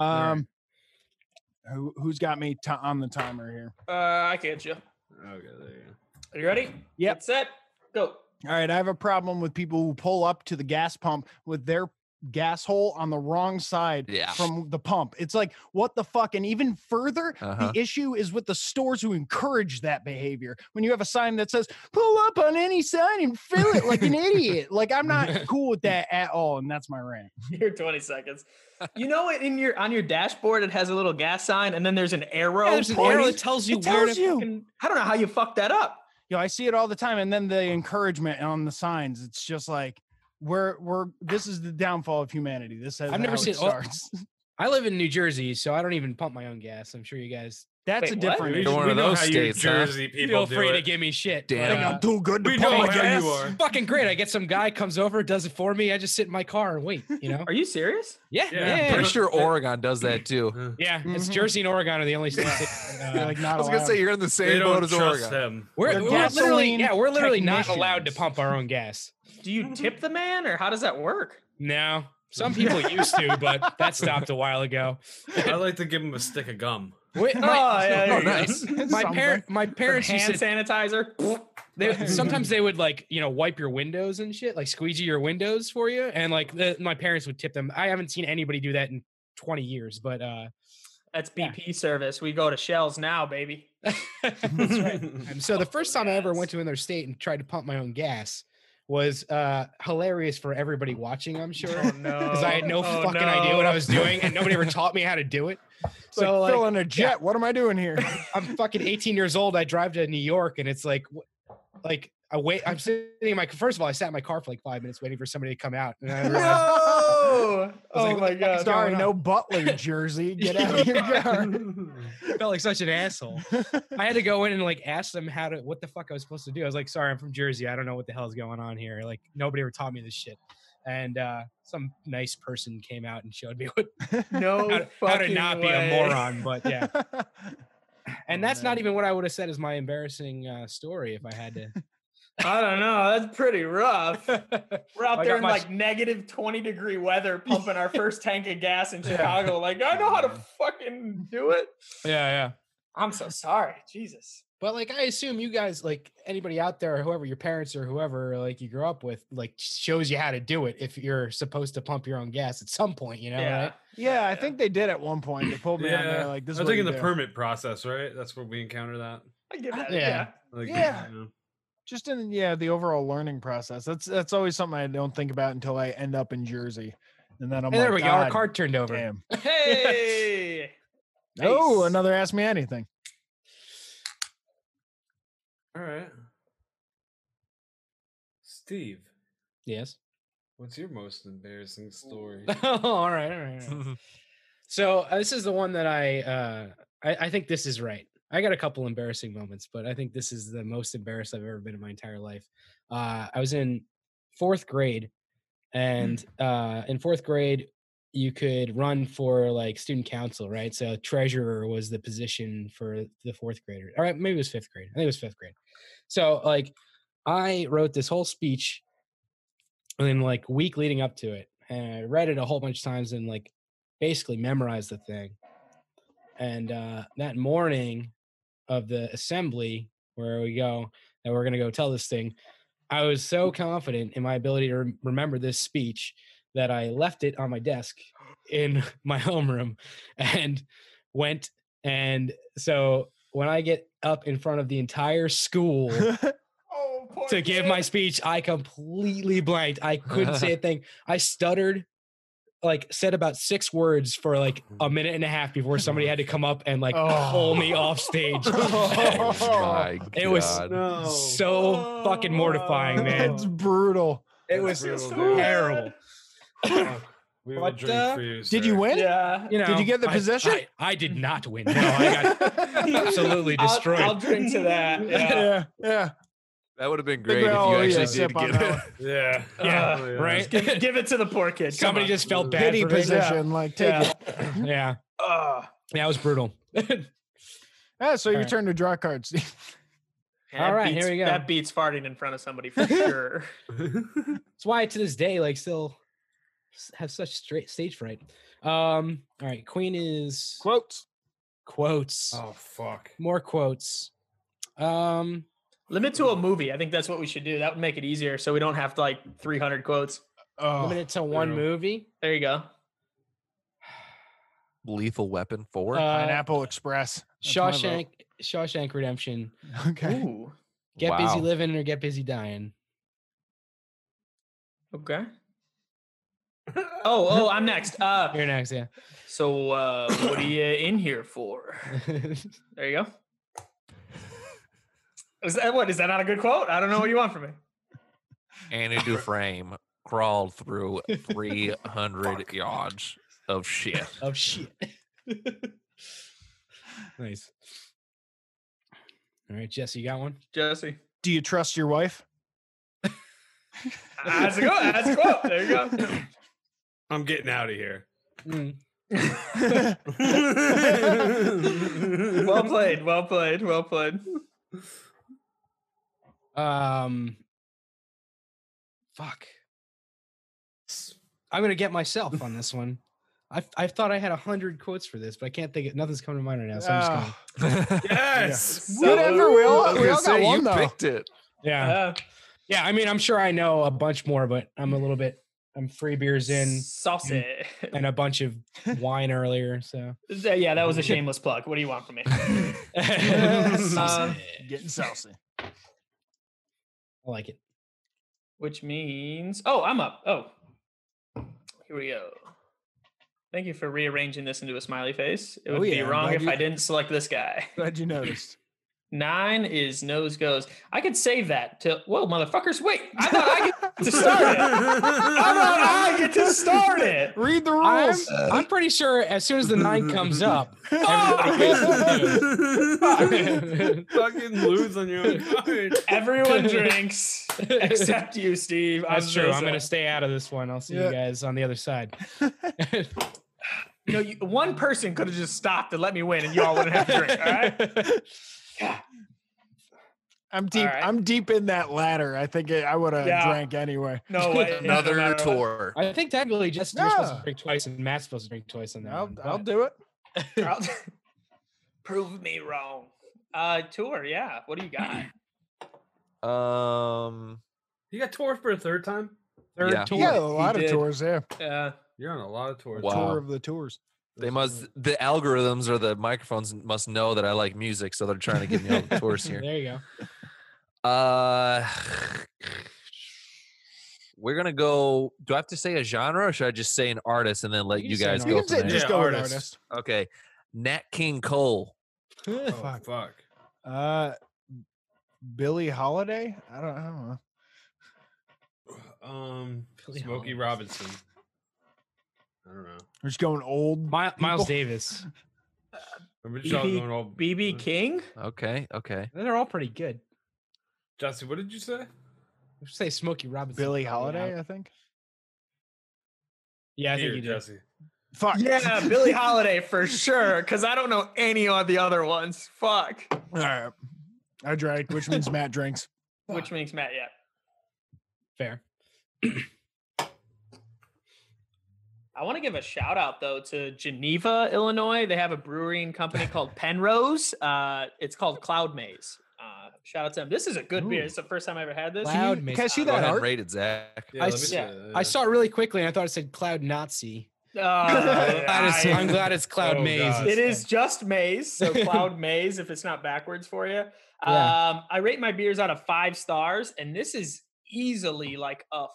[SPEAKER 4] right.
[SPEAKER 3] Um, who who's got me to on the timer here?
[SPEAKER 5] Uh, I catch you.
[SPEAKER 4] Okay, there you go.
[SPEAKER 5] Are you ready?
[SPEAKER 3] Yep.
[SPEAKER 5] Get set. Go.
[SPEAKER 3] All right, I have a problem with people who pull up to the gas pump with their gas hole on the wrong side
[SPEAKER 1] Yeah.
[SPEAKER 3] from the pump. It's like, what the fuck? And even further,
[SPEAKER 1] Uh-huh.
[SPEAKER 3] the issue is with the stores who encourage that behavior. When you have a sign that says, pull up on any sign and fill it like an idiot. Like, I'm not cool with that at all. And that's my rant.
[SPEAKER 5] Your 20 seconds. You know what? In your on your dashboard, it has a little gas sign, and then there's an arrow.
[SPEAKER 7] Yeah, there's an
[SPEAKER 5] pointing.
[SPEAKER 7] arrow that tells you
[SPEAKER 5] It
[SPEAKER 7] where
[SPEAKER 5] tells
[SPEAKER 7] to.
[SPEAKER 5] you. fucking- I don't know how you fucked that up.
[SPEAKER 3] Yo, I see it all the time. And then the encouragement on the signs, it's just like, we're, we're, this is the downfall of humanity. This is
[SPEAKER 7] I've never
[SPEAKER 3] how it
[SPEAKER 7] seen- oh,
[SPEAKER 3] starts.
[SPEAKER 7] I live in New Jersey, so I don't even pump my own gas. I'm sure you guys
[SPEAKER 3] That's
[SPEAKER 5] Wait,
[SPEAKER 3] a
[SPEAKER 5] what?
[SPEAKER 3] different.
[SPEAKER 4] We,
[SPEAKER 3] issue.
[SPEAKER 1] You're one
[SPEAKER 4] we
[SPEAKER 1] of
[SPEAKER 4] know
[SPEAKER 1] those
[SPEAKER 4] how you
[SPEAKER 1] states, huh?
[SPEAKER 4] Jersey people
[SPEAKER 7] feel
[SPEAKER 4] do
[SPEAKER 7] free to
[SPEAKER 4] it.
[SPEAKER 7] give me shit.
[SPEAKER 1] Damn.
[SPEAKER 7] but,
[SPEAKER 3] Think
[SPEAKER 7] uh,
[SPEAKER 3] I'm too good to
[SPEAKER 4] we
[SPEAKER 3] pump
[SPEAKER 4] know
[SPEAKER 3] my
[SPEAKER 4] how
[SPEAKER 3] gas?
[SPEAKER 4] you are.
[SPEAKER 7] fucking great. I get some guy comes over, does it for me. I just sit in my car and wait. You know?
[SPEAKER 5] Are you serious?
[SPEAKER 7] Yeah,
[SPEAKER 4] Yeah.
[SPEAKER 7] yeah. yeah.
[SPEAKER 1] Pretty sure Oregon does that too.
[SPEAKER 4] Uh,
[SPEAKER 7] Yeah, it's
[SPEAKER 3] Mhm.
[SPEAKER 7] Jersey and Oregon are the only states. that,
[SPEAKER 3] You're
[SPEAKER 7] uh,
[SPEAKER 3] like, not
[SPEAKER 1] I was gonna
[SPEAKER 3] allowed.
[SPEAKER 1] say you're in the
[SPEAKER 4] They
[SPEAKER 1] same boat
[SPEAKER 4] don't
[SPEAKER 1] as
[SPEAKER 4] trust
[SPEAKER 1] Oregon.
[SPEAKER 4] him.
[SPEAKER 7] we're
[SPEAKER 3] They're
[SPEAKER 7] we're literally
[SPEAKER 3] gasoline
[SPEAKER 7] yeah, we're literally not allowed to
[SPEAKER 3] technicians.
[SPEAKER 7] pump our own gas.
[SPEAKER 5] Do
[SPEAKER 7] Mm-hmm.
[SPEAKER 5] you tip the man, or how does that work?
[SPEAKER 7] No, some people used to, but that stopped a while ago.
[SPEAKER 4] I like to give him a stick of gum.
[SPEAKER 7] Wait,
[SPEAKER 5] Oh,
[SPEAKER 7] my,
[SPEAKER 5] yeah, there
[SPEAKER 1] Oh,
[SPEAKER 5] you go.
[SPEAKER 1] nice.
[SPEAKER 7] my
[SPEAKER 3] Something.
[SPEAKER 7] parent, my parents used to.
[SPEAKER 5] Hand sanitizer.
[SPEAKER 7] They, sometimes they would like you know wipe your windows and shit, like squeegee your windows for you, and like the, my parents would tip them. I haven't seen anybody do that in 20 years, but uh,
[SPEAKER 5] That's
[SPEAKER 7] Yeah.
[SPEAKER 5] BP service. We go to shells now, baby.
[SPEAKER 7] That's right. And so the first time I ever went to another state and tried to pump my own gas was uh, hilarious for everybody watching, I'm sure, because
[SPEAKER 5] Oh, no.
[SPEAKER 7] I had Oh, no fucking idea what I was doing and nobody ever taught me how to do it. So like,
[SPEAKER 3] filling a jet. What am I doing here?
[SPEAKER 7] I'm fucking 18 years old. I drive to New York and it's like, wh- like I wait. I'm sitting in my first of all, I sat in my car for like five minutes waiting for somebody to come out. And I realized,
[SPEAKER 5] Oh,
[SPEAKER 7] was like,
[SPEAKER 5] oh
[SPEAKER 7] what
[SPEAKER 5] my
[SPEAKER 7] the fuck
[SPEAKER 5] god.
[SPEAKER 7] is
[SPEAKER 3] Sorry,
[SPEAKER 7] going
[SPEAKER 3] no Butler jersey. Get out of your car.
[SPEAKER 7] I felt like such an asshole. I had to go in and like ask them how to what the fuck I was supposed to do. I was like, sorry, I'm from Jersey. I don't know what the hell's going on here. Like nobody ever taught me this shit. And uh, some nice person came out and showed me what,
[SPEAKER 5] No
[SPEAKER 7] how, to, how to
[SPEAKER 5] fucking
[SPEAKER 7] not be
[SPEAKER 5] way.
[SPEAKER 7] a moron. But yeah, and
[SPEAKER 3] Oh,
[SPEAKER 7] that's not
[SPEAKER 3] man.
[SPEAKER 7] even what I would have said is my embarrassing uh, story if I had to.
[SPEAKER 5] I don't know. That's pretty rough. We're out
[SPEAKER 7] I
[SPEAKER 5] there
[SPEAKER 7] got
[SPEAKER 5] in
[SPEAKER 7] my-
[SPEAKER 5] like negative 20 degree weather, pumping our first tank of gas in Chicago. Like, I know how to fucking do it.
[SPEAKER 7] yeah.
[SPEAKER 5] I'm so sorry. Jesus.
[SPEAKER 7] But like, I assume you guys, like anybody out there, whoever your parents or whoever like you grew up with, like shows you how to do it if you're supposed to pump your own gas at some point, you know?
[SPEAKER 5] yeah.
[SPEAKER 7] right?
[SPEAKER 3] yeah, I think they did at one point. They pulled me on
[SPEAKER 4] Yeah,
[SPEAKER 3] there like this.
[SPEAKER 4] I
[SPEAKER 3] is
[SPEAKER 4] think in the
[SPEAKER 3] the permit.
[SPEAKER 4] permit process, right? That's where we encounter that.
[SPEAKER 5] I get that.
[SPEAKER 7] yeah.
[SPEAKER 5] Yeah.
[SPEAKER 4] Like,
[SPEAKER 3] Yeah.
[SPEAKER 4] you know.
[SPEAKER 3] Just in yeah, the overall learning process. That's that's always something I don't think about until I end up in Jersey, and then I'm
[SPEAKER 7] Hey,
[SPEAKER 3] like,
[SPEAKER 7] there we go. Our
[SPEAKER 3] "God
[SPEAKER 7] card turned over.
[SPEAKER 3] damn.
[SPEAKER 5] Hey.
[SPEAKER 3] Oh,
[SPEAKER 5] Nice.
[SPEAKER 3] another ask me anything.
[SPEAKER 4] All right. Steve,
[SPEAKER 7] Yes.
[SPEAKER 4] what's your most embarrassing story?
[SPEAKER 7] all right, all right. all right. so uh, this is the one that I, uh, I I think this is right. I got a couple embarrassing moments, but I think this is the most embarrassed I've ever been in my entire life. Uh, I was in fourth grade,
[SPEAKER 3] Hmm.
[SPEAKER 7] and uh, in fourth grade, you could run for like student council, right? So treasurer was the position for the fourth grader. All right, maybe it was fifth grade. I think it was fifth grade. So like, I wrote this whole speech and then like week leading up to it and i read it a whole bunch of times and like basically memorized the thing and uh that morning of the assembly where we go that we're going to go tell this thing i was so confident in my ability to rem- remember this speech that i left it on my desk in my homeroom and went and so when i get up in front of the entire school
[SPEAKER 5] Oh, poor
[SPEAKER 7] to give my
[SPEAKER 5] kid.
[SPEAKER 7] speech, I completely blanked. I couldn't say a thing. I stuttered, like said about six words for like a minute and a half before somebody had to come up and like pull me off stage.
[SPEAKER 1] Oh my
[SPEAKER 7] It was-
[SPEAKER 1] God.
[SPEAKER 7] so fucking
[SPEAKER 3] Oh.
[SPEAKER 7] mortifying, man.
[SPEAKER 3] it's brutal.
[SPEAKER 7] It was
[SPEAKER 4] Brutal, dude.
[SPEAKER 7] terrible.
[SPEAKER 3] Oh.
[SPEAKER 4] We will
[SPEAKER 7] What
[SPEAKER 4] drink
[SPEAKER 7] the-
[SPEAKER 4] for you.
[SPEAKER 3] Did you
[SPEAKER 4] sir.
[SPEAKER 3] win?
[SPEAKER 5] Yeah.
[SPEAKER 7] You know,
[SPEAKER 3] Did you get the
[SPEAKER 7] I-
[SPEAKER 3] position?
[SPEAKER 7] I, I did not win. No, I got absolutely
[SPEAKER 5] I'll-
[SPEAKER 7] destroyed.
[SPEAKER 5] I'll, drink to that. Yeah.
[SPEAKER 3] yeah, yeah.
[SPEAKER 1] That would have been great if you
[SPEAKER 3] Well, yeah,
[SPEAKER 1] actually did
[SPEAKER 3] sip uh, on
[SPEAKER 1] get
[SPEAKER 3] that
[SPEAKER 1] it.
[SPEAKER 3] one.
[SPEAKER 4] Yeah.
[SPEAKER 7] yeah,
[SPEAKER 4] Oh,
[SPEAKER 7] right.
[SPEAKER 5] give, give it to the poor kid. Come
[SPEAKER 7] Somebody
[SPEAKER 5] on.
[SPEAKER 7] just felt bad
[SPEAKER 3] Pity
[SPEAKER 7] for me.
[SPEAKER 3] position. Like take
[SPEAKER 5] Yeah.
[SPEAKER 3] it.
[SPEAKER 7] Yeah,
[SPEAKER 5] Ugh.
[SPEAKER 7] that was brutal.
[SPEAKER 3] Ah, so your
[SPEAKER 7] Alright.
[SPEAKER 3] turn to draw cards. Steve.
[SPEAKER 5] Yeah, that
[SPEAKER 7] All right,
[SPEAKER 5] beats-
[SPEAKER 7] here we go.
[SPEAKER 5] That beats farting in front of somebody for sure.
[SPEAKER 7] That's why to this day, like, still s- have such straight stage fright. Um, all right, Queen is
[SPEAKER 3] Quotes.
[SPEAKER 7] quotes,
[SPEAKER 4] Oh fuck.
[SPEAKER 7] more quotes. Um,
[SPEAKER 5] Limit to a movie. I think that's what we should do. That would make it easier, so we don't have like 300 quotes.
[SPEAKER 3] Oh,
[SPEAKER 7] Limited to one
[SPEAKER 4] true.
[SPEAKER 7] movie.
[SPEAKER 5] There you go.
[SPEAKER 1] Lethal Weapon Four.
[SPEAKER 7] Uh,
[SPEAKER 3] Pineapple Express. That's my vote.
[SPEAKER 7] Shawshank, Shawshank Redemption.
[SPEAKER 3] Okay.
[SPEAKER 5] Ooh.
[SPEAKER 7] Get busy
[SPEAKER 1] Wow.
[SPEAKER 7] living or get busy dying.
[SPEAKER 5] Okay. Oh, oh, I'm next. Uh,
[SPEAKER 7] You're next, yeah.
[SPEAKER 5] so uh, what are you in here for? There you go. Is that what? Is that not a good quote? I don't know what you want from me.
[SPEAKER 1] Annie Dufresne crawled through 300 yards of shit.
[SPEAKER 7] oh shit. nice. All right, Jesse, you got one?
[SPEAKER 5] Jesse.
[SPEAKER 3] Do you trust your wife?
[SPEAKER 5] That's a quote. That's a quote. There you go.
[SPEAKER 4] I'm getting out of here.
[SPEAKER 3] Hmm.
[SPEAKER 5] Well played. Well played. Well played.
[SPEAKER 7] Um fuck. I'm gonna get myself on this one. I I thought I had a hundred quotes for this, but I can't think of nothing's coming to mind right now. So I'm just going.
[SPEAKER 3] Ah,
[SPEAKER 4] yes.
[SPEAKER 3] Whatever, we all,
[SPEAKER 1] I was
[SPEAKER 3] we
[SPEAKER 1] gonna
[SPEAKER 3] all got
[SPEAKER 1] say,
[SPEAKER 3] one
[SPEAKER 1] you
[SPEAKER 3] though.
[SPEAKER 1] picked it.
[SPEAKER 7] Yeah.
[SPEAKER 5] Uh,
[SPEAKER 7] Yeah. I mean, I'm sure I know a bunch more, but I'm a little bit I'm three beers in
[SPEAKER 5] saucy.
[SPEAKER 7] and a bunch of wine earlier. So
[SPEAKER 5] yeah, that was a shameless plug. What do you want from me? Um,
[SPEAKER 7] I
[SPEAKER 3] Getting saucy.
[SPEAKER 7] like it.
[SPEAKER 5] Which means, oh, I'm up. Oh, here we go. Thank you for rearranging this into a smiley face. It
[SPEAKER 3] Oh,
[SPEAKER 5] would
[SPEAKER 3] yeah,
[SPEAKER 5] be
[SPEAKER 3] I'm
[SPEAKER 5] wrong
[SPEAKER 3] glad
[SPEAKER 5] if
[SPEAKER 3] you-
[SPEAKER 5] I didn't select this guy.
[SPEAKER 3] Glad you noticed.
[SPEAKER 5] Nine is nose goes. I could save that till. Whoa, motherfuckers! Wait, I thought I get to start it. I thought I get to start it.
[SPEAKER 3] Read the
[SPEAKER 7] I'm,
[SPEAKER 3] rules.
[SPEAKER 7] I'm pretty sure as soon as the nine comes up, everybody
[SPEAKER 4] Fucking
[SPEAKER 7] gets to
[SPEAKER 4] lose on your own card.
[SPEAKER 5] Everyone drinks except you, Steve. I'm
[SPEAKER 7] That's true.
[SPEAKER 5] so
[SPEAKER 7] I'm gonna
[SPEAKER 5] sorry.
[SPEAKER 7] stay out of this one. I'll see
[SPEAKER 3] Yeah.
[SPEAKER 7] you guys on the other side.
[SPEAKER 5] You know, you, one person could have just stopped and let me win, and y'all wouldn't have to drink. All right.
[SPEAKER 3] I'm deep.
[SPEAKER 5] right.
[SPEAKER 3] I'm deep in that ladder. I think I would have
[SPEAKER 5] Yeah.
[SPEAKER 3] drank anyway.
[SPEAKER 5] No way. Yeah, no
[SPEAKER 1] Another
[SPEAKER 5] matter what.
[SPEAKER 1] tour.
[SPEAKER 7] I think technically Justin, you're supposed
[SPEAKER 3] Yeah.
[SPEAKER 7] to drink twice, and Matt's supposed to drink twice on that.
[SPEAKER 3] I'll,
[SPEAKER 7] one,
[SPEAKER 3] I'll
[SPEAKER 7] but-
[SPEAKER 3] do it.
[SPEAKER 5] I'll- Prove me wrong. Uh, tour, yeah. What do you got?
[SPEAKER 1] Um,
[SPEAKER 4] You got tour for a third time?
[SPEAKER 7] Third
[SPEAKER 1] Yeah.
[SPEAKER 7] tour.
[SPEAKER 3] Yeah, a lot
[SPEAKER 5] did.
[SPEAKER 3] of tours there.
[SPEAKER 5] Uh,
[SPEAKER 4] You're on a lot of tours.
[SPEAKER 1] Wow.
[SPEAKER 3] Tour of the tours.
[SPEAKER 1] they must the algorithms or the microphones must know that I like music, so they're trying to give me all the tours here.
[SPEAKER 7] There you go.
[SPEAKER 1] Uh, we're gonna go. Do I have to say a genre, or should I just say an artist and then let
[SPEAKER 7] You
[SPEAKER 1] you,
[SPEAKER 7] can say an
[SPEAKER 1] guys
[SPEAKER 3] You
[SPEAKER 1] go?
[SPEAKER 3] can
[SPEAKER 1] From
[SPEAKER 3] say,
[SPEAKER 1] there?
[SPEAKER 3] just
[SPEAKER 4] Yeah,
[SPEAKER 3] go
[SPEAKER 4] artist.
[SPEAKER 3] with artist.
[SPEAKER 1] okay, Nat King Cole.
[SPEAKER 4] Oh,
[SPEAKER 3] Fuck.
[SPEAKER 4] fuck.
[SPEAKER 3] Uh, Billie Holiday. I don't, I don't know.
[SPEAKER 4] Um,
[SPEAKER 7] Billy
[SPEAKER 4] Smokey
[SPEAKER 7] Holiday.
[SPEAKER 4] Robinson. I don't know.
[SPEAKER 3] We're just going old.
[SPEAKER 7] My, Miles
[SPEAKER 3] People.
[SPEAKER 7] Davis.
[SPEAKER 4] I'm just all
[SPEAKER 5] BB
[SPEAKER 4] going all
[SPEAKER 5] BB King?
[SPEAKER 1] Okay, okay.
[SPEAKER 7] They're all pretty good.
[SPEAKER 4] Justin, what did you say?
[SPEAKER 7] I should say Smokey Robinson.
[SPEAKER 3] Billie
[SPEAKER 7] probably
[SPEAKER 3] Holiday.
[SPEAKER 7] out.
[SPEAKER 3] I think.
[SPEAKER 7] Yeah, I
[SPEAKER 4] Here,
[SPEAKER 7] think you did.
[SPEAKER 4] Jesse.
[SPEAKER 3] Fuck.
[SPEAKER 5] Yeah, Billie Holiday for sure. Because I don't know any of the other ones. Fuck.
[SPEAKER 3] All right. I drank, which means Matt drinks.
[SPEAKER 5] Which makes Matt, yeah.
[SPEAKER 7] Fair.
[SPEAKER 5] I want to give a shout out though to Geneva, Illinois. They have a brewery and company called Penrose. Uh, it's called Cloud Maze. Uh, shout out to them. This is a good beer. It's the first time I ever had this.
[SPEAKER 7] Wow. Cloud Maze.
[SPEAKER 3] Can I see
[SPEAKER 5] Uh,
[SPEAKER 1] Go
[SPEAKER 3] that
[SPEAKER 1] ahead
[SPEAKER 3] art?
[SPEAKER 1] and rate it, Zach.
[SPEAKER 4] Yeah,
[SPEAKER 7] I
[SPEAKER 4] let me
[SPEAKER 7] s-
[SPEAKER 4] see
[SPEAKER 5] yeah,
[SPEAKER 4] that,
[SPEAKER 7] I
[SPEAKER 4] yeah.
[SPEAKER 7] saw it really quickly, and I thought it said Cloud Nazi.
[SPEAKER 5] Uh,
[SPEAKER 7] Glad it's-
[SPEAKER 5] I-
[SPEAKER 7] I'm glad it's Cloud
[SPEAKER 4] Oh,
[SPEAKER 7] Maze.
[SPEAKER 4] God.
[SPEAKER 5] It is just maze, so cloud maze if it's not backwards for you.
[SPEAKER 7] Yeah.
[SPEAKER 5] Um, I rate my beers out of five stars, and this is easily like a f-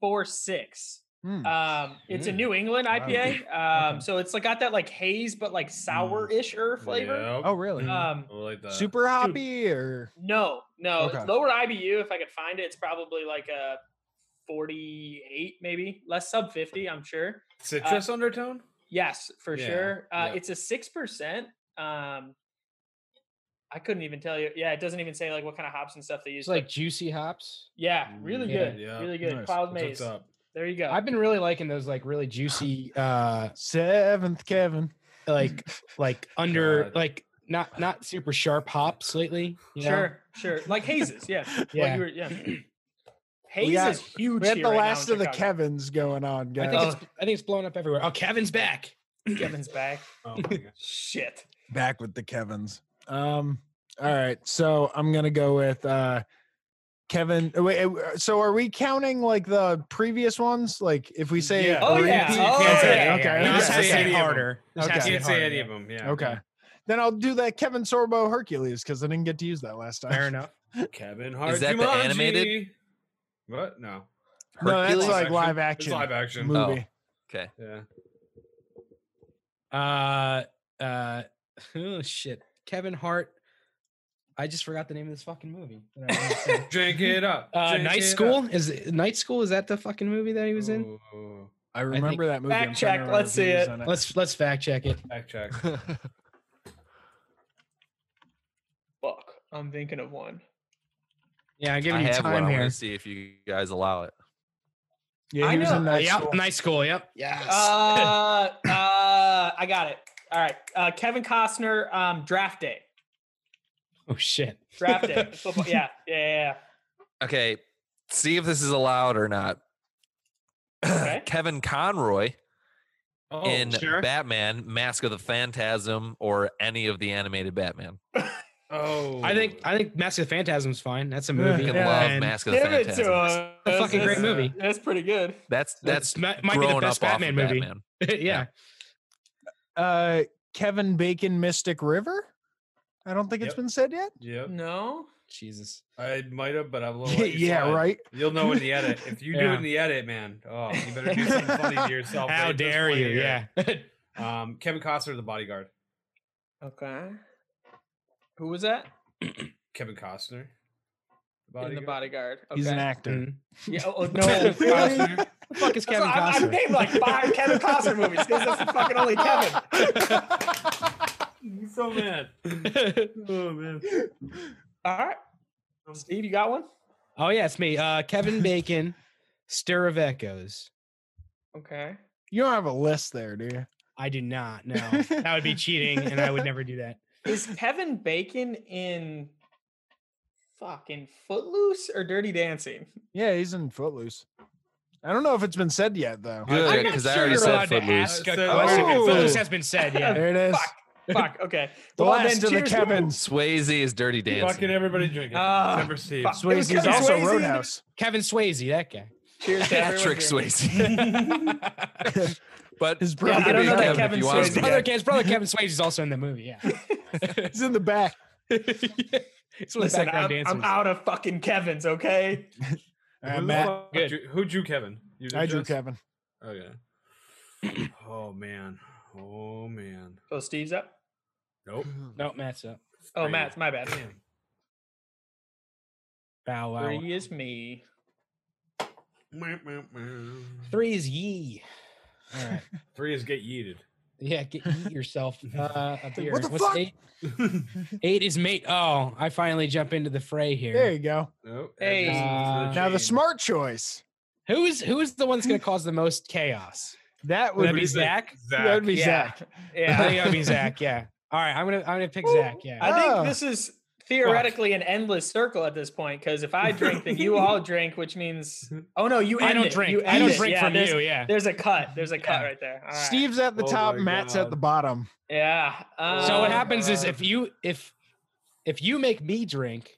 [SPEAKER 5] four six.
[SPEAKER 3] Hmm.
[SPEAKER 5] Um, it's a New England IPA, um, so it's like got that like haze but
[SPEAKER 3] Hmm.
[SPEAKER 5] like sour-ish er flavor.
[SPEAKER 4] Yep.
[SPEAKER 3] Oh, really?
[SPEAKER 5] Um,
[SPEAKER 4] Mm-hmm. I like that.
[SPEAKER 3] Super hoppy or
[SPEAKER 5] no, no, it's
[SPEAKER 3] Okay.
[SPEAKER 5] lower IBU. If I could find it, it's probably like a forty-eight, maybe less sub fifty. I'm sure.
[SPEAKER 4] citrus
[SPEAKER 7] uh,
[SPEAKER 4] undertone.
[SPEAKER 5] Yes, for
[SPEAKER 4] Yeah,
[SPEAKER 5] sure. Uh,
[SPEAKER 4] yeah.
[SPEAKER 5] It's a six percent. Um, I couldn't even tell you. Yeah, it doesn't even say like what kind of hops and stuff they use.
[SPEAKER 7] It's
[SPEAKER 5] but
[SPEAKER 7] like juicy hops.
[SPEAKER 5] yeah, really
[SPEAKER 7] yeah,
[SPEAKER 5] good,
[SPEAKER 4] Mm-hmm, yeah.
[SPEAKER 5] really good.
[SPEAKER 3] Nice.
[SPEAKER 5] Cloud
[SPEAKER 4] That's what's
[SPEAKER 5] maze.
[SPEAKER 4] up.
[SPEAKER 5] There you go.
[SPEAKER 7] I've been really liking those like really juicy uh
[SPEAKER 3] seventh Kevin.
[SPEAKER 7] like like under
[SPEAKER 4] God.
[SPEAKER 7] like not not super sharp hops lately. You know?
[SPEAKER 5] sure, sure. Like hazes. Yeah, What you
[SPEAKER 7] Yeah.
[SPEAKER 5] were- yeah. Haze
[SPEAKER 3] got-
[SPEAKER 5] is huge.
[SPEAKER 3] We had
[SPEAKER 5] here
[SPEAKER 3] the
[SPEAKER 5] right now in
[SPEAKER 3] last of the
[SPEAKER 5] Chicago.
[SPEAKER 3] Kevins going on,
[SPEAKER 7] I
[SPEAKER 3] guys.
[SPEAKER 7] think it's I think it's blowing up everywhere. Oh, Kevin's back.
[SPEAKER 5] Kevin's back.
[SPEAKER 4] Oh my God.
[SPEAKER 5] Shit.
[SPEAKER 3] back with the Kevins. Um, all right, so I'm gonna go with uh Kevin. uh, Wait, uh, so are we counting like the previous ones? Like if we say,
[SPEAKER 7] Yeah.
[SPEAKER 5] Oh,
[SPEAKER 3] Repeat-
[SPEAKER 5] yeah. Oh,
[SPEAKER 7] Can't say-
[SPEAKER 5] yeah.
[SPEAKER 3] okay,
[SPEAKER 7] yeah,
[SPEAKER 3] okay.
[SPEAKER 7] Just
[SPEAKER 4] Yeah.
[SPEAKER 7] has to
[SPEAKER 4] Yeah.
[SPEAKER 7] hit
[SPEAKER 4] Yeah.
[SPEAKER 7] harder. Just
[SPEAKER 3] Okay.
[SPEAKER 7] has to hit
[SPEAKER 4] Can't say any of
[SPEAKER 7] harder.
[SPEAKER 4] them. Yeah.
[SPEAKER 3] okay, then I'll do that Kevin Sorbo Hercules because I didn't get to use that last time.
[SPEAKER 7] Fair enough.
[SPEAKER 4] Kevin Hart.
[SPEAKER 1] that the animated?
[SPEAKER 4] Jumanji. What? No.
[SPEAKER 3] No, that's
[SPEAKER 1] Hercules?
[SPEAKER 3] like
[SPEAKER 4] Action.
[SPEAKER 3] live
[SPEAKER 4] It's
[SPEAKER 3] action
[SPEAKER 4] live action. Oh.
[SPEAKER 3] movie.
[SPEAKER 5] Oh,
[SPEAKER 1] Okay.
[SPEAKER 4] Yeah.
[SPEAKER 7] Uh, uh, oh shit, Kevin Hart. I just forgot the name of this fucking movie. that I wanted to say.
[SPEAKER 4] Drink it up.
[SPEAKER 7] uh,
[SPEAKER 4] drink
[SPEAKER 7] Night
[SPEAKER 4] it
[SPEAKER 7] School is it- Night School. Is that the fucking movie that he
[SPEAKER 4] Up.
[SPEAKER 7] was in?
[SPEAKER 4] Ooh,
[SPEAKER 3] I remember that movie.
[SPEAKER 5] Fact
[SPEAKER 3] I'm trying to
[SPEAKER 5] check,
[SPEAKER 3] remember
[SPEAKER 5] let's
[SPEAKER 3] if he
[SPEAKER 5] see
[SPEAKER 3] was
[SPEAKER 5] it.
[SPEAKER 3] in
[SPEAKER 7] Let's let's fact check it.
[SPEAKER 4] Fact check.
[SPEAKER 5] Fuck. I'm thinking of one.
[SPEAKER 7] Yeah, I'm
[SPEAKER 1] I
[SPEAKER 7] giving you
[SPEAKER 1] have one.
[SPEAKER 7] time
[SPEAKER 1] I
[SPEAKER 7] here.
[SPEAKER 1] want to see if you guys allow it.
[SPEAKER 3] Yeah,
[SPEAKER 5] I
[SPEAKER 3] he was
[SPEAKER 5] know.
[SPEAKER 3] in
[SPEAKER 7] Uh,
[SPEAKER 3] that.
[SPEAKER 7] yep, Night School. Yep. Yes.
[SPEAKER 5] Uh, uh, I got it. All right. Uh, Kevin Costner, um, draft day.
[SPEAKER 7] oh shit.
[SPEAKER 5] Draft day. Football. Yeah. Yeah. yeah,
[SPEAKER 1] Okay. See if this is allowed or not.
[SPEAKER 5] Okay.
[SPEAKER 1] Kevin Conroy
[SPEAKER 4] Oh,
[SPEAKER 1] in
[SPEAKER 7] sure.
[SPEAKER 1] Batman, Mask of the Phantasm, or any of the animated Batman.
[SPEAKER 4] oh.
[SPEAKER 7] I think I think Mask of the Phantasm's fine. That's a
[SPEAKER 3] Yeah.
[SPEAKER 7] movie.
[SPEAKER 3] Fucking
[SPEAKER 1] I can
[SPEAKER 3] Yeah.
[SPEAKER 1] love
[SPEAKER 7] And
[SPEAKER 1] Mask of
[SPEAKER 5] yeah.
[SPEAKER 1] the
[SPEAKER 5] Give it to
[SPEAKER 1] Phantasm.
[SPEAKER 5] him.
[SPEAKER 7] a fucking great
[SPEAKER 5] that's-
[SPEAKER 7] movie.
[SPEAKER 5] That's pretty good.
[SPEAKER 1] That's that's
[SPEAKER 7] That's might might be the
[SPEAKER 1] grown
[SPEAKER 7] best
[SPEAKER 1] up off of
[SPEAKER 7] Batman movie.
[SPEAKER 1] Batman.
[SPEAKER 7] yeah.
[SPEAKER 3] Uh, Kevin Bacon, Mystic River. I don't think it's
[SPEAKER 4] Yep.
[SPEAKER 3] been said yet.
[SPEAKER 4] Yep.
[SPEAKER 5] No.
[SPEAKER 7] Jesus.
[SPEAKER 4] I might have, but I'm a little.
[SPEAKER 3] Yeah,
[SPEAKER 4] let you slide.
[SPEAKER 3] right.
[SPEAKER 4] You'll know in the edit. If you do
[SPEAKER 7] Yeah.
[SPEAKER 4] it in the edit, man, oh, you better do something funny to yourself. right
[SPEAKER 7] How
[SPEAKER 4] at this
[SPEAKER 7] dare
[SPEAKER 4] point
[SPEAKER 7] you?
[SPEAKER 4] here.
[SPEAKER 7] Yeah.
[SPEAKER 4] Um, Kevin Costner, The Bodyguard.
[SPEAKER 5] Okay. Who was that?
[SPEAKER 4] Kevin Costner. The
[SPEAKER 5] In the bodyguard. Okay.
[SPEAKER 3] He's an actor.
[SPEAKER 7] Mm.
[SPEAKER 5] Yeah, oh, oh, no.
[SPEAKER 7] Really?
[SPEAKER 5] Costner.
[SPEAKER 7] the fuck is Kevin
[SPEAKER 5] That's why I'm, I'm
[SPEAKER 7] Costner?
[SPEAKER 5] named like five Kevin Costner movies because that's the fucking only Kevin.
[SPEAKER 4] He's so mad. oh man.
[SPEAKER 5] All right. Steve, you got one?
[SPEAKER 7] oh yeah, it's me. Uh, Kevin Bacon, Stir of Echoes.
[SPEAKER 5] Okay.
[SPEAKER 3] You don't have a list there, do you?
[SPEAKER 7] I do not. No, that would be cheating, and I would never do that.
[SPEAKER 5] Is Kevin Bacon in fucking Footloose or Dirty Dancing?
[SPEAKER 3] Yeah, he's in Footloose. I don't know if it's been said yet though.
[SPEAKER 1] Good,
[SPEAKER 5] I'm not
[SPEAKER 1] because I
[SPEAKER 5] sure
[SPEAKER 1] already
[SPEAKER 5] you're
[SPEAKER 1] said
[SPEAKER 7] allowed to
[SPEAKER 1] Footloose.
[SPEAKER 7] ask a
[SPEAKER 4] So-
[SPEAKER 7] question.
[SPEAKER 3] Oh.
[SPEAKER 7] Footloose has been said. Yeah.
[SPEAKER 3] There it is.
[SPEAKER 5] Fuck. Fuck. Okay.
[SPEAKER 3] The
[SPEAKER 5] Well,
[SPEAKER 3] last
[SPEAKER 5] then,
[SPEAKER 3] of the
[SPEAKER 5] cheers.
[SPEAKER 3] Kevins.
[SPEAKER 1] Swayze is dirty dancing.
[SPEAKER 4] Fucking everybody drinking.
[SPEAKER 5] Ah,
[SPEAKER 4] Remember Steve.
[SPEAKER 5] fuck. It was
[SPEAKER 3] Swayze's
[SPEAKER 5] Kevin
[SPEAKER 3] also
[SPEAKER 5] Swayze.
[SPEAKER 3] Roadhouse.
[SPEAKER 7] Kevin Swayze, that guy.
[SPEAKER 5] Cheers to everyone
[SPEAKER 1] Patrick
[SPEAKER 5] drinking.
[SPEAKER 1] Swayze. but
[SPEAKER 3] His
[SPEAKER 5] Yeah,
[SPEAKER 3] brother.
[SPEAKER 5] I don't know that
[SPEAKER 1] Kevin, if
[SPEAKER 5] Kevin
[SPEAKER 1] you want
[SPEAKER 7] His
[SPEAKER 1] to-
[SPEAKER 5] Swayze.
[SPEAKER 7] brother, his brother Kevin Swayze is also in the movie. Yeah.
[SPEAKER 3] He's in the back.
[SPEAKER 7] it's one of the
[SPEAKER 5] Listen,
[SPEAKER 7] background
[SPEAKER 5] I'm,
[SPEAKER 7] dancers.
[SPEAKER 5] I'm out of fucking Kevin's, okay?
[SPEAKER 3] Uh,
[SPEAKER 4] Who the
[SPEAKER 3] Matt,
[SPEAKER 4] fuck drew- Who drew Kevin? You
[SPEAKER 3] I drew
[SPEAKER 4] Jess?
[SPEAKER 3] Kevin.
[SPEAKER 4] Okay. oh man. Oh man.
[SPEAKER 5] Oh, Steve's up.
[SPEAKER 4] Nope.
[SPEAKER 7] No, Matt's up.
[SPEAKER 5] Oh,
[SPEAKER 4] Three.
[SPEAKER 5] Matt's my bad.
[SPEAKER 4] Damn.
[SPEAKER 7] Bow wow.
[SPEAKER 5] Three is me.
[SPEAKER 4] Meow, meow, meow.
[SPEAKER 7] Three is ye. All right.
[SPEAKER 4] Three is get yeeted.
[SPEAKER 7] Yeah, get, eat yourself uh, a beer.
[SPEAKER 3] the fuck?
[SPEAKER 7] Eight? eight is mate. Oh, I finally jump into the fray here.
[SPEAKER 3] There you go.
[SPEAKER 4] Nope.
[SPEAKER 5] Hey.
[SPEAKER 7] Uh,
[SPEAKER 3] Now the smart choice.
[SPEAKER 7] Who is who is the one that's going to cause the most chaos?
[SPEAKER 3] That
[SPEAKER 7] Would
[SPEAKER 3] would
[SPEAKER 7] that be
[SPEAKER 3] be
[SPEAKER 7] Zach?
[SPEAKER 3] That would be
[SPEAKER 5] Yeah.
[SPEAKER 3] Zach.
[SPEAKER 7] I
[SPEAKER 5] Yeah.
[SPEAKER 7] think that would be Zach. Yeah. All right, I'm gonna I'm gonna pick Zach. Yeah.
[SPEAKER 5] I think
[SPEAKER 3] Oh.
[SPEAKER 5] this is theoretically an endless circle at this point because if I drink, then you all drink, which means oh no, you
[SPEAKER 7] I
[SPEAKER 5] end
[SPEAKER 7] don't
[SPEAKER 5] it. You
[SPEAKER 7] drink. I
[SPEAKER 5] end
[SPEAKER 7] don't
[SPEAKER 5] it.
[SPEAKER 7] drink
[SPEAKER 5] Yeah,
[SPEAKER 7] from
[SPEAKER 5] there's,
[SPEAKER 7] you. Yeah.
[SPEAKER 5] There's a cut. There's a cut
[SPEAKER 7] Yeah.
[SPEAKER 5] right there. All right.
[SPEAKER 3] Steve's at the
[SPEAKER 4] Oh
[SPEAKER 3] top,
[SPEAKER 4] my
[SPEAKER 3] Matt's at
[SPEAKER 4] God.
[SPEAKER 3] the bottom.
[SPEAKER 5] Yeah.
[SPEAKER 7] So
[SPEAKER 5] um,
[SPEAKER 7] what happens is
[SPEAKER 5] uh,
[SPEAKER 7] if you if if you make me drink,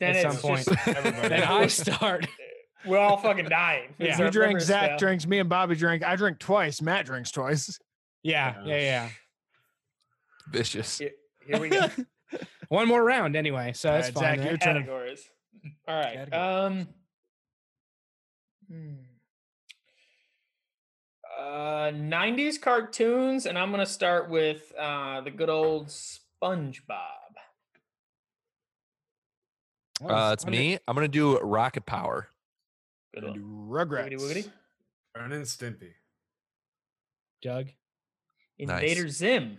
[SPEAKER 5] then
[SPEAKER 7] at some
[SPEAKER 5] it's
[SPEAKER 7] point-
[SPEAKER 5] just-
[SPEAKER 7] then I start.
[SPEAKER 5] we're all fucking dying.
[SPEAKER 7] Yeah.
[SPEAKER 5] It's
[SPEAKER 3] You
[SPEAKER 5] our
[SPEAKER 3] drink,
[SPEAKER 5] livers
[SPEAKER 3] Zach
[SPEAKER 5] fail.
[SPEAKER 3] drinks, me and Bobby drink. I drink twice, Matt drinks twice.
[SPEAKER 7] Yeah,
[SPEAKER 4] Yeah.
[SPEAKER 7] yeah, yeah.
[SPEAKER 1] Vicious.
[SPEAKER 5] Here, here we go.
[SPEAKER 7] One more round anyway, so
[SPEAKER 3] All
[SPEAKER 7] that's
[SPEAKER 3] right,
[SPEAKER 7] fine.
[SPEAKER 3] Zach,
[SPEAKER 7] right?
[SPEAKER 3] your turn.
[SPEAKER 5] Categories. All right.
[SPEAKER 7] Categories.
[SPEAKER 5] Um. hmm. Uh, 90s cartoons, and I'm gonna start with uh the good old SpongeBob.
[SPEAKER 7] Oh,
[SPEAKER 1] Uh, it's
[SPEAKER 7] under-
[SPEAKER 1] me. I'm gonna do Rocket Power.
[SPEAKER 5] Good
[SPEAKER 3] Gonna
[SPEAKER 5] old
[SPEAKER 3] do
[SPEAKER 5] wiggity
[SPEAKER 3] Rugrats.
[SPEAKER 5] wiggity.
[SPEAKER 4] Vernon Stimpy.
[SPEAKER 7] Doug.
[SPEAKER 1] Nice.
[SPEAKER 5] Invader Zim.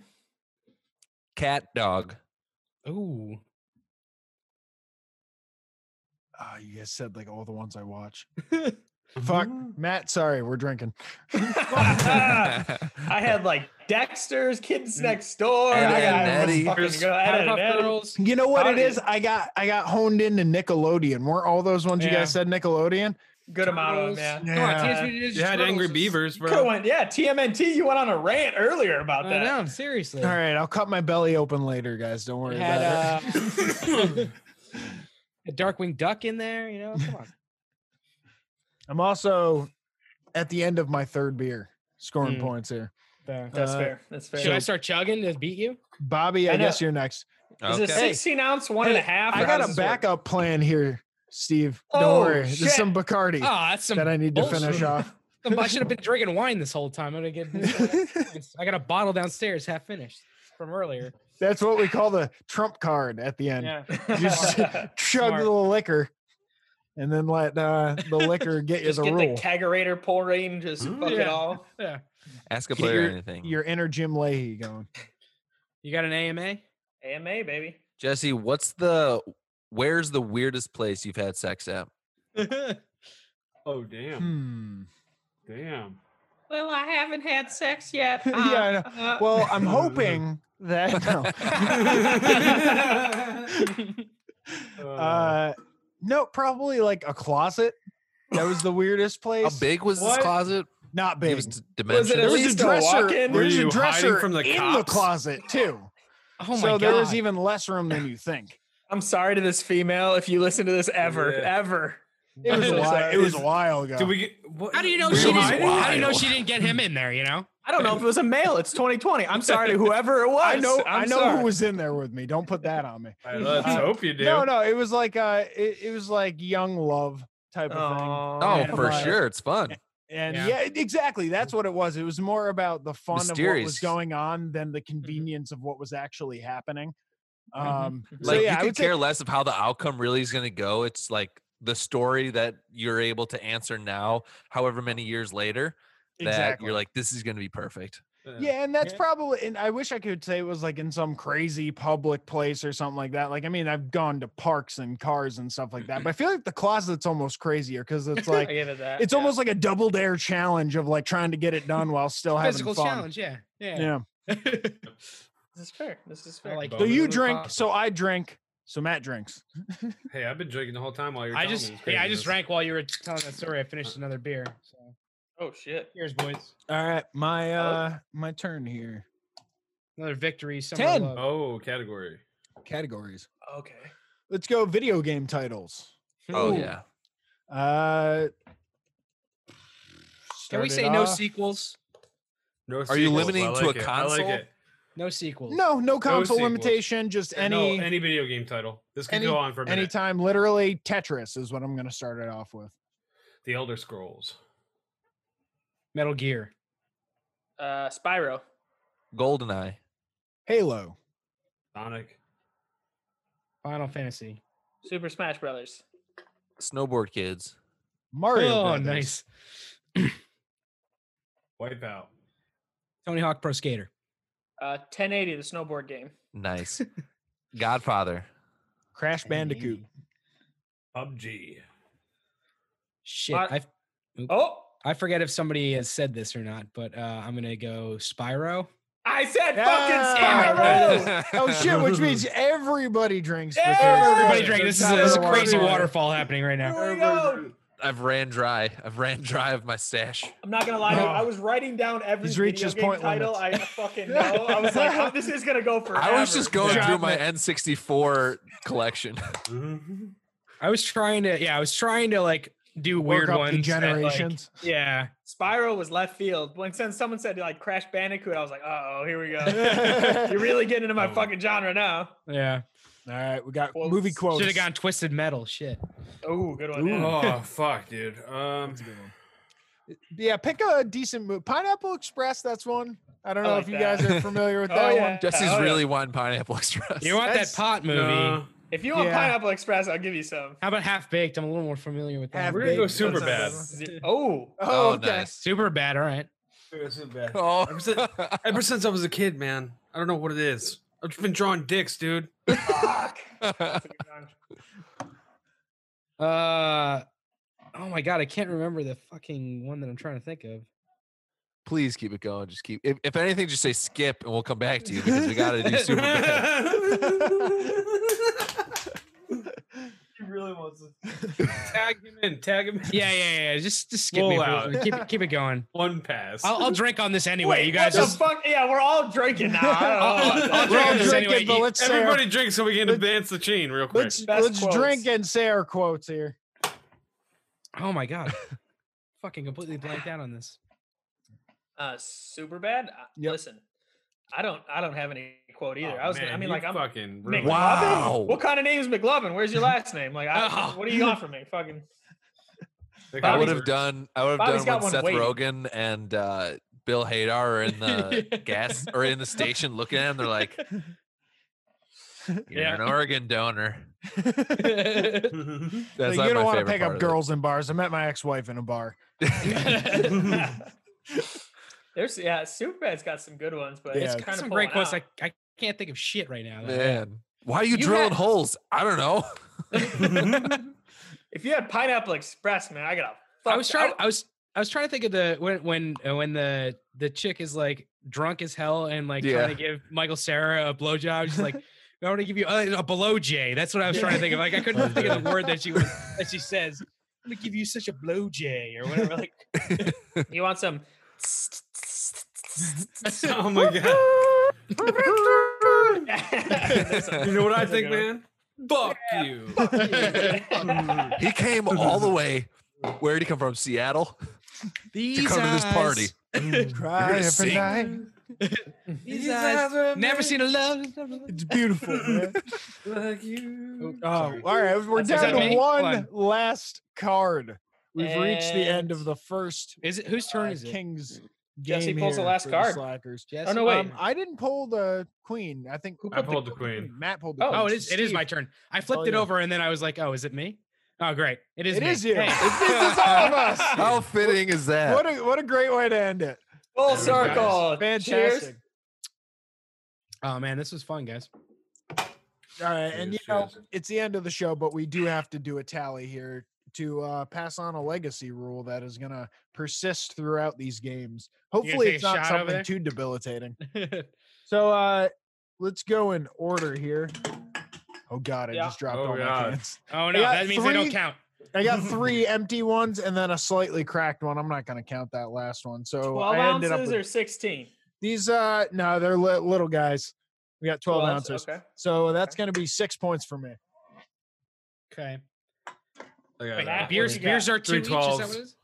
[SPEAKER 1] Cat Dog.
[SPEAKER 7] Ooh.
[SPEAKER 3] Ah, you guys said like all the ones I watch. Fuck, Matt. Sorry, we're drinking.
[SPEAKER 5] I had like Dexter's Kids Next Door.
[SPEAKER 1] Ed,
[SPEAKER 5] I
[SPEAKER 1] Ed,
[SPEAKER 5] got
[SPEAKER 1] and Eddy.
[SPEAKER 5] fucking go Ed, Ed, and
[SPEAKER 7] Powerpuff
[SPEAKER 5] Eddy.
[SPEAKER 7] Mm. Girls.
[SPEAKER 3] You know what it
[SPEAKER 5] Howdy.
[SPEAKER 3] is? I got I got honed into Nickelodeon. Weren't all those ones you
[SPEAKER 7] Yeah.
[SPEAKER 3] guys said Nickelodeon?
[SPEAKER 5] Good amount of them, yeah.
[SPEAKER 7] Come on,
[SPEAKER 3] Yeah.
[SPEAKER 7] Teenage Mutant Ninja
[SPEAKER 4] You had
[SPEAKER 7] Turtles
[SPEAKER 4] Angry
[SPEAKER 7] is-
[SPEAKER 4] Beavers,
[SPEAKER 5] Could have
[SPEAKER 4] bro.
[SPEAKER 5] went, yeah, TMNT. You went on a rant earlier about
[SPEAKER 7] I
[SPEAKER 5] that.
[SPEAKER 7] know, seriously.
[SPEAKER 3] All
[SPEAKER 7] uh,
[SPEAKER 3] right, I'll cut my belly open later, guys. Don't
[SPEAKER 7] You
[SPEAKER 3] worry
[SPEAKER 7] had,
[SPEAKER 3] about it.
[SPEAKER 7] uh, a Darkwing Duck in there. You know, come on.
[SPEAKER 3] I'm also at the end of my third beer, scoring
[SPEAKER 7] Mm.
[SPEAKER 3] points here.
[SPEAKER 5] That's
[SPEAKER 3] Uh,
[SPEAKER 5] fair. That's fair.
[SPEAKER 7] Should I start chugging to beat you?
[SPEAKER 3] Bobby, I,
[SPEAKER 5] I know.
[SPEAKER 3] guess you're next.
[SPEAKER 5] Is it
[SPEAKER 1] Okay.
[SPEAKER 5] 16 ounce, one and a
[SPEAKER 3] Hey,
[SPEAKER 5] half?
[SPEAKER 3] I
[SPEAKER 5] or how's
[SPEAKER 3] got a
[SPEAKER 5] this work?
[SPEAKER 3] backup plan here, Steve. Don't
[SPEAKER 5] Oh,
[SPEAKER 3] worry. There's some Bacardi
[SPEAKER 7] Oh, that's some.
[SPEAKER 3] that I need to
[SPEAKER 7] bullshit.
[SPEAKER 3] finish off.
[SPEAKER 7] some- I should have been drinking wine this whole time. I'm gonna get. I got a bottle downstairs, half finished from earlier.
[SPEAKER 3] That's what we call the trump card at the end.
[SPEAKER 7] Yeah.
[SPEAKER 3] Just chug
[SPEAKER 7] Smart.
[SPEAKER 3] the liquor and then let uh, the liquor get you
[SPEAKER 5] Just
[SPEAKER 3] the
[SPEAKER 5] get
[SPEAKER 3] rule. Mm.
[SPEAKER 5] the kegerator pouring, just
[SPEAKER 4] Ooh.
[SPEAKER 5] fuck it
[SPEAKER 7] Yeah.
[SPEAKER 5] all.
[SPEAKER 7] Yeah.
[SPEAKER 1] Ask a
[SPEAKER 3] Get
[SPEAKER 1] player
[SPEAKER 3] your-
[SPEAKER 1] anything.
[SPEAKER 3] Your inner Jim Leahy going.
[SPEAKER 7] You got an AMA?
[SPEAKER 5] AMA, baby.
[SPEAKER 1] Jesse, what's the where's the weirdest place you've had sex at?
[SPEAKER 4] Oh damn,
[SPEAKER 3] Hmm.
[SPEAKER 4] damn.
[SPEAKER 5] Well, I haven't had sex yet.
[SPEAKER 3] Yeah, I know.
[SPEAKER 5] uh,
[SPEAKER 3] Well, I'm hoping that. no.
[SPEAKER 4] Uh,
[SPEAKER 3] Uh, no, probably like a closet. That was the weirdest
[SPEAKER 1] How
[SPEAKER 3] place.
[SPEAKER 1] big was
[SPEAKER 4] What?
[SPEAKER 1] this closet?
[SPEAKER 3] Not big.
[SPEAKER 1] Give us d- dimensions.
[SPEAKER 5] At
[SPEAKER 3] There was
[SPEAKER 5] least
[SPEAKER 3] a
[SPEAKER 5] a
[SPEAKER 3] dresser.
[SPEAKER 5] walk-in?
[SPEAKER 3] there
[SPEAKER 4] Were
[SPEAKER 3] was a
[SPEAKER 4] you hiding
[SPEAKER 3] dresser
[SPEAKER 4] from the
[SPEAKER 3] in the
[SPEAKER 4] cops?
[SPEAKER 3] closet too.
[SPEAKER 7] Oh my
[SPEAKER 3] so
[SPEAKER 7] god!
[SPEAKER 3] there was even less room than you think.
[SPEAKER 5] I'm sorry to this female if you listen to this ever,
[SPEAKER 4] Yeah.
[SPEAKER 5] ever.
[SPEAKER 3] It was a
[SPEAKER 5] I'm
[SPEAKER 3] while.
[SPEAKER 4] sorry.
[SPEAKER 3] It was a
[SPEAKER 4] Is-
[SPEAKER 3] while ago.
[SPEAKER 4] do we get? What,
[SPEAKER 7] How do you know
[SPEAKER 4] were
[SPEAKER 7] she didn't?
[SPEAKER 4] hiding?
[SPEAKER 7] How do you know
[SPEAKER 1] wild.
[SPEAKER 7] she didn't get him in there? You know?
[SPEAKER 5] I don't know if it was a male. It's 2020. I'm sorry to whoever it was.
[SPEAKER 3] I know.
[SPEAKER 5] I'm
[SPEAKER 3] i know
[SPEAKER 5] sorry.
[SPEAKER 3] who was in there with me. Don't put that on me.
[SPEAKER 4] I- Let's
[SPEAKER 3] Uh,
[SPEAKER 4] hope you do.
[SPEAKER 3] No, no. It was like uh, it, it was like young love type of thing.
[SPEAKER 1] Oh,
[SPEAKER 5] Aw.
[SPEAKER 3] Yeah,
[SPEAKER 1] for
[SPEAKER 3] but-
[SPEAKER 1] sure. It's fun.
[SPEAKER 3] And
[SPEAKER 7] Yeah.
[SPEAKER 3] yeah. e, exactly. That's what it was. It was more about the fun of what was
[SPEAKER 1] Mysterious.
[SPEAKER 3] going on than the convenience of what was actually happening. Um, so
[SPEAKER 1] Like
[SPEAKER 3] yeah, I
[SPEAKER 1] you
[SPEAKER 3] would
[SPEAKER 1] could
[SPEAKER 3] say
[SPEAKER 1] care less of how the outcome really is going to go. It's like the story that you're able to answer now, however many years later, that
[SPEAKER 3] exactly.
[SPEAKER 1] you're like, this is going to be perfect.
[SPEAKER 4] "Uh,
[SPEAKER 3] yeah, and that's
[SPEAKER 7] Yeah.
[SPEAKER 3] probably. And I wish I could say it was like in some crazy public place or something like that. Like, I mean, I've gone to parks and cars and stuff like that, but I feel like the closet's almost crazier because it's
[SPEAKER 5] I
[SPEAKER 3] like
[SPEAKER 5] give it that.
[SPEAKER 3] it's
[SPEAKER 5] yeah.
[SPEAKER 3] almost like a double dare challenge of like trying to get it done while still having
[SPEAKER 7] Physical
[SPEAKER 3] fun.
[SPEAKER 7] challenge. Yeah. Yeah.
[SPEAKER 3] Yeah.
[SPEAKER 5] This is fair. This is
[SPEAKER 7] I
[SPEAKER 5] fair.
[SPEAKER 7] like
[SPEAKER 4] So
[SPEAKER 3] So
[SPEAKER 4] Well,
[SPEAKER 3] you
[SPEAKER 4] then the
[SPEAKER 3] drink,
[SPEAKER 4] pop-
[SPEAKER 3] so I drink, so Matt drinks.
[SPEAKER 4] Hey, I've been drinking the whole time while you're.
[SPEAKER 7] I
[SPEAKER 4] telling
[SPEAKER 7] just
[SPEAKER 4] me this
[SPEAKER 7] yeah, I
[SPEAKER 4] craziness.
[SPEAKER 7] just drank while you were telling that story. I finished another beer. So
[SPEAKER 5] Oh shit.
[SPEAKER 7] here's boys.
[SPEAKER 3] All right, my
[SPEAKER 7] Oh.
[SPEAKER 3] uh my turn here.
[SPEAKER 7] Another victory. Summer
[SPEAKER 3] 10.
[SPEAKER 7] Love.
[SPEAKER 4] Oh, category.
[SPEAKER 3] Categories.
[SPEAKER 5] Okay.
[SPEAKER 3] Let's go video game titles.
[SPEAKER 1] Oh
[SPEAKER 3] Ooh.
[SPEAKER 1] yeah.
[SPEAKER 3] Uh
[SPEAKER 7] Can we
[SPEAKER 3] started
[SPEAKER 7] say no
[SPEAKER 3] off-
[SPEAKER 7] sequels?
[SPEAKER 4] No
[SPEAKER 1] Are you
[SPEAKER 4] sequels,
[SPEAKER 1] limiting
[SPEAKER 4] I
[SPEAKER 1] to a
[SPEAKER 4] like it, I like
[SPEAKER 1] console?
[SPEAKER 4] it.
[SPEAKER 7] No sequels.
[SPEAKER 3] No, no console
[SPEAKER 4] sequels.
[SPEAKER 3] limitation, just
[SPEAKER 4] Uh, no,
[SPEAKER 3] any
[SPEAKER 4] any video game title. This can
[SPEAKER 3] any-
[SPEAKER 4] go on for a minute.
[SPEAKER 3] anytime literally Tetris is what I'm going to start it off with.
[SPEAKER 4] The Elder Scrolls.
[SPEAKER 7] Metal Gear.
[SPEAKER 5] Uh, Spyro.
[SPEAKER 1] Goldeneye.
[SPEAKER 3] Halo,
[SPEAKER 4] Sonic.
[SPEAKER 7] Final Fantasy.
[SPEAKER 5] Super Smash Brothers.
[SPEAKER 1] Snowboard kids.
[SPEAKER 3] Mario.
[SPEAKER 7] oh,
[SPEAKER 3] Brothers,
[SPEAKER 7] nice.
[SPEAKER 4] Wipeout.
[SPEAKER 7] Tony Hawk Pro Skater.
[SPEAKER 5] Uh, 1080, the snowboard game.
[SPEAKER 1] Nice. Godfather.
[SPEAKER 3] Crash Bandicoot.
[SPEAKER 7] Hey.
[SPEAKER 4] PUBG.
[SPEAKER 7] Shit.
[SPEAKER 5] Mar-
[SPEAKER 7] I
[SPEAKER 5] Oh,
[SPEAKER 7] I forget if somebody has said this or not, but uh, I'm gonna go Spyro.
[SPEAKER 5] I said
[SPEAKER 3] Yeah.
[SPEAKER 5] fucking Spyro.
[SPEAKER 3] Ah, Oh shit, which means everybody drinks. for
[SPEAKER 5] Yeah,
[SPEAKER 3] Thursday.
[SPEAKER 7] Everybody
[SPEAKER 5] Yeah.
[SPEAKER 7] drank. This is a,
[SPEAKER 3] Top
[SPEAKER 7] this is a
[SPEAKER 3] of the
[SPEAKER 7] crazy
[SPEAKER 3] waterfall.
[SPEAKER 7] waterfall happening right now.
[SPEAKER 5] Here we go.
[SPEAKER 1] I've ran dry. I've ran dry of my stash.
[SPEAKER 5] I'm not gonna lie to you.
[SPEAKER 3] Oh.
[SPEAKER 5] I was writing down every
[SPEAKER 3] He's
[SPEAKER 5] video
[SPEAKER 3] reached his
[SPEAKER 5] game
[SPEAKER 3] point
[SPEAKER 5] title.
[SPEAKER 3] limits.
[SPEAKER 5] I fucking know. I was like, oh, this is gonna go forever.
[SPEAKER 1] I was just going
[SPEAKER 3] John
[SPEAKER 1] through my
[SPEAKER 3] Wick.
[SPEAKER 1] N64 collection.
[SPEAKER 4] Mhm.
[SPEAKER 7] I was trying to, yeah, I was trying to like do weird
[SPEAKER 3] Work up the
[SPEAKER 7] ones. that, like-
[SPEAKER 3] generations.
[SPEAKER 7] yeah,
[SPEAKER 5] Spyro was left field. When since someone said like Crash Bandicoot, I was like, oh, here we go. You're really getting into my
[SPEAKER 4] Oh.
[SPEAKER 5] fucking genre now.
[SPEAKER 7] yeah.
[SPEAKER 3] All right, we got
[SPEAKER 5] Quotes.
[SPEAKER 3] movie
[SPEAKER 5] Shoulda
[SPEAKER 3] quotes.
[SPEAKER 7] Should have gone Twisted Metal. Shit.
[SPEAKER 5] Oh, good one. yeah.
[SPEAKER 4] Oh fuck, dude. Um,
[SPEAKER 3] That's a good one. Uh, Yeah, pick a decent movie. Pineapple Express, that's one. I don't
[SPEAKER 5] I
[SPEAKER 3] know
[SPEAKER 5] like
[SPEAKER 3] if you
[SPEAKER 5] that.
[SPEAKER 3] guys are familiar with
[SPEAKER 5] Oh,
[SPEAKER 3] that
[SPEAKER 5] yeah.
[SPEAKER 3] one.
[SPEAKER 1] Jesse's
[SPEAKER 5] Oh, yeah.
[SPEAKER 1] really wanting Pineapple Express.
[SPEAKER 7] You want
[SPEAKER 3] That's-
[SPEAKER 7] that pot movie?
[SPEAKER 4] nah.
[SPEAKER 5] If you want
[SPEAKER 3] Yeah.
[SPEAKER 5] Pineapple Express, I'll give you some.
[SPEAKER 7] How about Half Baked? I'm a little more familiar with that.
[SPEAKER 3] Half
[SPEAKER 4] We're
[SPEAKER 7] one.
[SPEAKER 4] gonna go
[SPEAKER 3] Big-
[SPEAKER 4] super bad.
[SPEAKER 5] Z- Oh,
[SPEAKER 1] Oh, nice.
[SPEAKER 7] Super bad. All right.
[SPEAKER 1] Oh,
[SPEAKER 4] Ever since, ever since I was a kid, man. I don't know what it is. I've just been drawing dicks, dude.
[SPEAKER 5] fuck. That's a good one.
[SPEAKER 7] Uh, oh my god, I can't remember the fucking one that I'm trying to think of.
[SPEAKER 1] please keep it going. Just keep. If, if anything, just say skip, and we'll come back to you because we got to do super bad.
[SPEAKER 4] you
[SPEAKER 5] really wants to
[SPEAKER 4] Tag him in. Tag him in.
[SPEAKER 7] Yeah, yeah, yeah. Just, just skip me.
[SPEAKER 4] Roll
[SPEAKER 7] for-
[SPEAKER 4] out.
[SPEAKER 7] Keep it, keep it going.
[SPEAKER 4] One pass.
[SPEAKER 7] I'll, I'll drink on this anyway. you
[SPEAKER 5] Wait,
[SPEAKER 7] guys
[SPEAKER 5] what
[SPEAKER 7] just
[SPEAKER 5] the fuck? Yeah, we're all drinking now.
[SPEAKER 3] Uh,
[SPEAKER 5] I don't know.
[SPEAKER 4] I'll
[SPEAKER 7] We're all
[SPEAKER 4] drink
[SPEAKER 7] just
[SPEAKER 4] it.
[SPEAKER 7] anyway.
[SPEAKER 3] but let's say our,
[SPEAKER 4] Everybody drink so we can
[SPEAKER 3] let's-
[SPEAKER 4] advance the chain real quick.
[SPEAKER 3] let's,
[SPEAKER 5] Best
[SPEAKER 3] let's
[SPEAKER 5] quotes.
[SPEAKER 3] drink and say our quotes here.
[SPEAKER 7] Oh my god. Fucking completely blanked out on this.
[SPEAKER 5] uh, super bad. Uh,
[SPEAKER 3] Yep.
[SPEAKER 5] Listen, I don't. I don't have any quote either.
[SPEAKER 4] Oh,
[SPEAKER 5] I was. gonna, I
[SPEAKER 4] man,
[SPEAKER 5] mean,
[SPEAKER 4] you
[SPEAKER 5] like, I'm
[SPEAKER 4] fucking
[SPEAKER 5] McLovin.
[SPEAKER 4] ruined
[SPEAKER 1] Wow.
[SPEAKER 5] What kind of name is McLovin? Where's your last name? Like, I,
[SPEAKER 7] Oh.
[SPEAKER 5] what do you want from me? Fucking.
[SPEAKER 4] it.
[SPEAKER 1] I
[SPEAKER 5] Bobby's-
[SPEAKER 1] would have done. I would
[SPEAKER 5] Bobby's
[SPEAKER 1] have
[SPEAKER 5] got
[SPEAKER 1] done when
[SPEAKER 5] one
[SPEAKER 1] Seth
[SPEAKER 5] waiting.
[SPEAKER 1] Rogen and uh, Bill Hader are in the gas or in the station looking at him. They're like, "You're
[SPEAKER 4] Yeah.
[SPEAKER 1] an organ donor." That's
[SPEAKER 3] Like,
[SPEAKER 1] not
[SPEAKER 3] you don't
[SPEAKER 1] my
[SPEAKER 3] want to
[SPEAKER 1] favorite
[SPEAKER 3] pick
[SPEAKER 1] part
[SPEAKER 3] up
[SPEAKER 1] of it.
[SPEAKER 3] girls in bars. I met my ex-wife in a bar.
[SPEAKER 5] There's yeah, Superbad's got some good ones, but
[SPEAKER 3] Yeah,
[SPEAKER 5] it's
[SPEAKER 3] it's
[SPEAKER 5] kind of
[SPEAKER 7] some great quotes. I, I can't think of shit right now.
[SPEAKER 1] Man, why are you,
[SPEAKER 5] You
[SPEAKER 1] drilling
[SPEAKER 5] had-
[SPEAKER 1] holes? I don't know.
[SPEAKER 5] If you had Pineapple Express, man, I got a.
[SPEAKER 7] I was trying. I was. I was trying to think of the when when uh, when the the chick is like drunk as hell and like
[SPEAKER 1] Yeah.
[SPEAKER 7] trying to give Michael Sarah a blowjob. She's like, "I want to give you uh, a below J." That's what I was trying to think of. Like I couldn't think of the word that she was, that she says. I'm gonna give you such a blow J or whatever. Like
[SPEAKER 5] You want some?
[SPEAKER 4] oh my god.
[SPEAKER 3] Oh,
[SPEAKER 5] There's some-
[SPEAKER 4] You know what I
[SPEAKER 5] That's a
[SPEAKER 4] think,
[SPEAKER 5] good
[SPEAKER 4] man? Fuck you.
[SPEAKER 1] He came all the way. Where did he come from? Seattle.
[SPEAKER 7] these
[SPEAKER 1] To come to this party.
[SPEAKER 7] eyes,
[SPEAKER 3] Cry
[SPEAKER 1] gonna
[SPEAKER 3] if I
[SPEAKER 1] sing.
[SPEAKER 3] die.
[SPEAKER 7] These eyes. Never seen a love.
[SPEAKER 3] It's beautiful. man.
[SPEAKER 4] like you.
[SPEAKER 3] Oh, all right. We're
[SPEAKER 5] That's- is
[SPEAKER 3] down
[SPEAKER 5] that
[SPEAKER 3] to
[SPEAKER 7] me?
[SPEAKER 3] one
[SPEAKER 7] One.
[SPEAKER 3] last card. We've reached the end of
[SPEAKER 5] And-
[SPEAKER 3] the first
[SPEAKER 7] Is it whose turn
[SPEAKER 3] uh,
[SPEAKER 7] is it?
[SPEAKER 3] King's
[SPEAKER 5] Jesse
[SPEAKER 3] game
[SPEAKER 5] pulls the
[SPEAKER 3] here
[SPEAKER 5] last
[SPEAKER 3] for
[SPEAKER 5] card.
[SPEAKER 3] Slackers.
[SPEAKER 7] Jesse?
[SPEAKER 5] Oh no, wait.
[SPEAKER 3] Um, I didn't pull the queen. I think who
[SPEAKER 4] I
[SPEAKER 3] pulled
[SPEAKER 4] pulled the
[SPEAKER 3] who pulled
[SPEAKER 4] queen.
[SPEAKER 3] Matt pulled the
[SPEAKER 5] Oh,
[SPEAKER 3] queen.
[SPEAKER 7] Oh, it is. It is my
[SPEAKER 3] Steve,
[SPEAKER 7] turn. I flipped
[SPEAKER 3] Oh,
[SPEAKER 7] it
[SPEAKER 3] yeah.
[SPEAKER 7] over, and then I was like, "Oh, is it me? Oh, great! It is.
[SPEAKER 3] It
[SPEAKER 7] me.
[SPEAKER 3] is you.
[SPEAKER 7] Hey.
[SPEAKER 3] It's- this is all of us.
[SPEAKER 1] How fitting is that?
[SPEAKER 3] What a what a great way to end it.
[SPEAKER 4] There
[SPEAKER 5] Full
[SPEAKER 4] we
[SPEAKER 5] circle.
[SPEAKER 4] go.
[SPEAKER 5] Cheers.
[SPEAKER 3] Fantastic.
[SPEAKER 7] Oh man, this was fun, guys.
[SPEAKER 3] All right, and you
[SPEAKER 4] Cheers,
[SPEAKER 3] know
[SPEAKER 4] cheers.
[SPEAKER 3] it's the end of the show, but we do have to do a tally here to uh, pass on a legacy rule that is going to persist throughout these games.
[SPEAKER 7] gonna
[SPEAKER 3] Hopefully,
[SPEAKER 7] take
[SPEAKER 3] it's
[SPEAKER 7] a
[SPEAKER 3] not
[SPEAKER 7] shot over
[SPEAKER 3] something
[SPEAKER 7] there?
[SPEAKER 3] too debilitating. So uh, let's go in order here. Oh God, I
[SPEAKER 5] Yeah.
[SPEAKER 3] just dropped
[SPEAKER 4] Oh,
[SPEAKER 3] all my
[SPEAKER 4] God.
[SPEAKER 3] cans.
[SPEAKER 7] oh no,
[SPEAKER 3] got
[SPEAKER 7] that means they don't
[SPEAKER 3] three-
[SPEAKER 7] count.
[SPEAKER 3] I got three empty ones and then a slightly cracked one. I'm not going to count that last one. So
[SPEAKER 5] Twelve
[SPEAKER 3] I ended up
[SPEAKER 5] ounces
[SPEAKER 3] with-
[SPEAKER 5] or sixteen?
[SPEAKER 3] these. Uh, no, they're li- little guys. We got 12, ounces.
[SPEAKER 5] Okay.
[SPEAKER 3] So that's going to be six points for me.
[SPEAKER 7] Okay.
[SPEAKER 4] I got that.
[SPEAKER 5] Wait, What
[SPEAKER 7] Uh, Beers,
[SPEAKER 5] you got?
[SPEAKER 7] beers are two
[SPEAKER 4] Three
[SPEAKER 7] each. Is that what
[SPEAKER 4] 12s.
[SPEAKER 7] it is?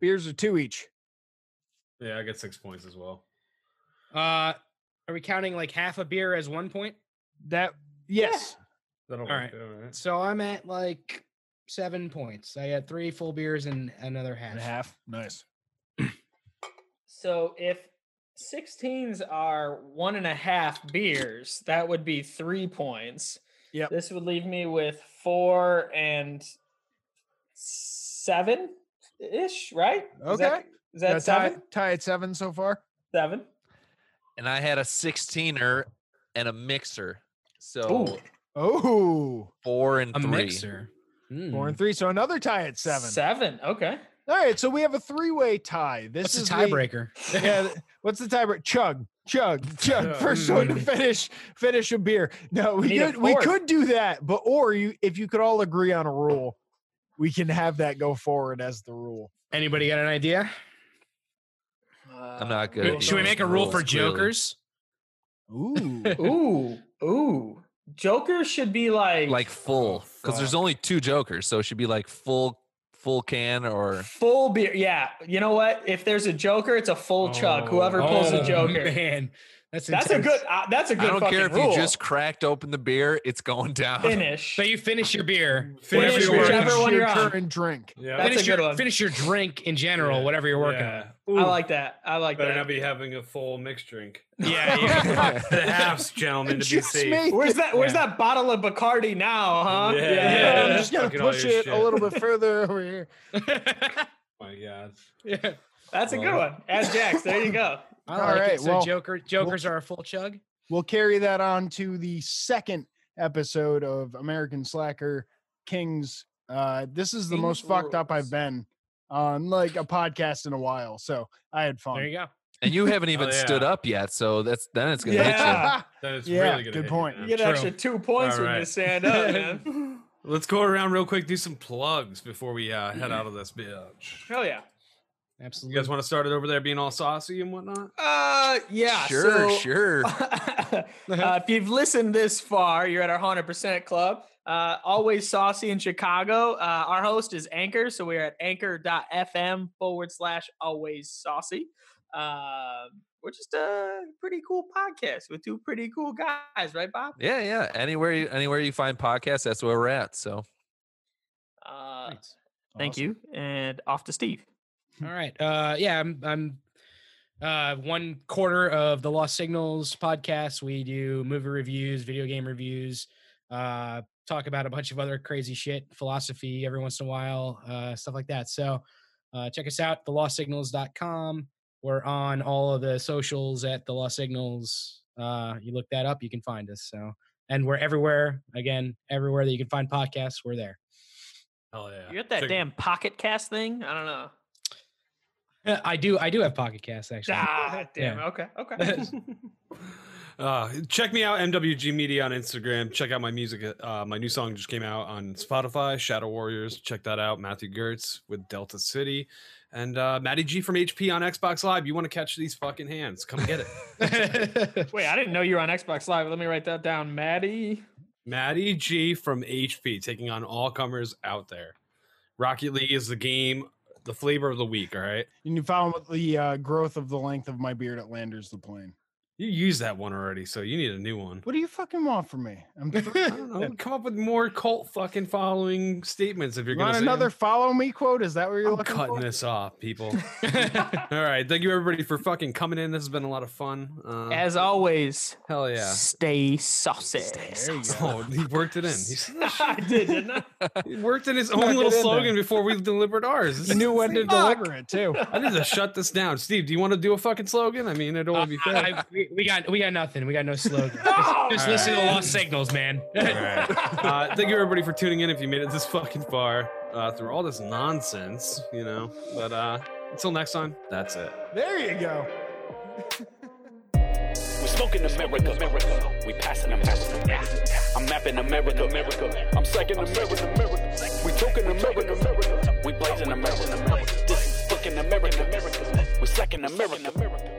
[SPEAKER 3] Beers are two each.
[SPEAKER 4] Yeah, I got six points as well.
[SPEAKER 7] Uh, are we counting like half a beer as one point?
[SPEAKER 3] That yes.
[SPEAKER 4] That'll
[SPEAKER 7] All
[SPEAKER 4] work.
[SPEAKER 7] right.
[SPEAKER 4] All right.
[SPEAKER 7] So I'm at like seven points. I got three full beers and another half.
[SPEAKER 3] And a half. Nice.
[SPEAKER 5] So if 16s are one and a half beers, that would be three points.
[SPEAKER 3] Yep.
[SPEAKER 5] This would leave me with four and seven ish, right? Is that-
[SPEAKER 3] Okay.
[SPEAKER 5] Is that
[SPEAKER 3] Got tie,
[SPEAKER 5] seven?
[SPEAKER 3] tie at seven so far.
[SPEAKER 5] Seven.
[SPEAKER 1] and I had a 16er and a mixer. So
[SPEAKER 5] Ooh.
[SPEAKER 3] Oh,
[SPEAKER 1] four and
[SPEAKER 7] A
[SPEAKER 1] three.
[SPEAKER 7] mixer. Hmm.
[SPEAKER 5] Hmm.
[SPEAKER 3] four and three. So another tie at seven.
[SPEAKER 5] Seven. Okay.
[SPEAKER 3] All right. So we have a three-way tie. This
[SPEAKER 7] What's
[SPEAKER 3] is
[SPEAKER 7] a
[SPEAKER 3] the-
[SPEAKER 7] tiebreaker?
[SPEAKER 3] yeah. th- What's the tiebreaker? Chug, chug, chug.
[SPEAKER 4] Chug.
[SPEAKER 3] First one
[SPEAKER 4] Mm.
[SPEAKER 3] to finish, finish a beer. No, we
[SPEAKER 5] Need a
[SPEAKER 3] could we
[SPEAKER 5] fourth.
[SPEAKER 3] could do that, but or you if you could all agree on a rule, we can have that go forward as the rule.
[SPEAKER 7] Anybody got an idea?
[SPEAKER 1] I'm not
[SPEAKER 5] Uh,
[SPEAKER 1] good at
[SPEAKER 5] ooh.
[SPEAKER 1] these
[SPEAKER 7] Should we make a rule for
[SPEAKER 1] rules, clearly.
[SPEAKER 7] jokers?
[SPEAKER 3] Ooh.
[SPEAKER 5] Ooh. Ooh. Joker should be like
[SPEAKER 1] Like
[SPEAKER 5] Oh,
[SPEAKER 1] full, because there's
[SPEAKER 4] fuck.
[SPEAKER 1] only two jokers, so it should be like full, full can or
[SPEAKER 5] full beer. Yeah. You know what? If there's a Joker, it's a full chug. Whoever pulls the
[SPEAKER 7] Oh,
[SPEAKER 5] Joker.
[SPEAKER 7] man, that's
[SPEAKER 5] That's a
[SPEAKER 7] intense.
[SPEAKER 5] good. Uh, that's a good.
[SPEAKER 1] I don't
[SPEAKER 5] fucking
[SPEAKER 1] care if
[SPEAKER 5] rule.
[SPEAKER 1] you just cracked open the beer, it's going down.
[SPEAKER 5] finish.
[SPEAKER 7] So you finish your beer,
[SPEAKER 4] Finish
[SPEAKER 7] whatever you're
[SPEAKER 4] whichever
[SPEAKER 7] working on.
[SPEAKER 5] one
[SPEAKER 3] your
[SPEAKER 5] you're on.
[SPEAKER 3] current drink.
[SPEAKER 4] Yeah.
[SPEAKER 5] That's
[SPEAKER 7] finish
[SPEAKER 5] a good
[SPEAKER 7] your
[SPEAKER 5] one.
[SPEAKER 7] finish your drink in general,
[SPEAKER 4] Yeah.
[SPEAKER 7] whatever you're working
[SPEAKER 4] yeah.
[SPEAKER 5] I
[SPEAKER 4] Ooh,
[SPEAKER 5] like that. I like
[SPEAKER 4] Better
[SPEAKER 5] that.
[SPEAKER 4] not be having a full mixed drink.
[SPEAKER 7] on. Yeah, yeah.
[SPEAKER 4] The halves, gentlemen, to be
[SPEAKER 3] Just
[SPEAKER 4] safe.
[SPEAKER 3] me.
[SPEAKER 5] Where's that? Where's
[SPEAKER 7] Yeah.
[SPEAKER 5] that bottle of Bacardi now, huh?
[SPEAKER 4] Yeah.
[SPEAKER 3] Yeah,
[SPEAKER 4] Yeah,
[SPEAKER 3] I'm
[SPEAKER 4] that's
[SPEAKER 3] just gonna
[SPEAKER 4] fucking all
[SPEAKER 3] push
[SPEAKER 4] your
[SPEAKER 3] it a
[SPEAKER 4] shit.
[SPEAKER 3] little bit further over here.
[SPEAKER 4] Oh my god.
[SPEAKER 7] yeah.
[SPEAKER 5] That's a good one. As Jax, there you go.
[SPEAKER 7] I
[SPEAKER 3] All
[SPEAKER 7] like
[SPEAKER 3] right,
[SPEAKER 7] it. So
[SPEAKER 3] well,
[SPEAKER 7] Joker, Jokers are a full chug.
[SPEAKER 3] We'll carry that on to the second episode of American Slacker Kings. Uh, this is the most
[SPEAKER 5] Kings
[SPEAKER 3] fucked up I've
[SPEAKER 5] rules.
[SPEAKER 3] been on like a podcast in a while, so I had
[SPEAKER 7] There
[SPEAKER 3] fun.
[SPEAKER 7] you go.
[SPEAKER 1] and you haven't even
[SPEAKER 4] yeah.
[SPEAKER 1] stood up yet, so that's then it's gonna hit
[SPEAKER 5] Oh, Yeah.
[SPEAKER 4] That is
[SPEAKER 3] Yeah,
[SPEAKER 4] really gonna
[SPEAKER 3] good
[SPEAKER 4] hit you,
[SPEAKER 3] point.
[SPEAKER 4] man.
[SPEAKER 5] You get an
[SPEAKER 7] True.
[SPEAKER 5] extra two points
[SPEAKER 4] All
[SPEAKER 5] when you
[SPEAKER 4] right.
[SPEAKER 5] stand up, man.
[SPEAKER 4] Let's go around real quick, do some plugs before we uh, head out of this bitch.
[SPEAKER 5] Hell yeah.
[SPEAKER 4] You
[SPEAKER 7] Absolutely.
[SPEAKER 4] guys want to start it over there, being all saucy and whatnot?
[SPEAKER 5] Uh, yeah.
[SPEAKER 1] sure,
[SPEAKER 5] so-
[SPEAKER 1] sure.
[SPEAKER 5] uh,
[SPEAKER 7] Uh-huh.
[SPEAKER 5] if you've listened this far, you're at our 100% club. Uh, always saucy in Chicago. Uh, our host is Anchor. So we're at anchor.fm forward slash always saucy. Uh, we're just a pretty cool podcast with two pretty cool guys, right, Bob?
[SPEAKER 1] Yeah, yeah. Anywhere, you, anywhere you find podcasts, that's where we're at. So
[SPEAKER 5] Uh,
[SPEAKER 7] Nice.
[SPEAKER 5] Thank you. And off to Steve.
[SPEAKER 7] All right. Uh, yeah, I'm, I'm uh, one quarter of the Lost Signals podcast. We do movie reviews, video game reviews, uh, talk about a bunch of other crazy shit, philosophy every once in a while, uh, stuff like that. So uh, check us out, thelostsignals.com. We're on all of the socials at the Lost Signals. Uh, you look that up, you can find us. So, and we're everywhere. Again, everywhere that you can find podcasts, we're there.
[SPEAKER 4] Hell yeah.
[SPEAKER 5] You're at that
[SPEAKER 4] Check-
[SPEAKER 5] damn pocket cast thing? I don't know.
[SPEAKER 7] Uh, I do, I do have Pocket Casts actually.
[SPEAKER 5] Ah, damn.
[SPEAKER 7] Yeah.
[SPEAKER 5] Okay. Okay.
[SPEAKER 4] Uh, check me out, MWG Media on Instagram. Check out my music. Uh, my new song just came out on Spotify, Shadow Warriors. Check that out. Matthew Gertz with Delta City. And uh, Matty G from HP on Xbox Live. You want to catch these fucking hands? Come get it.
[SPEAKER 5] Wait, I didn't know you were on Xbox Live. Let me write that down. Maddie.
[SPEAKER 4] Matty G from HP taking on all comers out there. Rocket League is the game, the flavor of the week. All right.
[SPEAKER 3] You can follow with the uh, growth of the length of my beard at Landers the Plane.
[SPEAKER 4] You used that one already, so you need a new one.
[SPEAKER 3] What do you fucking want from me? I'm
[SPEAKER 4] I don't know.
[SPEAKER 3] you
[SPEAKER 4] Come up with more cult fucking following statements if you're going
[SPEAKER 3] want
[SPEAKER 4] to say 'em.
[SPEAKER 3] another follow me quote? Is that what you're
[SPEAKER 4] I'm
[SPEAKER 3] looking
[SPEAKER 4] cutting
[SPEAKER 3] for?
[SPEAKER 4] this off, people. All right. Thank you, everybody, for fucking coming in. This has been a lot of fun. Uh,
[SPEAKER 5] As always,
[SPEAKER 4] hell yeah.
[SPEAKER 5] stay saucy.
[SPEAKER 3] There you go.
[SPEAKER 4] Oh, he worked it in. He's-
[SPEAKER 5] I did, didn't I?
[SPEAKER 4] He worked in his
[SPEAKER 3] Knock
[SPEAKER 4] own
[SPEAKER 3] it
[SPEAKER 4] little
[SPEAKER 3] in there.
[SPEAKER 4] slogan before we delivered ours. This
[SPEAKER 3] You
[SPEAKER 4] is
[SPEAKER 3] knew when to
[SPEAKER 4] insane.
[SPEAKER 3] deliver it too.
[SPEAKER 4] I need to shut this down. Steve, do you want to do a fucking slogan? I mean, I don't want to be fair.
[SPEAKER 7] I- we, we got we got nothing. We got no slogan.
[SPEAKER 5] No!
[SPEAKER 7] just just
[SPEAKER 4] All
[SPEAKER 7] listen to
[SPEAKER 4] right.
[SPEAKER 7] lost signals, man.
[SPEAKER 4] uh, thank you everybody for tuning in if you made it this fucking far uh, through all this nonsense you know but uh until next time that's it
[SPEAKER 3] There you go.
[SPEAKER 6] We smoking America, America. We passing America. I'm mapping America, America. I'm psyching America, America. We token America, America. We blazing America, America. This is fucking America, America. We second America, America.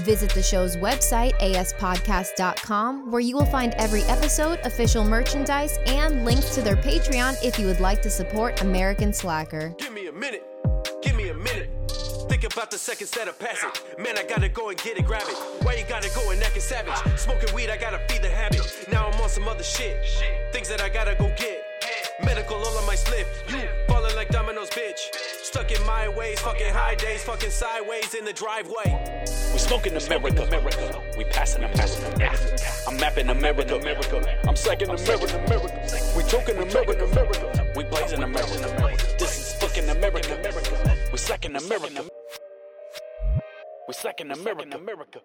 [SPEAKER 8] Visit the show's website, aspodcast.com, where you will find every episode, official merchandise, and links to their Patreon if you would like to support American Slacker.
[SPEAKER 9] Give me a minute. Give me a minute. Think about the second set of passing. Man, I gotta go and get it, grab it. Why you gotta go and act a savage? Smoking weed, I gotta feed the habit. Now I'm on some other shit. Things that I gotta go get. Medical all on my slip. You falling like dominoes, bitch. Stuck in my ways, fucking high days, fucking sideways in the driveway.
[SPEAKER 6] We smoking America, America. We passing America. I'm mapping America, America. I'm psyching America, America. We token America, America. We blazing America, America. This is fucking America, America. We second America. We second America, America.